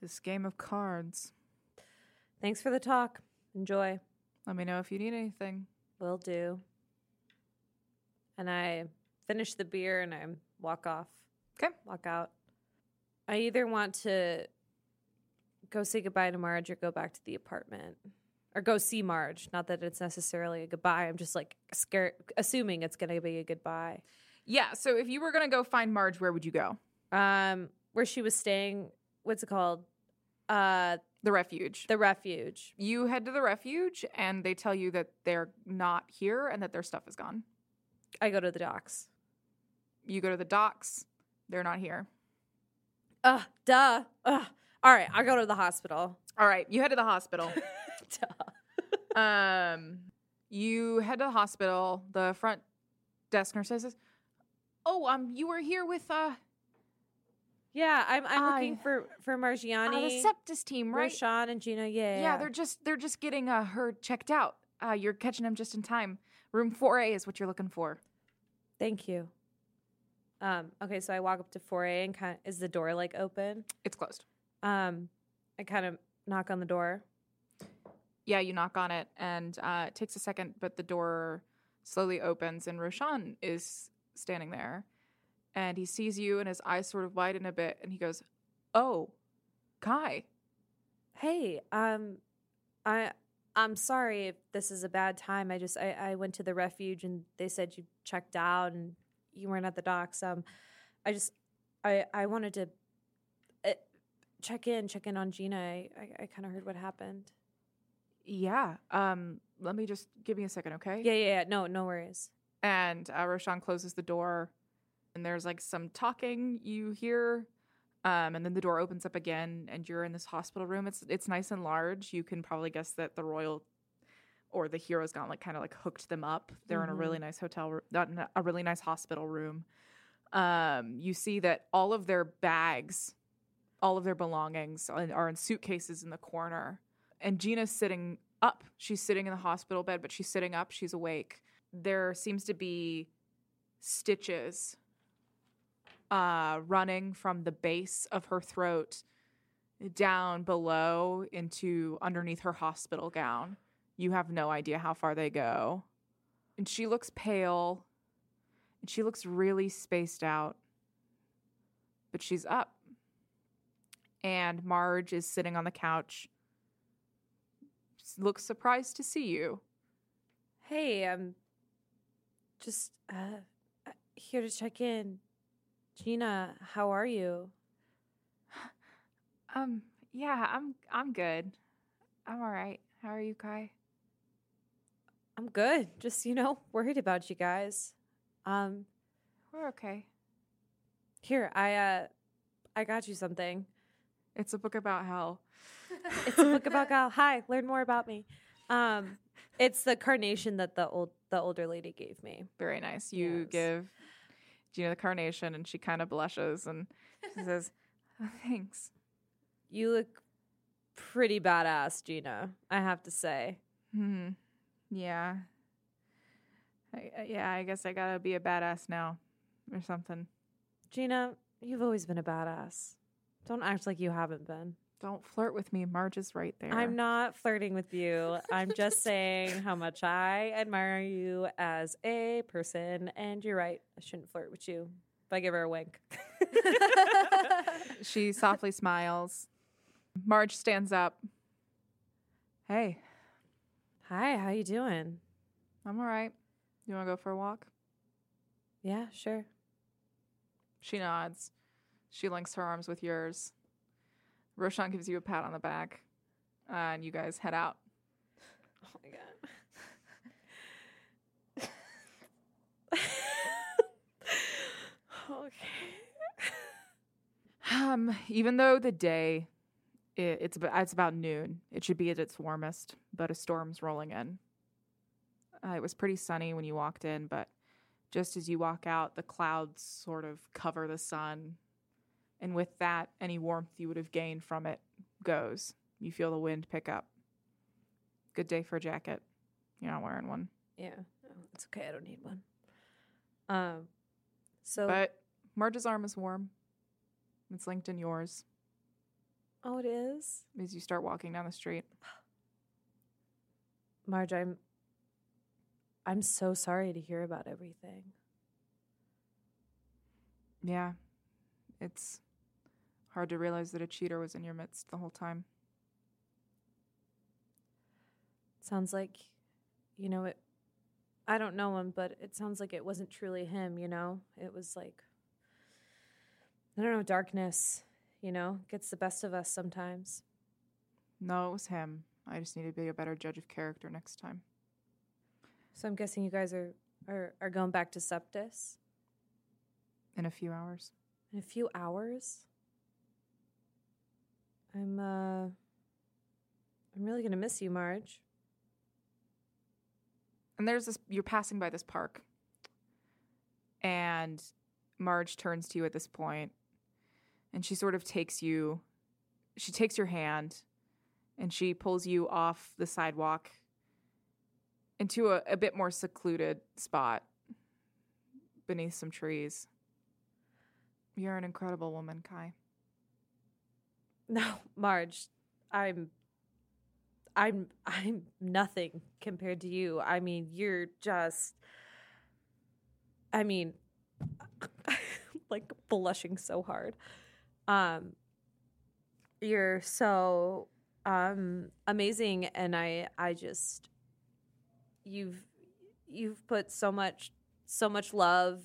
Speaker 5: This game of cards.
Speaker 3: Thanks for the talk. Enjoy.
Speaker 5: Let me know if you need anything.
Speaker 3: Will do. And I finish the beer and I walk off.
Speaker 5: 'Kay.
Speaker 3: Walk out. I either want to go say goodbye to Marge or go back to the apartment or go see Marge. Not that it's necessarily a goodbye. I'm just like scared, assuming it's going to be a goodbye.
Speaker 2: Yeah. So if you were gonna go find Marge, where would you go?
Speaker 3: Um, where she was staying, what's it called? Uh,
Speaker 2: The refuge.
Speaker 3: the refuge.
Speaker 2: you head to the refuge, and they tell you that they're not here and that their stuff is gone.
Speaker 3: I go to the docks.
Speaker 2: You go to the docks. They're not here.
Speaker 3: Ugh, duh. Ugh. All right, I go to the hospital. *laughs*
Speaker 2: All right. You head to the hospital.
Speaker 3: Duh.
Speaker 2: um, you head to the hospital. The front desk nurse says, "Oh, um, you were here with uh,
Speaker 3: Yeah, I'm I'm looking
Speaker 2: I-
Speaker 3: for for
Speaker 2: uh
Speaker 3: Margiani,
Speaker 2: the septus team, right?
Speaker 3: Roshan, and Gina. Yeah,
Speaker 2: yeah, they're just they're just getting uh her checked out. Uh, you're catching them just in time. Room four A is what you're looking for.
Speaker 3: thank you. Um, okay, so I walk up to 4A and kind is the door like open?
Speaker 2: It's closed.
Speaker 3: Um, I kind of knock on the door.
Speaker 2: yeah, you knock on it, and uh, it takes a second, but the door slowly opens, and Roshan is standing there, and he sees you, and his eyes sort of widen a bit, and he goes, "Oh, Kai,
Speaker 3: Hey, um, I I'm sorry if this is a bad time. I just I, I went to the refuge and they said you checked out and you weren't at the docks. Um, I just I I wanted to uh, check in, check in on Gina. I I, I kind of heard what happened.
Speaker 2: yeah, um, let me just give me a second, okay?"
Speaker 3: Yeah, yeah, yeah. No, no worries.
Speaker 2: And uh, Roshan closes the door, and there's like some talking you hear, um, and then the door opens up again, and you're in this hospital room. It's it's nice and large. You can probably guess that the royal or the hero's gone like kind of like hooked them up. They're in a really nice hotel, ro- not in a- a really nice hospital room. Um, you see that all of their bags, all of their belongings, are in- are in suitcases in the corner, and Gina's sitting up. She's sitting in the hospital bed, but she's sitting up. She's awake there seems to be stitches uh, running from the base of her throat down below into underneath her hospital gown. You have no idea how far they go. And she looks pale and she looks really spaced out, but she's up. And Marge is sitting on the couch, s- looks surprised to see you.
Speaker 3: Hey, I'm just uh uh, here to check in. Gina, how are you?
Speaker 2: Um, yeah, I'm I'm good. I'm all right. How are you, Kai?
Speaker 3: I'm good. Just, you know, *laughs* worried about you guys. Um,
Speaker 2: We're okay.
Speaker 3: here, I uh I got you something.
Speaker 2: It's a book about hell.
Speaker 3: It's a book about Gal. Hi, learn more about me. Um, it's the carnation that the old the older lady gave me.
Speaker 2: Very nice. You
Speaker 3: Yes.
Speaker 2: give Gina the carnation and she kind of blushes and she
Speaker 3: *laughs*
Speaker 2: says, "Oh, "Thanks."
Speaker 3: You look pretty badass, Gina, I have to say.
Speaker 2: Hmm. Yeah. I, I- yeah, I guess I got to be a badass now or something.
Speaker 3: Gina, you've always been a badass. Don't act like you haven't been.
Speaker 2: Don't flirt with me. Marge is right there.
Speaker 3: I'm not flirting with you. *laughs* I'm just saying how much I admire you as a person. And you're right. I shouldn't flirt with you. But I give her a *laughs* wink. *laughs*
Speaker 2: She softly smiles. Marge stands up. Hey,
Speaker 3: Hi, how you doing?
Speaker 2: I'm all right. You want to go for a walk?
Speaker 3: Yeah, sure.
Speaker 2: She nods. She links her arms with yours. Roshan gives you a pat on the back, uh, and you guys head out.
Speaker 3: Oh my god. *laughs* okay.
Speaker 2: Um, even though the day i it's about, it's about noon, it should be at its warmest, but a storm's rolling in. Uh, it was pretty sunny when you walked in, but just as you walk out, the clouds sort of cover the sun, and with that, any warmth you would have gained from it goes. You feel the wind pick up. Good day for a jacket. You're not wearing one,
Speaker 3: Yeah. Oh, it's okay. I don't need one. Um so
Speaker 2: but Marge's arm is warm. It's linked in yours
Speaker 3: Oh, it is.
Speaker 2: as you start walking down the street.
Speaker 3: Marge, I'm I'm so sorry to hear about everything.
Speaker 2: Yeah. It's hard to realize that a cheater was in your midst the whole time.
Speaker 3: sounds like you know it i don't know him but it sounds like it wasn't truly him you know it was like i don't know darkness you know gets the best of us sometimes
Speaker 2: No, it was him. I just need to be a better judge of character next time.
Speaker 3: so i'm guessing you guys are are, are going back to septus
Speaker 2: In a few hours.
Speaker 3: in a few hours i'm uh i'm really gonna miss you marge
Speaker 2: And there's this you're passing by this park. And Marge turns to you at this point and she sort of takes you she takes your hand and she pulls you off the sidewalk into a, a bit more secluded spot beneath some trees. You're an incredible woman, Kai.
Speaker 3: No, *laughs* Marge, I'm I'm I'm nothing compared to you. I mean, you're just I mean *laughs* like blushing so hard. Um you're so um amazing and I I just you've you've put so much so much love.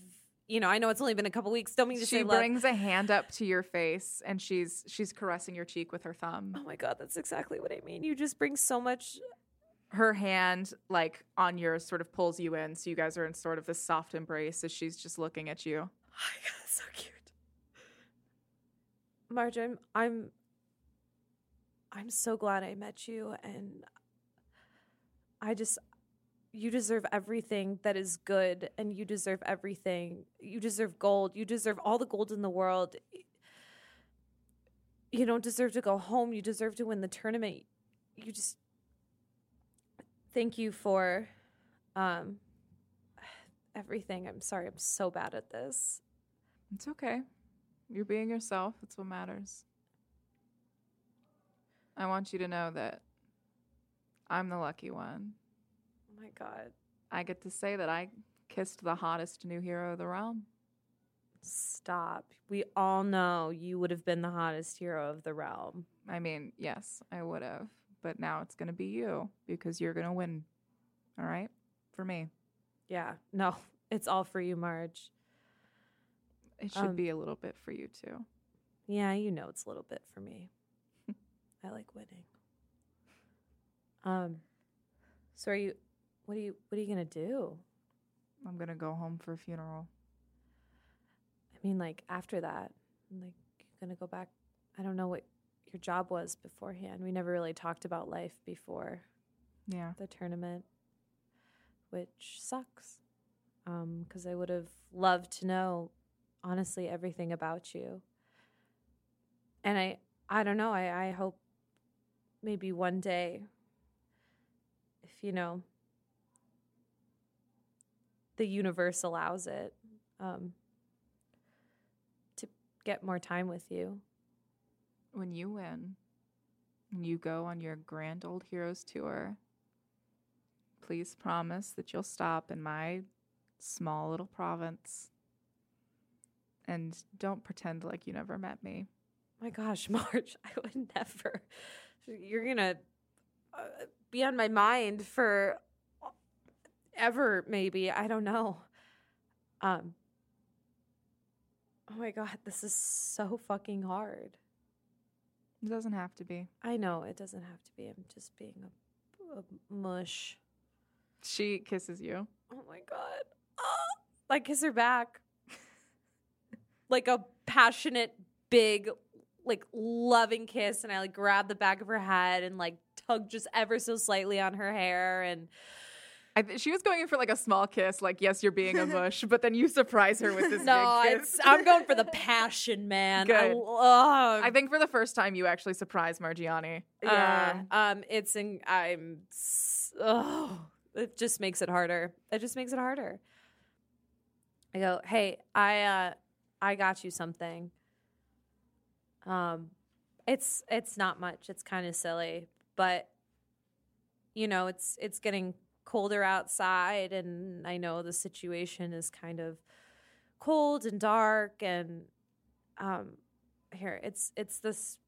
Speaker 3: You know, I know it's only been a couple weeks. Don't mean to
Speaker 2: She
Speaker 3: say love.
Speaker 2: brings a hand up to your face and she's she's caressing your cheek with her thumb.
Speaker 3: Oh my god, that's exactly what I mean. You just bring so much
Speaker 2: her hand like on yours sort of pulls you in so you guys are in sort of this soft embrace as she's just looking at you
Speaker 3: *laughs* Oh my god, so cute. Marge, I'm I'm I'm so glad I met you and I just you deserve everything that is good and you deserve everything. You deserve gold. You deserve all the gold in the world. You don't deserve to go home. You deserve to win the tournament. You just thank you for um *sighs* everything. I'm sorry. I'm so bad at this.
Speaker 2: it's okay you're being yourself that's what matters i want you to know that i'm the lucky one
Speaker 3: Oh my god.
Speaker 2: i get to say that i kissed the hottest new hero of the realm
Speaker 3: Stop. We all know you would have been the hottest hero of the realm.
Speaker 2: i mean yes i would have but now it's going to be you because you're going to win all right for me
Speaker 3: Yeah. No, *laughs* it's all for you, Marge.
Speaker 2: it should
Speaker 3: Um,
Speaker 2: be a little bit for you too
Speaker 3: Yeah, you know it's a little bit for me. I like winning. Um so are you what are you what are you gonna do?
Speaker 2: i'm going to go home for a funeral
Speaker 3: I mean like after that, like you're gonna go back I don't know what your job was beforehand. We never really talked about life before.
Speaker 2: yeah
Speaker 3: the tournament, which sucks because I would have loved to know honestly everything about you. And I, I don't know. I, I hope maybe one day, if you know, the universe allows it, um, to get more time with you.
Speaker 2: when you win and you go on your grand old heroes tour, please promise that you'll stop in my small little province. And don't pretend like you never met me.
Speaker 3: my gosh, *laughs* March, I would never. You're gonna uh, be on my mind for ever, maybe. I don't know. Um. Oh my god, this is so fucking hard.
Speaker 2: It doesn't have to be.
Speaker 3: I know it doesn't have to be. I'm just being a, a mush.
Speaker 2: She kisses you.
Speaker 3: Oh my god. *gasps* Oh, I kiss her back. *laughs* like a passionate, big, like loving kiss. And I like grab the back of her head and like tug just ever so slightly on her hair. And
Speaker 2: I th- she was going in for like a small kiss, like yes, you're *laughs* being a mush, but then you surprise her with this
Speaker 3: no,
Speaker 2: big
Speaker 3: it's,
Speaker 2: kiss.
Speaker 3: I'm going
Speaker 2: *laughs*
Speaker 3: for the passion, man. I
Speaker 2: Good.
Speaker 3: love.
Speaker 2: I think for the first time you actually surprised Margiani.
Speaker 3: yeah.
Speaker 2: Um,
Speaker 3: um, it's in. I'm. s- Oh, it just makes it harder. It just makes it harder. I go, hey, I, uh, I got you something. Um, it's it's not much. It's kind of silly, but you know, it's it's getting colder outside, and I know the situation is kind of cold and dark, and um, here it's it's this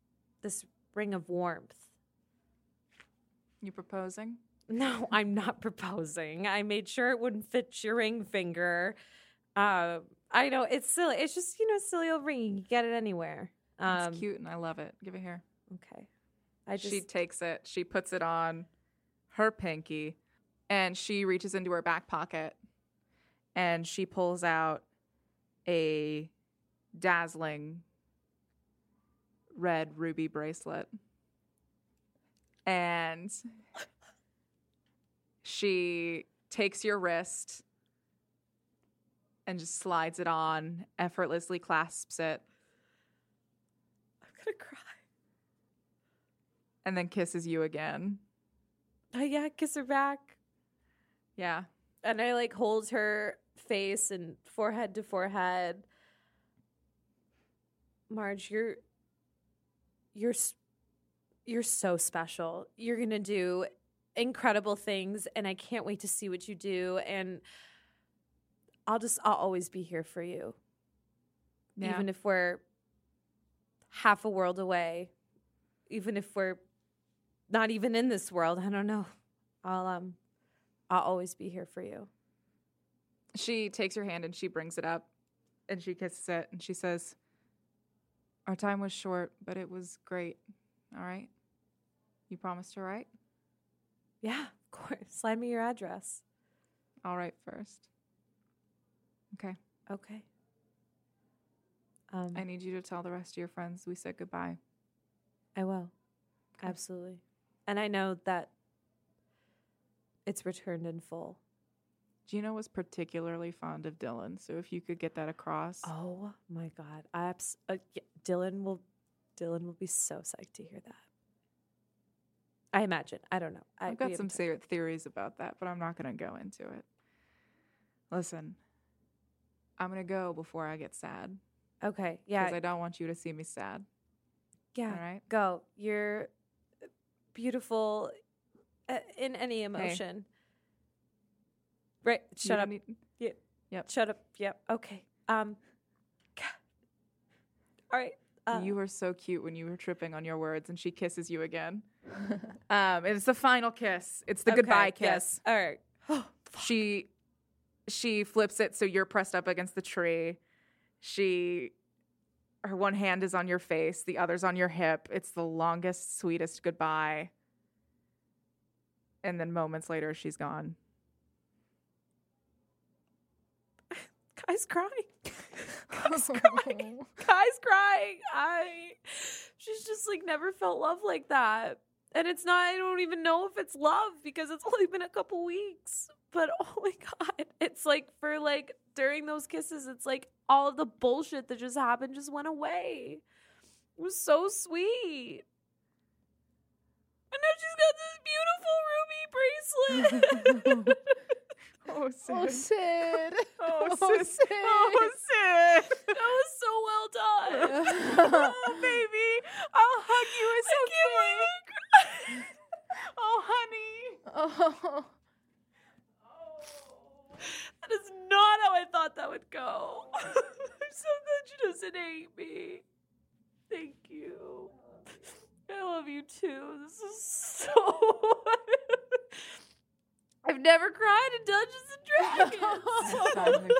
Speaker 3: this ring of warmth. *laughs*
Speaker 2: you proposing? *laughs*
Speaker 3: No, I'm not proposing. I made sure it wouldn't fit your ring finger. Uh, I know it's silly. It's just you know silly old ring. You can get it anywhere. Um,
Speaker 2: it's cute and I love it. Give it here.
Speaker 3: Okay, I just
Speaker 2: she takes it. She puts it on her pinky, and she reaches into her back pocket, and she pulls out a dazzling red ruby bracelet, and she takes your wrist and just slides it on, effortlessly clasps it,
Speaker 3: I'm gonna cry. *laughs*
Speaker 2: and then kisses you again.
Speaker 3: I yeah, kiss her back,
Speaker 2: Yeah.
Speaker 3: and I like hold her face and forehead to forehead. Marge, you're you're s- you're so special. You're gonna do incredible things, and I can't wait to see what you do. And I'll just I'll always be here for you,
Speaker 2: Yeah.
Speaker 3: even if we're half a world away, even if we're not even in this world. I don't know. I'll um I'll always be here for you.
Speaker 2: she takes your hand and she brings it up and she kisses it and she says, Our time was short, but it was great. All right. You promised to write?
Speaker 3: Yeah, of course. *laughs* Slide me your address.
Speaker 2: I'll write first. Okay.
Speaker 3: Okay. Um,
Speaker 2: I need you to tell the rest of your friends we said goodbye.
Speaker 3: I will. Absolutely. And I know that it's returned in full.
Speaker 2: Gina was particularly fond of Dylan, so if you could get that across.
Speaker 3: Oh my god. I abs- uh, y- Dylan will Dylan will be so psyched to hear that. I imagine. I don't know. I,
Speaker 2: I've
Speaker 3: we
Speaker 2: got some
Speaker 3: haven't talked-
Speaker 2: favorite theories about that, but I'm not going to go into it. Listen, I'm going to go before I get sad
Speaker 3: Okay.
Speaker 2: because
Speaker 3: Yeah.
Speaker 2: I don't want you to see me sad.
Speaker 3: yeah.
Speaker 2: All right.
Speaker 3: Go. You're beautiful uh, in any emotion. Right.
Speaker 2: You
Speaker 3: Shut
Speaker 2: don't
Speaker 3: up.
Speaker 2: need-
Speaker 3: Shut up. Yep. Okay. Um. All right. Uh,
Speaker 2: you were so cute when you were tripping on your words, and she kisses you again. *laughs* um, it's the final kiss. It's the
Speaker 3: okay,
Speaker 2: goodbye
Speaker 3: yes.
Speaker 2: kiss.
Speaker 3: All right.
Speaker 2: She she flips it so you're pressed up against the tree. She her one hand is on your face, the other's on your hip. It's the longest, sweetest goodbye. And then moments later, she's gone.
Speaker 3: Guy's crying. *laughs*
Speaker 2: *laughs*
Speaker 3: Guy's crying.
Speaker 4: Oh.
Speaker 3: Guy's crying. I. She's just like never felt love like that, and it's not. I don't even know if it's love because it's *laughs* only been a couple weeks. But *laughs* oh my god, it's like for like during those kisses, it's like all of the bullshit that just happened just went away. It was so sweet. And now she's got this beautiful ruby bracelet. *laughs*
Speaker 2: Oh,
Speaker 4: Oh, Sid.
Speaker 2: *laughs* Oh,
Speaker 4: Oh,
Speaker 2: sis. Oh, sis.
Speaker 3: *laughs* that was
Speaker 4: *laughs*
Speaker 3: so well done.
Speaker 2: oh, baby. I'll hug you. It's okay. Oh,
Speaker 4: Oh.
Speaker 3: *laughs* doesn't hate me. Thank you. I love you too. This is so. *laughs* I've never cried in Dungeons and Dragons. *laughs*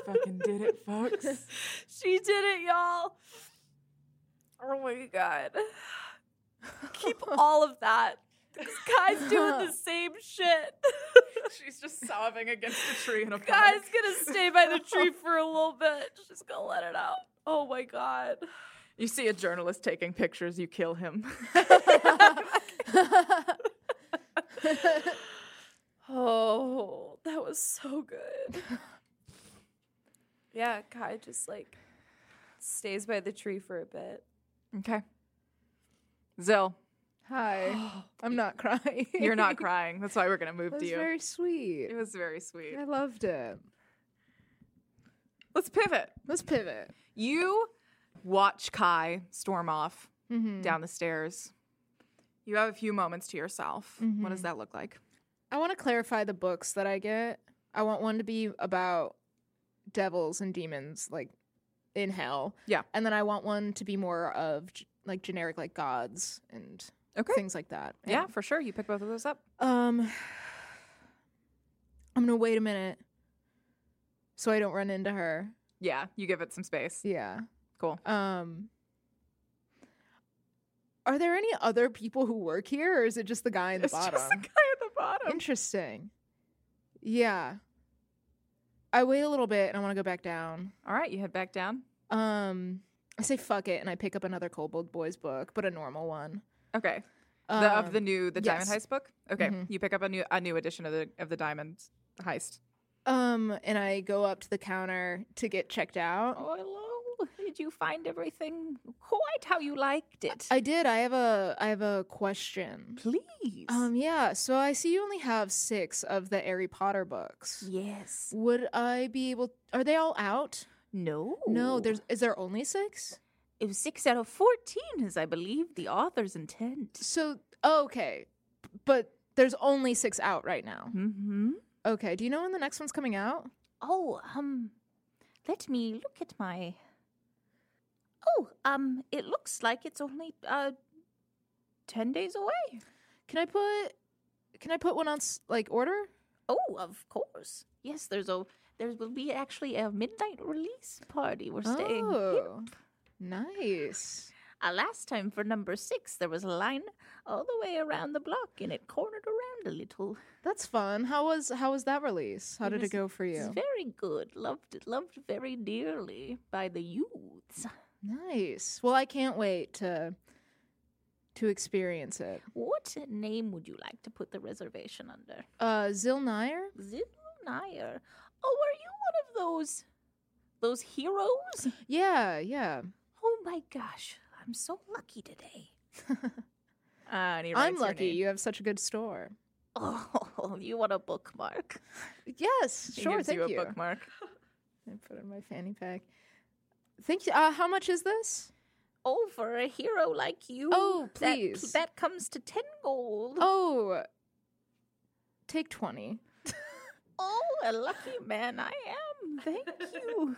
Speaker 5: I fucking did it, folks.
Speaker 3: she did it, y'all. Oh my god. Keep all of that. This guy's
Speaker 2: *laughs*
Speaker 3: doing the same shit. *laughs*
Speaker 2: She's just sobbing against a tree in a
Speaker 3: guy's
Speaker 2: park.
Speaker 3: gonna stay by the tree *laughs* for a little bit. She's gonna let it out. Oh my god.
Speaker 2: You see a journalist taking pictures, you kill him. *laughs*
Speaker 3: Oh, that was so good. yeah, Kai just like stays by the tree for a bit.
Speaker 2: okay. Zill, *gasps*
Speaker 5: Hi.
Speaker 4: I'm not crying.
Speaker 2: you're *laughs*
Speaker 4: *laughs*
Speaker 2: not crying. That's why we're gonna move
Speaker 4: That
Speaker 2: to
Speaker 4: was
Speaker 2: you.
Speaker 4: very sweet.
Speaker 2: it was very sweet.
Speaker 4: I loved it.
Speaker 2: Let's pivot.
Speaker 4: Let's pivot.
Speaker 2: You watch Kai storm off
Speaker 4: Mm-hmm.
Speaker 2: down the stairs. You have a few moments to yourself. What does that look like?
Speaker 4: I want to clarify the books that I get. I want one to be about devils and demons, like in hell.
Speaker 2: Yeah.
Speaker 4: And then I want one to be more of g- like generic, like gods and
Speaker 2: Okay.
Speaker 4: things like that.
Speaker 2: Yeah,
Speaker 4: And,
Speaker 2: for sure. You pick both of those up.
Speaker 4: um, I'm gonna wait a minute so I don't run into her.
Speaker 2: Yeah, you give it some space.
Speaker 4: Yeah.
Speaker 2: Cool.
Speaker 4: Um. Are there any other people who work here, or is it just the guy in
Speaker 2: *laughs*
Speaker 4: the
Speaker 2: it's
Speaker 4: bottom?
Speaker 2: just the guy at the bottom.
Speaker 4: Interesting. Yeah. I wait a little bit and I want to go back down.
Speaker 2: All right, you head back down.
Speaker 4: Um I say fuck it and I pick up another Kobold Boys book, but a normal one.
Speaker 2: Okay. the,
Speaker 4: Um,
Speaker 2: of the new the Diamond
Speaker 4: yes.
Speaker 2: Heist book. Okay,
Speaker 4: Mhm.
Speaker 2: you pick up a new a new edition of the of the Diamond Heist.
Speaker 4: um and I go up to the counter to get checked out.
Speaker 2: hello! Did you find everything quite how you liked it?
Speaker 4: I did. I have a I have a question.
Speaker 2: Please.
Speaker 4: Um yeah, so I see you only have 6 of the Harry Potter books.
Speaker 2: yes.
Speaker 4: Would I be able Are they all out?
Speaker 2: No.
Speaker 4: No, there's is there only 6?
Speaker 2: it was six out of fourteen, is I believe the author's intent.
Speaker 4: So okay. But there's only 6 out right now.
Speaker 2: Hmm.
Speaker 6: Mm-hmm.
Speaker 4: Okay. Do you know when the next one's coming out?
Speaker 6: Oh, um, let me look at my. Oh, um, it looks like it's only uh, ten days away.
Speaker 4: Can I put Can I put one on s- like order?
Speaker 6: Oh, of course. Yes, there's a there will be actually a midnight release party. We're staying. here.
Speaker 4: Oh, nice.
Speaker 6: Uh, last time for number six, there was a line all the way around the block, and it cornered around a little.
Speaker 4: That's fun. How was How was that release? How
Speaker 6: It
Speaker 4: did it
Speaker 6: was-
Speaker 4: go for
Speaker 6: It's
Speaker 4: you?
Speaker 6: very good. Loved it. Loved very dearly by the youths.
Speaker 4: Nice. Well, I can't wait to to experience it.
Speaker 6: What name would you like to put the reservation under?
Speaker 4: Uh, Zil Nair.
Speaker 6: Zilnir. Oh, are you one of those those heroes?
Speaker 4: Yeah, yeah.
Speaker 6: Oh my gosh, I'm so lucky today. *laughs*
Speaker 2: Uh, and he
Speaker 4: I'm
Speaker 2: writes your
Speaker 4: lucky.
Speaker 2: name.
Speaker 4: You have such a good store.
Speaker 6: Oh, you want a bookmark?
Speaker 4: Yes,
Speaker 2: He
Speaker 4: sure.
Speaker 2: gives
Speaker 4: thank
Speaker 2: you
Speaker 4: you.
Speaker 2: a
Speaker 4: *laughs*
Speaker 2: bookmark.
Speaker 4: I put it in my fanny pack. Thank you. Uh, how much is this?
Speaker 6: Oh, for a hero like you.
Speaker 4: Oh,
Speaker 6: that-
Speaker 4: please.
Speaker 6: That, comes to ten gold. Oh,
Speaker 4: Oh, take twenty.
Speaker 6: Oh, a lucky man I am. Thank
Speaker 4: *laughs*
Speaker 6: you.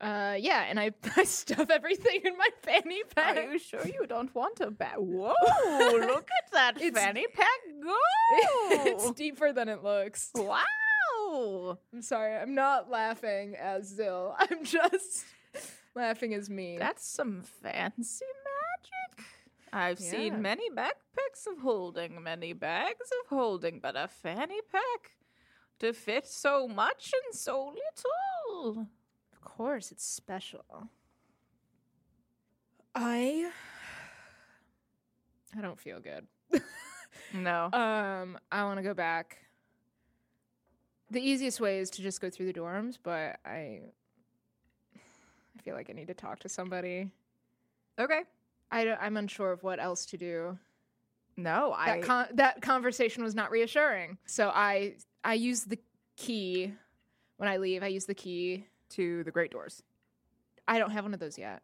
Speaker 4: Uh, yeah, and I, *laughs* I stuff everything in my fanny pack.
Speaker 2: Are you sure you don't want a
Speaker 4: *laughs*
Speaker 2: bag? Whoa! look at that
Speaker 4: It's-
Speaker 2: fanny pack go!
Speaker 4: it's deeper than it looks.
Speaker 2: wow!
Speaker 4: I'm sorry, I'm not laughing as Zill. *laughs* I'm just laughing as me.
Speaker 2: That's some fancy magic. I've
Speaker 4: Yeah.
Speaker 2: seen many backpacks of holding, many bags of holding, but a fanny pack to fit so much and so little.
Speaker 4: of course, it's special.
Speaker 5: I
Speaker 4: I don't feel good.
Speaker 2: No.
Speaker 4: Um, I want to go back. The easiest way is to just go through the dorms, but I I feel like I need to talk to somebody.
Speaker 2: okay.
Speaker 4: I don't, I'm unsure of what else to do.
Speaker 2: No, I.
Speaker 4: that con- that conversation was not reassuring. So I I use the key when I leave. I use the key.
Speaker 2: to the great doors.
Speaker 4: I don't have one of those yet.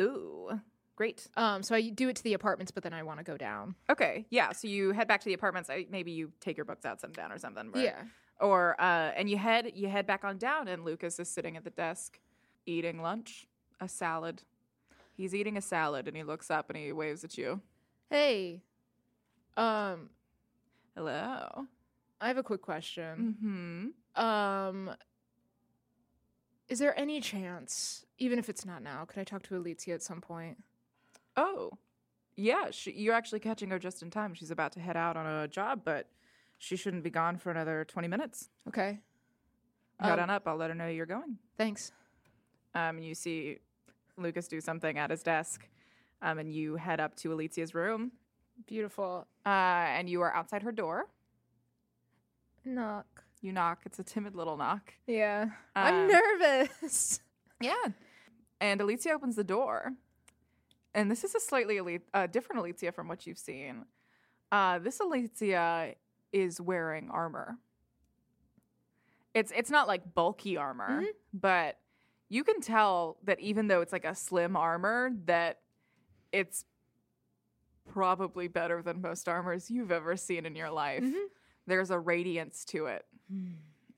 Speaker 2: Ooh. Great.
Speaker 4: Um, so I do it to the apartments, but then I want to go down.
Speaker 2: Okay. Yeah. So you head back to the apartments. I, maybe you take your books out some down or something. where-
Speaker 4: Yeah.
Speaker 2: Or uh, and you head you head back on down, and Lucas is sitting at the desk eating lunch. a salad. He's eating a salad and he looks up and he waves at you.
Speaker 4: Hey, um,
Speaker 2: Hello.
Speaker 4: I have a quick question.
Speaker 2: Mm-hmm.
Speaker 4: Um, is there any chance, even if it's not now, could I talk to Alicia at some point?
Speaker 2: Oh, yeah. She, you're actually catching her just in time. She's about to head out on a job, but she shouldn't be gone for another 20 minutes.
Speaker 4: Okay,
Speaker 2: Head on
Speaker 4: Um,
Speaker 2: up. I'll let her know you're going.
Speaker 4: thanks.
Speaker 2: Um, and you see Lucas do something at his desk. Um, and you head up to Alicia's room.
Speaker 4: Beautiful.
Speaker 2: Uh, and you are outside her door.
Speaker 4: Knock. Uh,
Speaker 2: You knock. It's a timid little knock.
Speaker 4: Yeah.
Speaker 2: Um,
Speaker 4: I'm nervous. *laughs*
Speaker 2: Yeah. And Alicia opens the door. And this is a slightly Ali- uh, different Alicia from what you've seen. Uh, this Alicia is wearing armor. It's it's not like bulky armor, but you can tell that even though it's like a slim armor, that it's probably better than most armors you've ever seen in your life.
Speaker 4: Mhm.
Speaker 2: There's a radiance to it.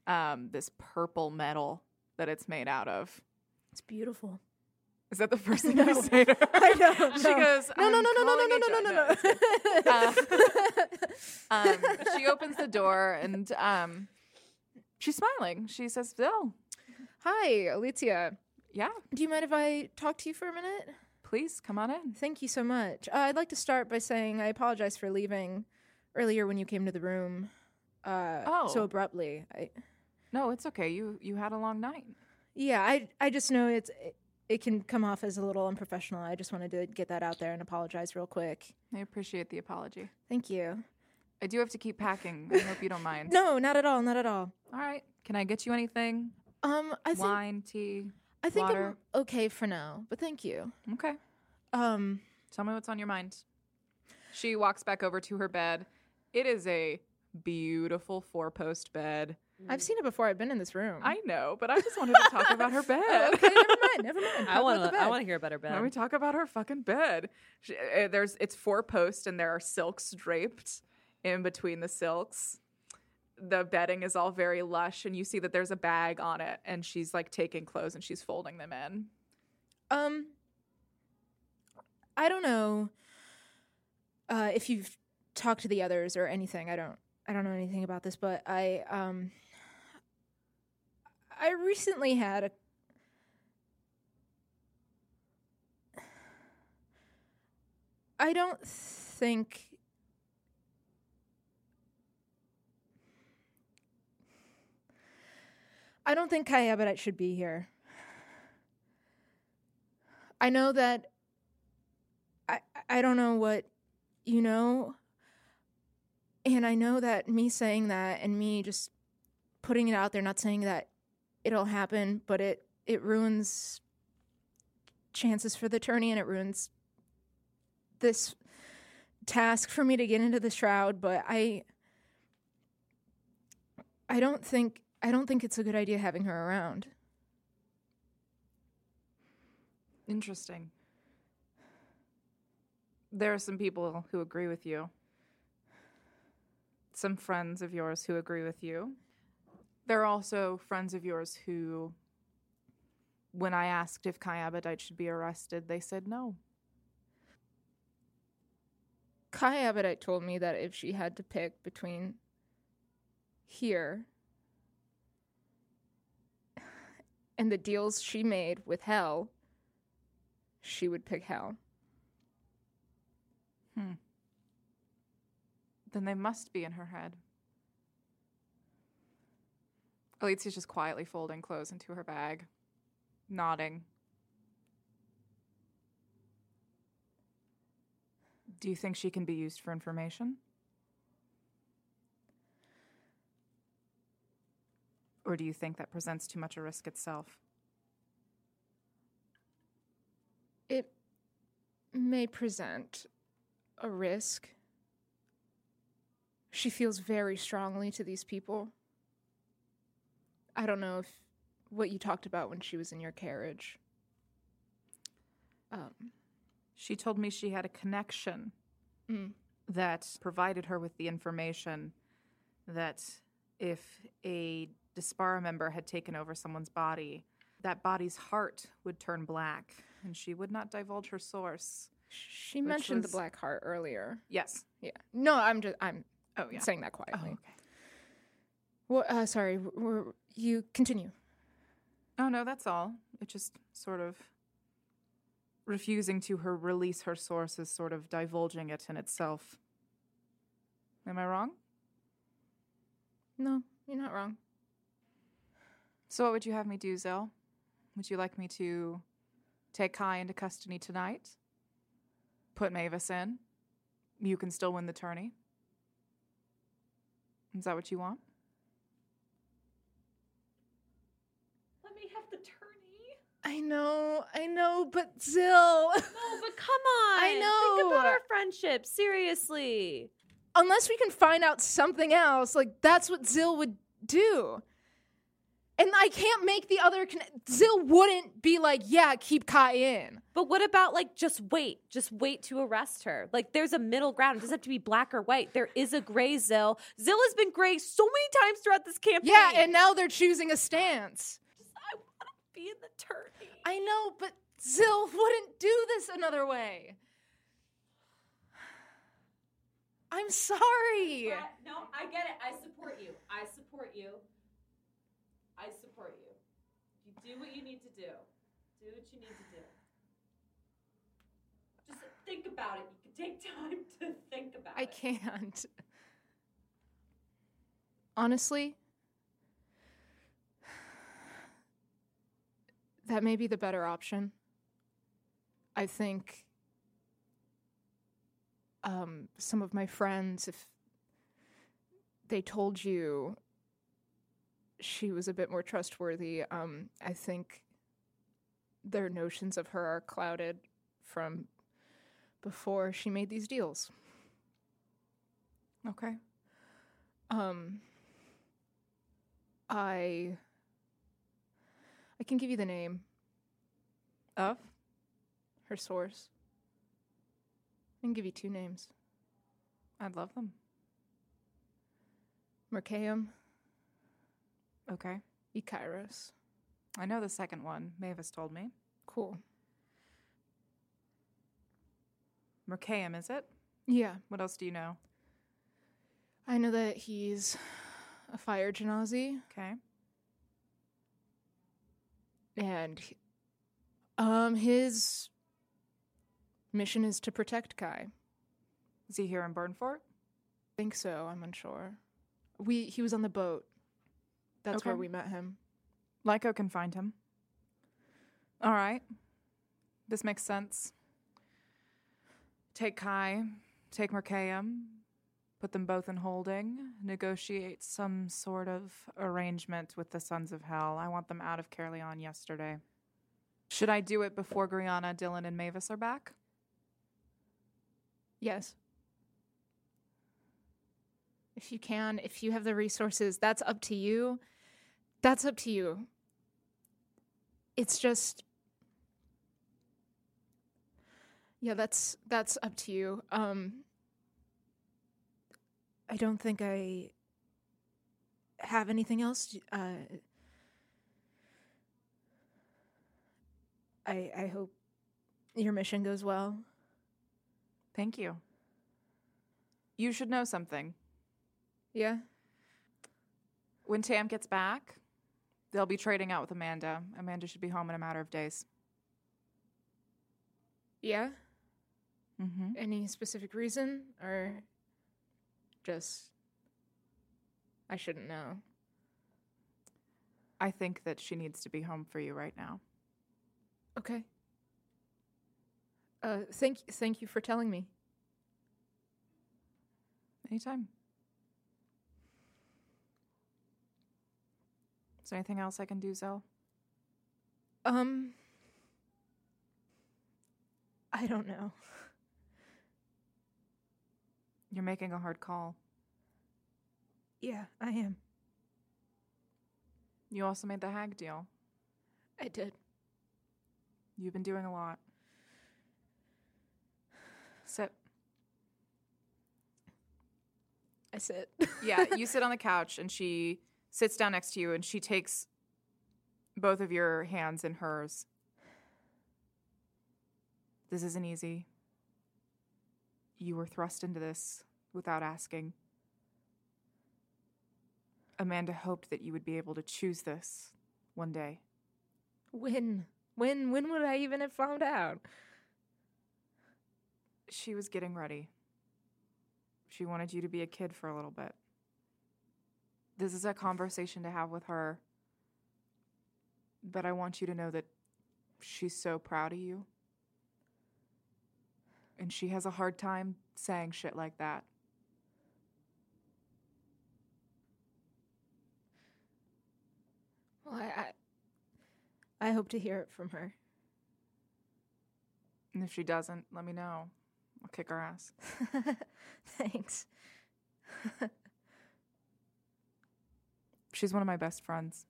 Speaker 2: Um, this purple metal that it's made out of.
Speaker 4: It's beautiful.
Speaker 2: Is that the first thing you say to her?
Speaker 4: *laughs* I don't
Speaker 2: She
Speaker 4: know.
Speaker 2: goes,
Speaker 4: No, no,
Speaker 2: "I'm
Speaker 4: no, no, no, no,
Speaker 2: calling
Speaker 4: no,
Speaker 2: a
Speaker 4: no,
Speaker 2: jo-"
Speaker 4: no, no,
Speaker 2: it's-
Speaker 4: no. *laughs*
Speaker 2: Um, she opens the door and um, she's smiling. She says, "Bill,
Speaker 4: Hi, Alicia.
Speaker 2: yeah,
Speaker 4: Do you mind if I talk to you for a minute?
Speaker 2: please come on in."
Speaker 4: Thank you so much. Uh, I'd like to start by saying I apologize for leaving earlier when you came to the room uh,
Speaker 2: Oh.
Speaker 4: so abruptly. I,
Speaker 2: No, it's okay. You you had a long night.
Speaker 4: yeah, I I just know it's it, it can come off as a little unprofessional. I just wanted to get that out there and apologize real quick.
Speaker 2: I appreciate the apology.
Speaker 4: Thank you.
Speaker 2: I do have to keep packing. I hope you
Speaker 4: *laughs*
Speaker 2: don't mind.
Speaker 4: No, not at all, not at all.
Speaker 2: All right. Can I get you anything?
Speaker 4: Um, I think
Speaker 2: Wine, tea.
Speaker 4: I think
Speaker 2: water?
Speaker 4: I'm okay for now, but thank you.
Speaker 2: Okay.
Speaker 4: Um,
Speaker 2: Tell me what's on your mind. She walks back over to her bed. It is a beautiful four post bed.
Speaker 4: I've seen it before. I've been in this room.
Speaker 2: Mm.
Speaker 4: *laughs*
Speaker 2: I know, but I just wanted to talk about her
Speaker 4: Oh,
Speaker 2: bed.
Speaker 4: okay, never
Speaker 2: *laughs*
Speaker 4: mind. Never
Speaker 3: *laughs*
Speaker 4: mind.
Speaker 3: I want
Speaker 4: to.
Speaker 3: to. I want to hear a better
Speaker 2: Let me
Speaker 3: bed.
Speaker 2: talk about her fucking bed. She, uh, there's it's four posts and there are silks draped in between the silks. The bedding is all very lush, and you see that there's a bag on it, and she's like taking clothes and she's folding them in.
Speaker 4: Um, I don't know uh, if you've talked to the others or anything. I don't. I don't know anything about this, but I um, I recently had a. I don't think. I don't think Kayabadite should be here. I know that I I don't know what you know and I know that me saying that and me just putting it out there not saying that it'll happen but it it ruins chances for the tourney and it ruins this task for me to get into the shroud but I I don't think I don't think it's a good idea having her around.
Speaker 2: Interesting. There are some people who agree with you. Some friends of yours who agree with you. There are also friends of yours who, when I asked if Kai Abadite should be arrested, they said no.
Speaker 4: Kai Abadite told me that if she had to pick between here and the deals she made with hell, she would pick hell.
Speaker 2: Hmm. Then they must be in her head. Alicia's just quietly folding clothes into her bag, nodding. Do you think she can be used for information? Or do you think that presents too much a risk itself?
Speaker 4: It may present a risk. She feels very strongly to these people. I don't know if what you talked about when she was in your carriage. Um,
Speaker 2: She told me she had a connection
Speaker 4: Mm.
Speaker 2: that provided her with the information that if a Dispara member had taken over someone's body, that body's heart would turn black, and she would not divulge her source.
Speaker 4: She
Speaker 2: Which
Speaker 4: mentioned
Speaker 2: was-
Speaker 4: the black heart earlier.
Speaker 2: Yes.
Speaker 4: Yeah. No, I'm just I'm
Speaker 2: Oh, yeah.
Speaker 4: saying that
Speaker 2: Oh,
Speaker 4: quietly.
Speaker 2: okay.
Speaker 4: Well, uh, sorry. w- w- you continue.
Speaker 2: Oh, no, that's all. It just sort of refusing to her release her source is sort of divulging it in itself. Am I wrong?
Speaker 4: No, you're not wrong.
Speaker 2: So, what would you have me do, Zell? Would you like me to take Kai into custody tonight? Put Mavis in? You can still win the tourney? Is that what you want?
Speaker 3: Let me have the tourney.
Speaker 7: I know, I know, but Zill.
Speaker 3: No, Oh, but come on.
Speaker 7: I
Speaker 3: Think about
Speaker 7: know.
Speaker 3: our friendship. Seriously.
Speaker 7: Unless we can find out something else, like that's what Zill would do. And I can't make the other. Con- Zill wouldn't be like, yeah, keep Kai in.
Speaker 3: But what about like just wait, just wait to arrest her? Like there's a middle ground. It doesn't have to be black or white. There is a gray Zill. Zill has been gray so many times throughout this campaign.
Speaker 7: Yeah, and now they're choosing a stance.
Speaker 3: I want to be in the tourney.
Speaker 7: I know, but
Speaker 4: *laughs*
Speaker 7: Zill wouldn't do this another way. I'm sorry.
Speaker 3: no, I get it. I support you. I support you. I support you. You do what you need to do. Do what you need to do. Just think about it. You can take *laughs* time to think about
Speaker 4: I can't. Honestly, that may be the better option. I think um, some of my friends, if they told you she was a bit more trustworthy, um, I think their notions of her are clouded from before she made these deals.
Speaker 2: Okay.
Speaker 4: Um, I I can give you the name,
Speaker 2: Of?
Speaker 4: her source. I can give you two names:
Speaker 2: I'd love them.
Speaker 4: Mercaeum,
Speaker 2: Okay.
Speaker 4: Icaros.
Speaker 2: I know the second one. Mavis told me.
Speaker 4: Cool.
Speaker 2: Mercaeum, is it?
Speaker 4: Yeah,
Speaker 2: What else do you know?
Speaker 4: I know that he's a fire genazi,
Speaker 2: Okay.
Speaker 4: and he- um, his mission is to protect Kai.
Speaker 2: Is he here in Burnfort?
Speaker 4: think so. I'm unsure. We he was on the boat. That's where
Speaker 2: Okay.
Speaker 4: we met him.
Speaker 2: Lyco can find him. All right. This makes sense. Take Kai, take Mercaeum, put them both in holding, negotiate some sort of arrangement with the Sons of Hell. I want them out of Caerleon yesterday. Should I do it before Griana, Dylan, and Mavis are back?
Speaker 4: Yes. If you can, if you have the resources, that's up to you. That's up to you. It's just Yeah, that's that's up to you. Um I don't think I have anything else uh I I hope your mission goes well.
Speaker 2: Thank you. You should know something.
Speaker 4: Yeah.
Speaker 2: When Tam gets back, they'll be trading out with Amanda. Amanda should be home in a matter of days.
Speaker 4: Yeah.
Speaker 2: Mm-hmm.
Speaker 4: Any specific reason or just I shouldn't know.
Speaker 2: I think that she needs to be home for you right now.
Speaker 4: Okay. Uh thank thank you for telling me.
Speaker 2: Anytime. Is there anything else I can do, Zell?
Speaker 4: Um I don't know.
Speaker 2: You're making a hard call.
Speaker 4: Yeah, I am.
Speaker 2: You also made the hag deal.
Speaker 4: I did.
Speaker 2: You've been doing a lot. Sit.
Speaker 4: I *laughs* sit.
Speaker 2: Yeah, you sit on the couch and she sits down next to you and she takes both of your hands in hers. This isn't easy. You were thrust into this without asking. Amanda hoped that you would be able to choose this one day.
Speaker 4: When? When? When would I even have found out?
Speaker 2: She was getting ready. She wanted you to be a kid for a little bit. This is a conversation to have with her. But I want you to know that she's so proud of you. And she has a hard time saying shit like that.
Speaker 4: Well, I, I, I hope to hear it from her. *laughs*
Speaker 2: And if she doesn't, let me know. I'll kick her ass.
Speaker 4: Thanks.
Speaker 2: She's one of my best friends.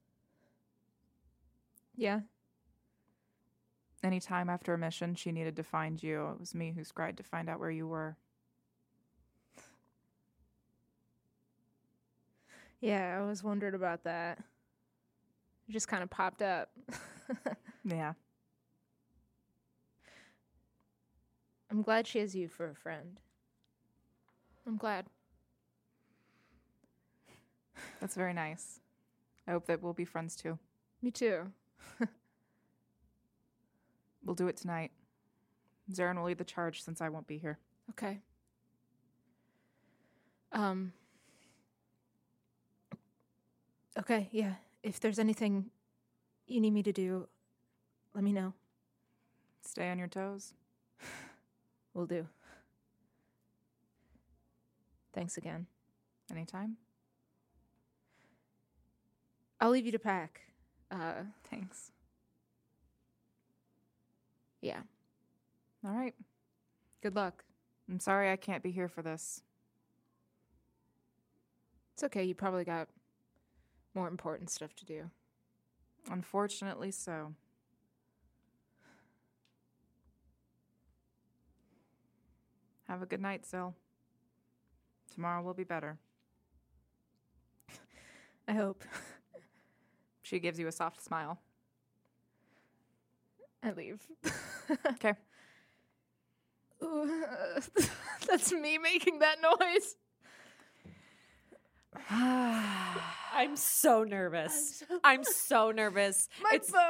Speaker 4: yeah.
Speaker 2: Anytime after a mission she needed to find you, it was me who cried to find out where you were.
Speaker 4: Yeah, I was wondered about that. It just kind of popped up. *laughs*
Speaker 2: Yeah.
Speaker 4: I'm glad she has you for a friend. I'm glad.
Speaker 2: That's very nice. I hope that we'll be friends too.
Speaker 4: Me too.
Speaker 2: We'll do it tonight. Zarin will lead the charge since I won't be here.
Speaker 4: Okay. Um. Okay, yeah. If there's anything you need me to do, let me know.
Speaker 2: Stay on your
Speaker 4: *laughs*
Speaker 2: toes.
Speaker 4: We'll do. Thanks again.
Speaker 2: Anytime.
Speaker 4: I'll leave you to pack. Uh,
Speaker 2: Thanks.
Speaker 4: yeah.
Speaker 2: All right.
Speaker 4: Good luck.
Speaker 2: I'm sorry I can't be here for this.
Speaker 4: It's okay. You probably got more important stuff to do.
Speaker 2: Unfortunately, so. Have a good night, Sil. Tomorrow will be better.
Speaker 4: I hope. *laughs*
Speaker 2: She gives you a soft smile.
Speaker 4: I leave. *laughs*
Speaker 2: Okay.
Speaker 4: *laughs* That's me making that *laughs* noise.
Speaker 3: I'm so nervous. I'm so nervous.
Speaker 8: My
Speaker 3: it's
Speaker 8: bones.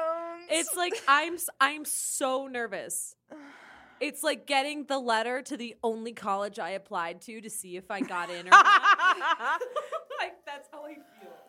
Speaker 3: it's like I'm s- I'm so nervous. It's like getting the letter to the only *laughs* college I applied to to see if I got in or not. like that's how I feel.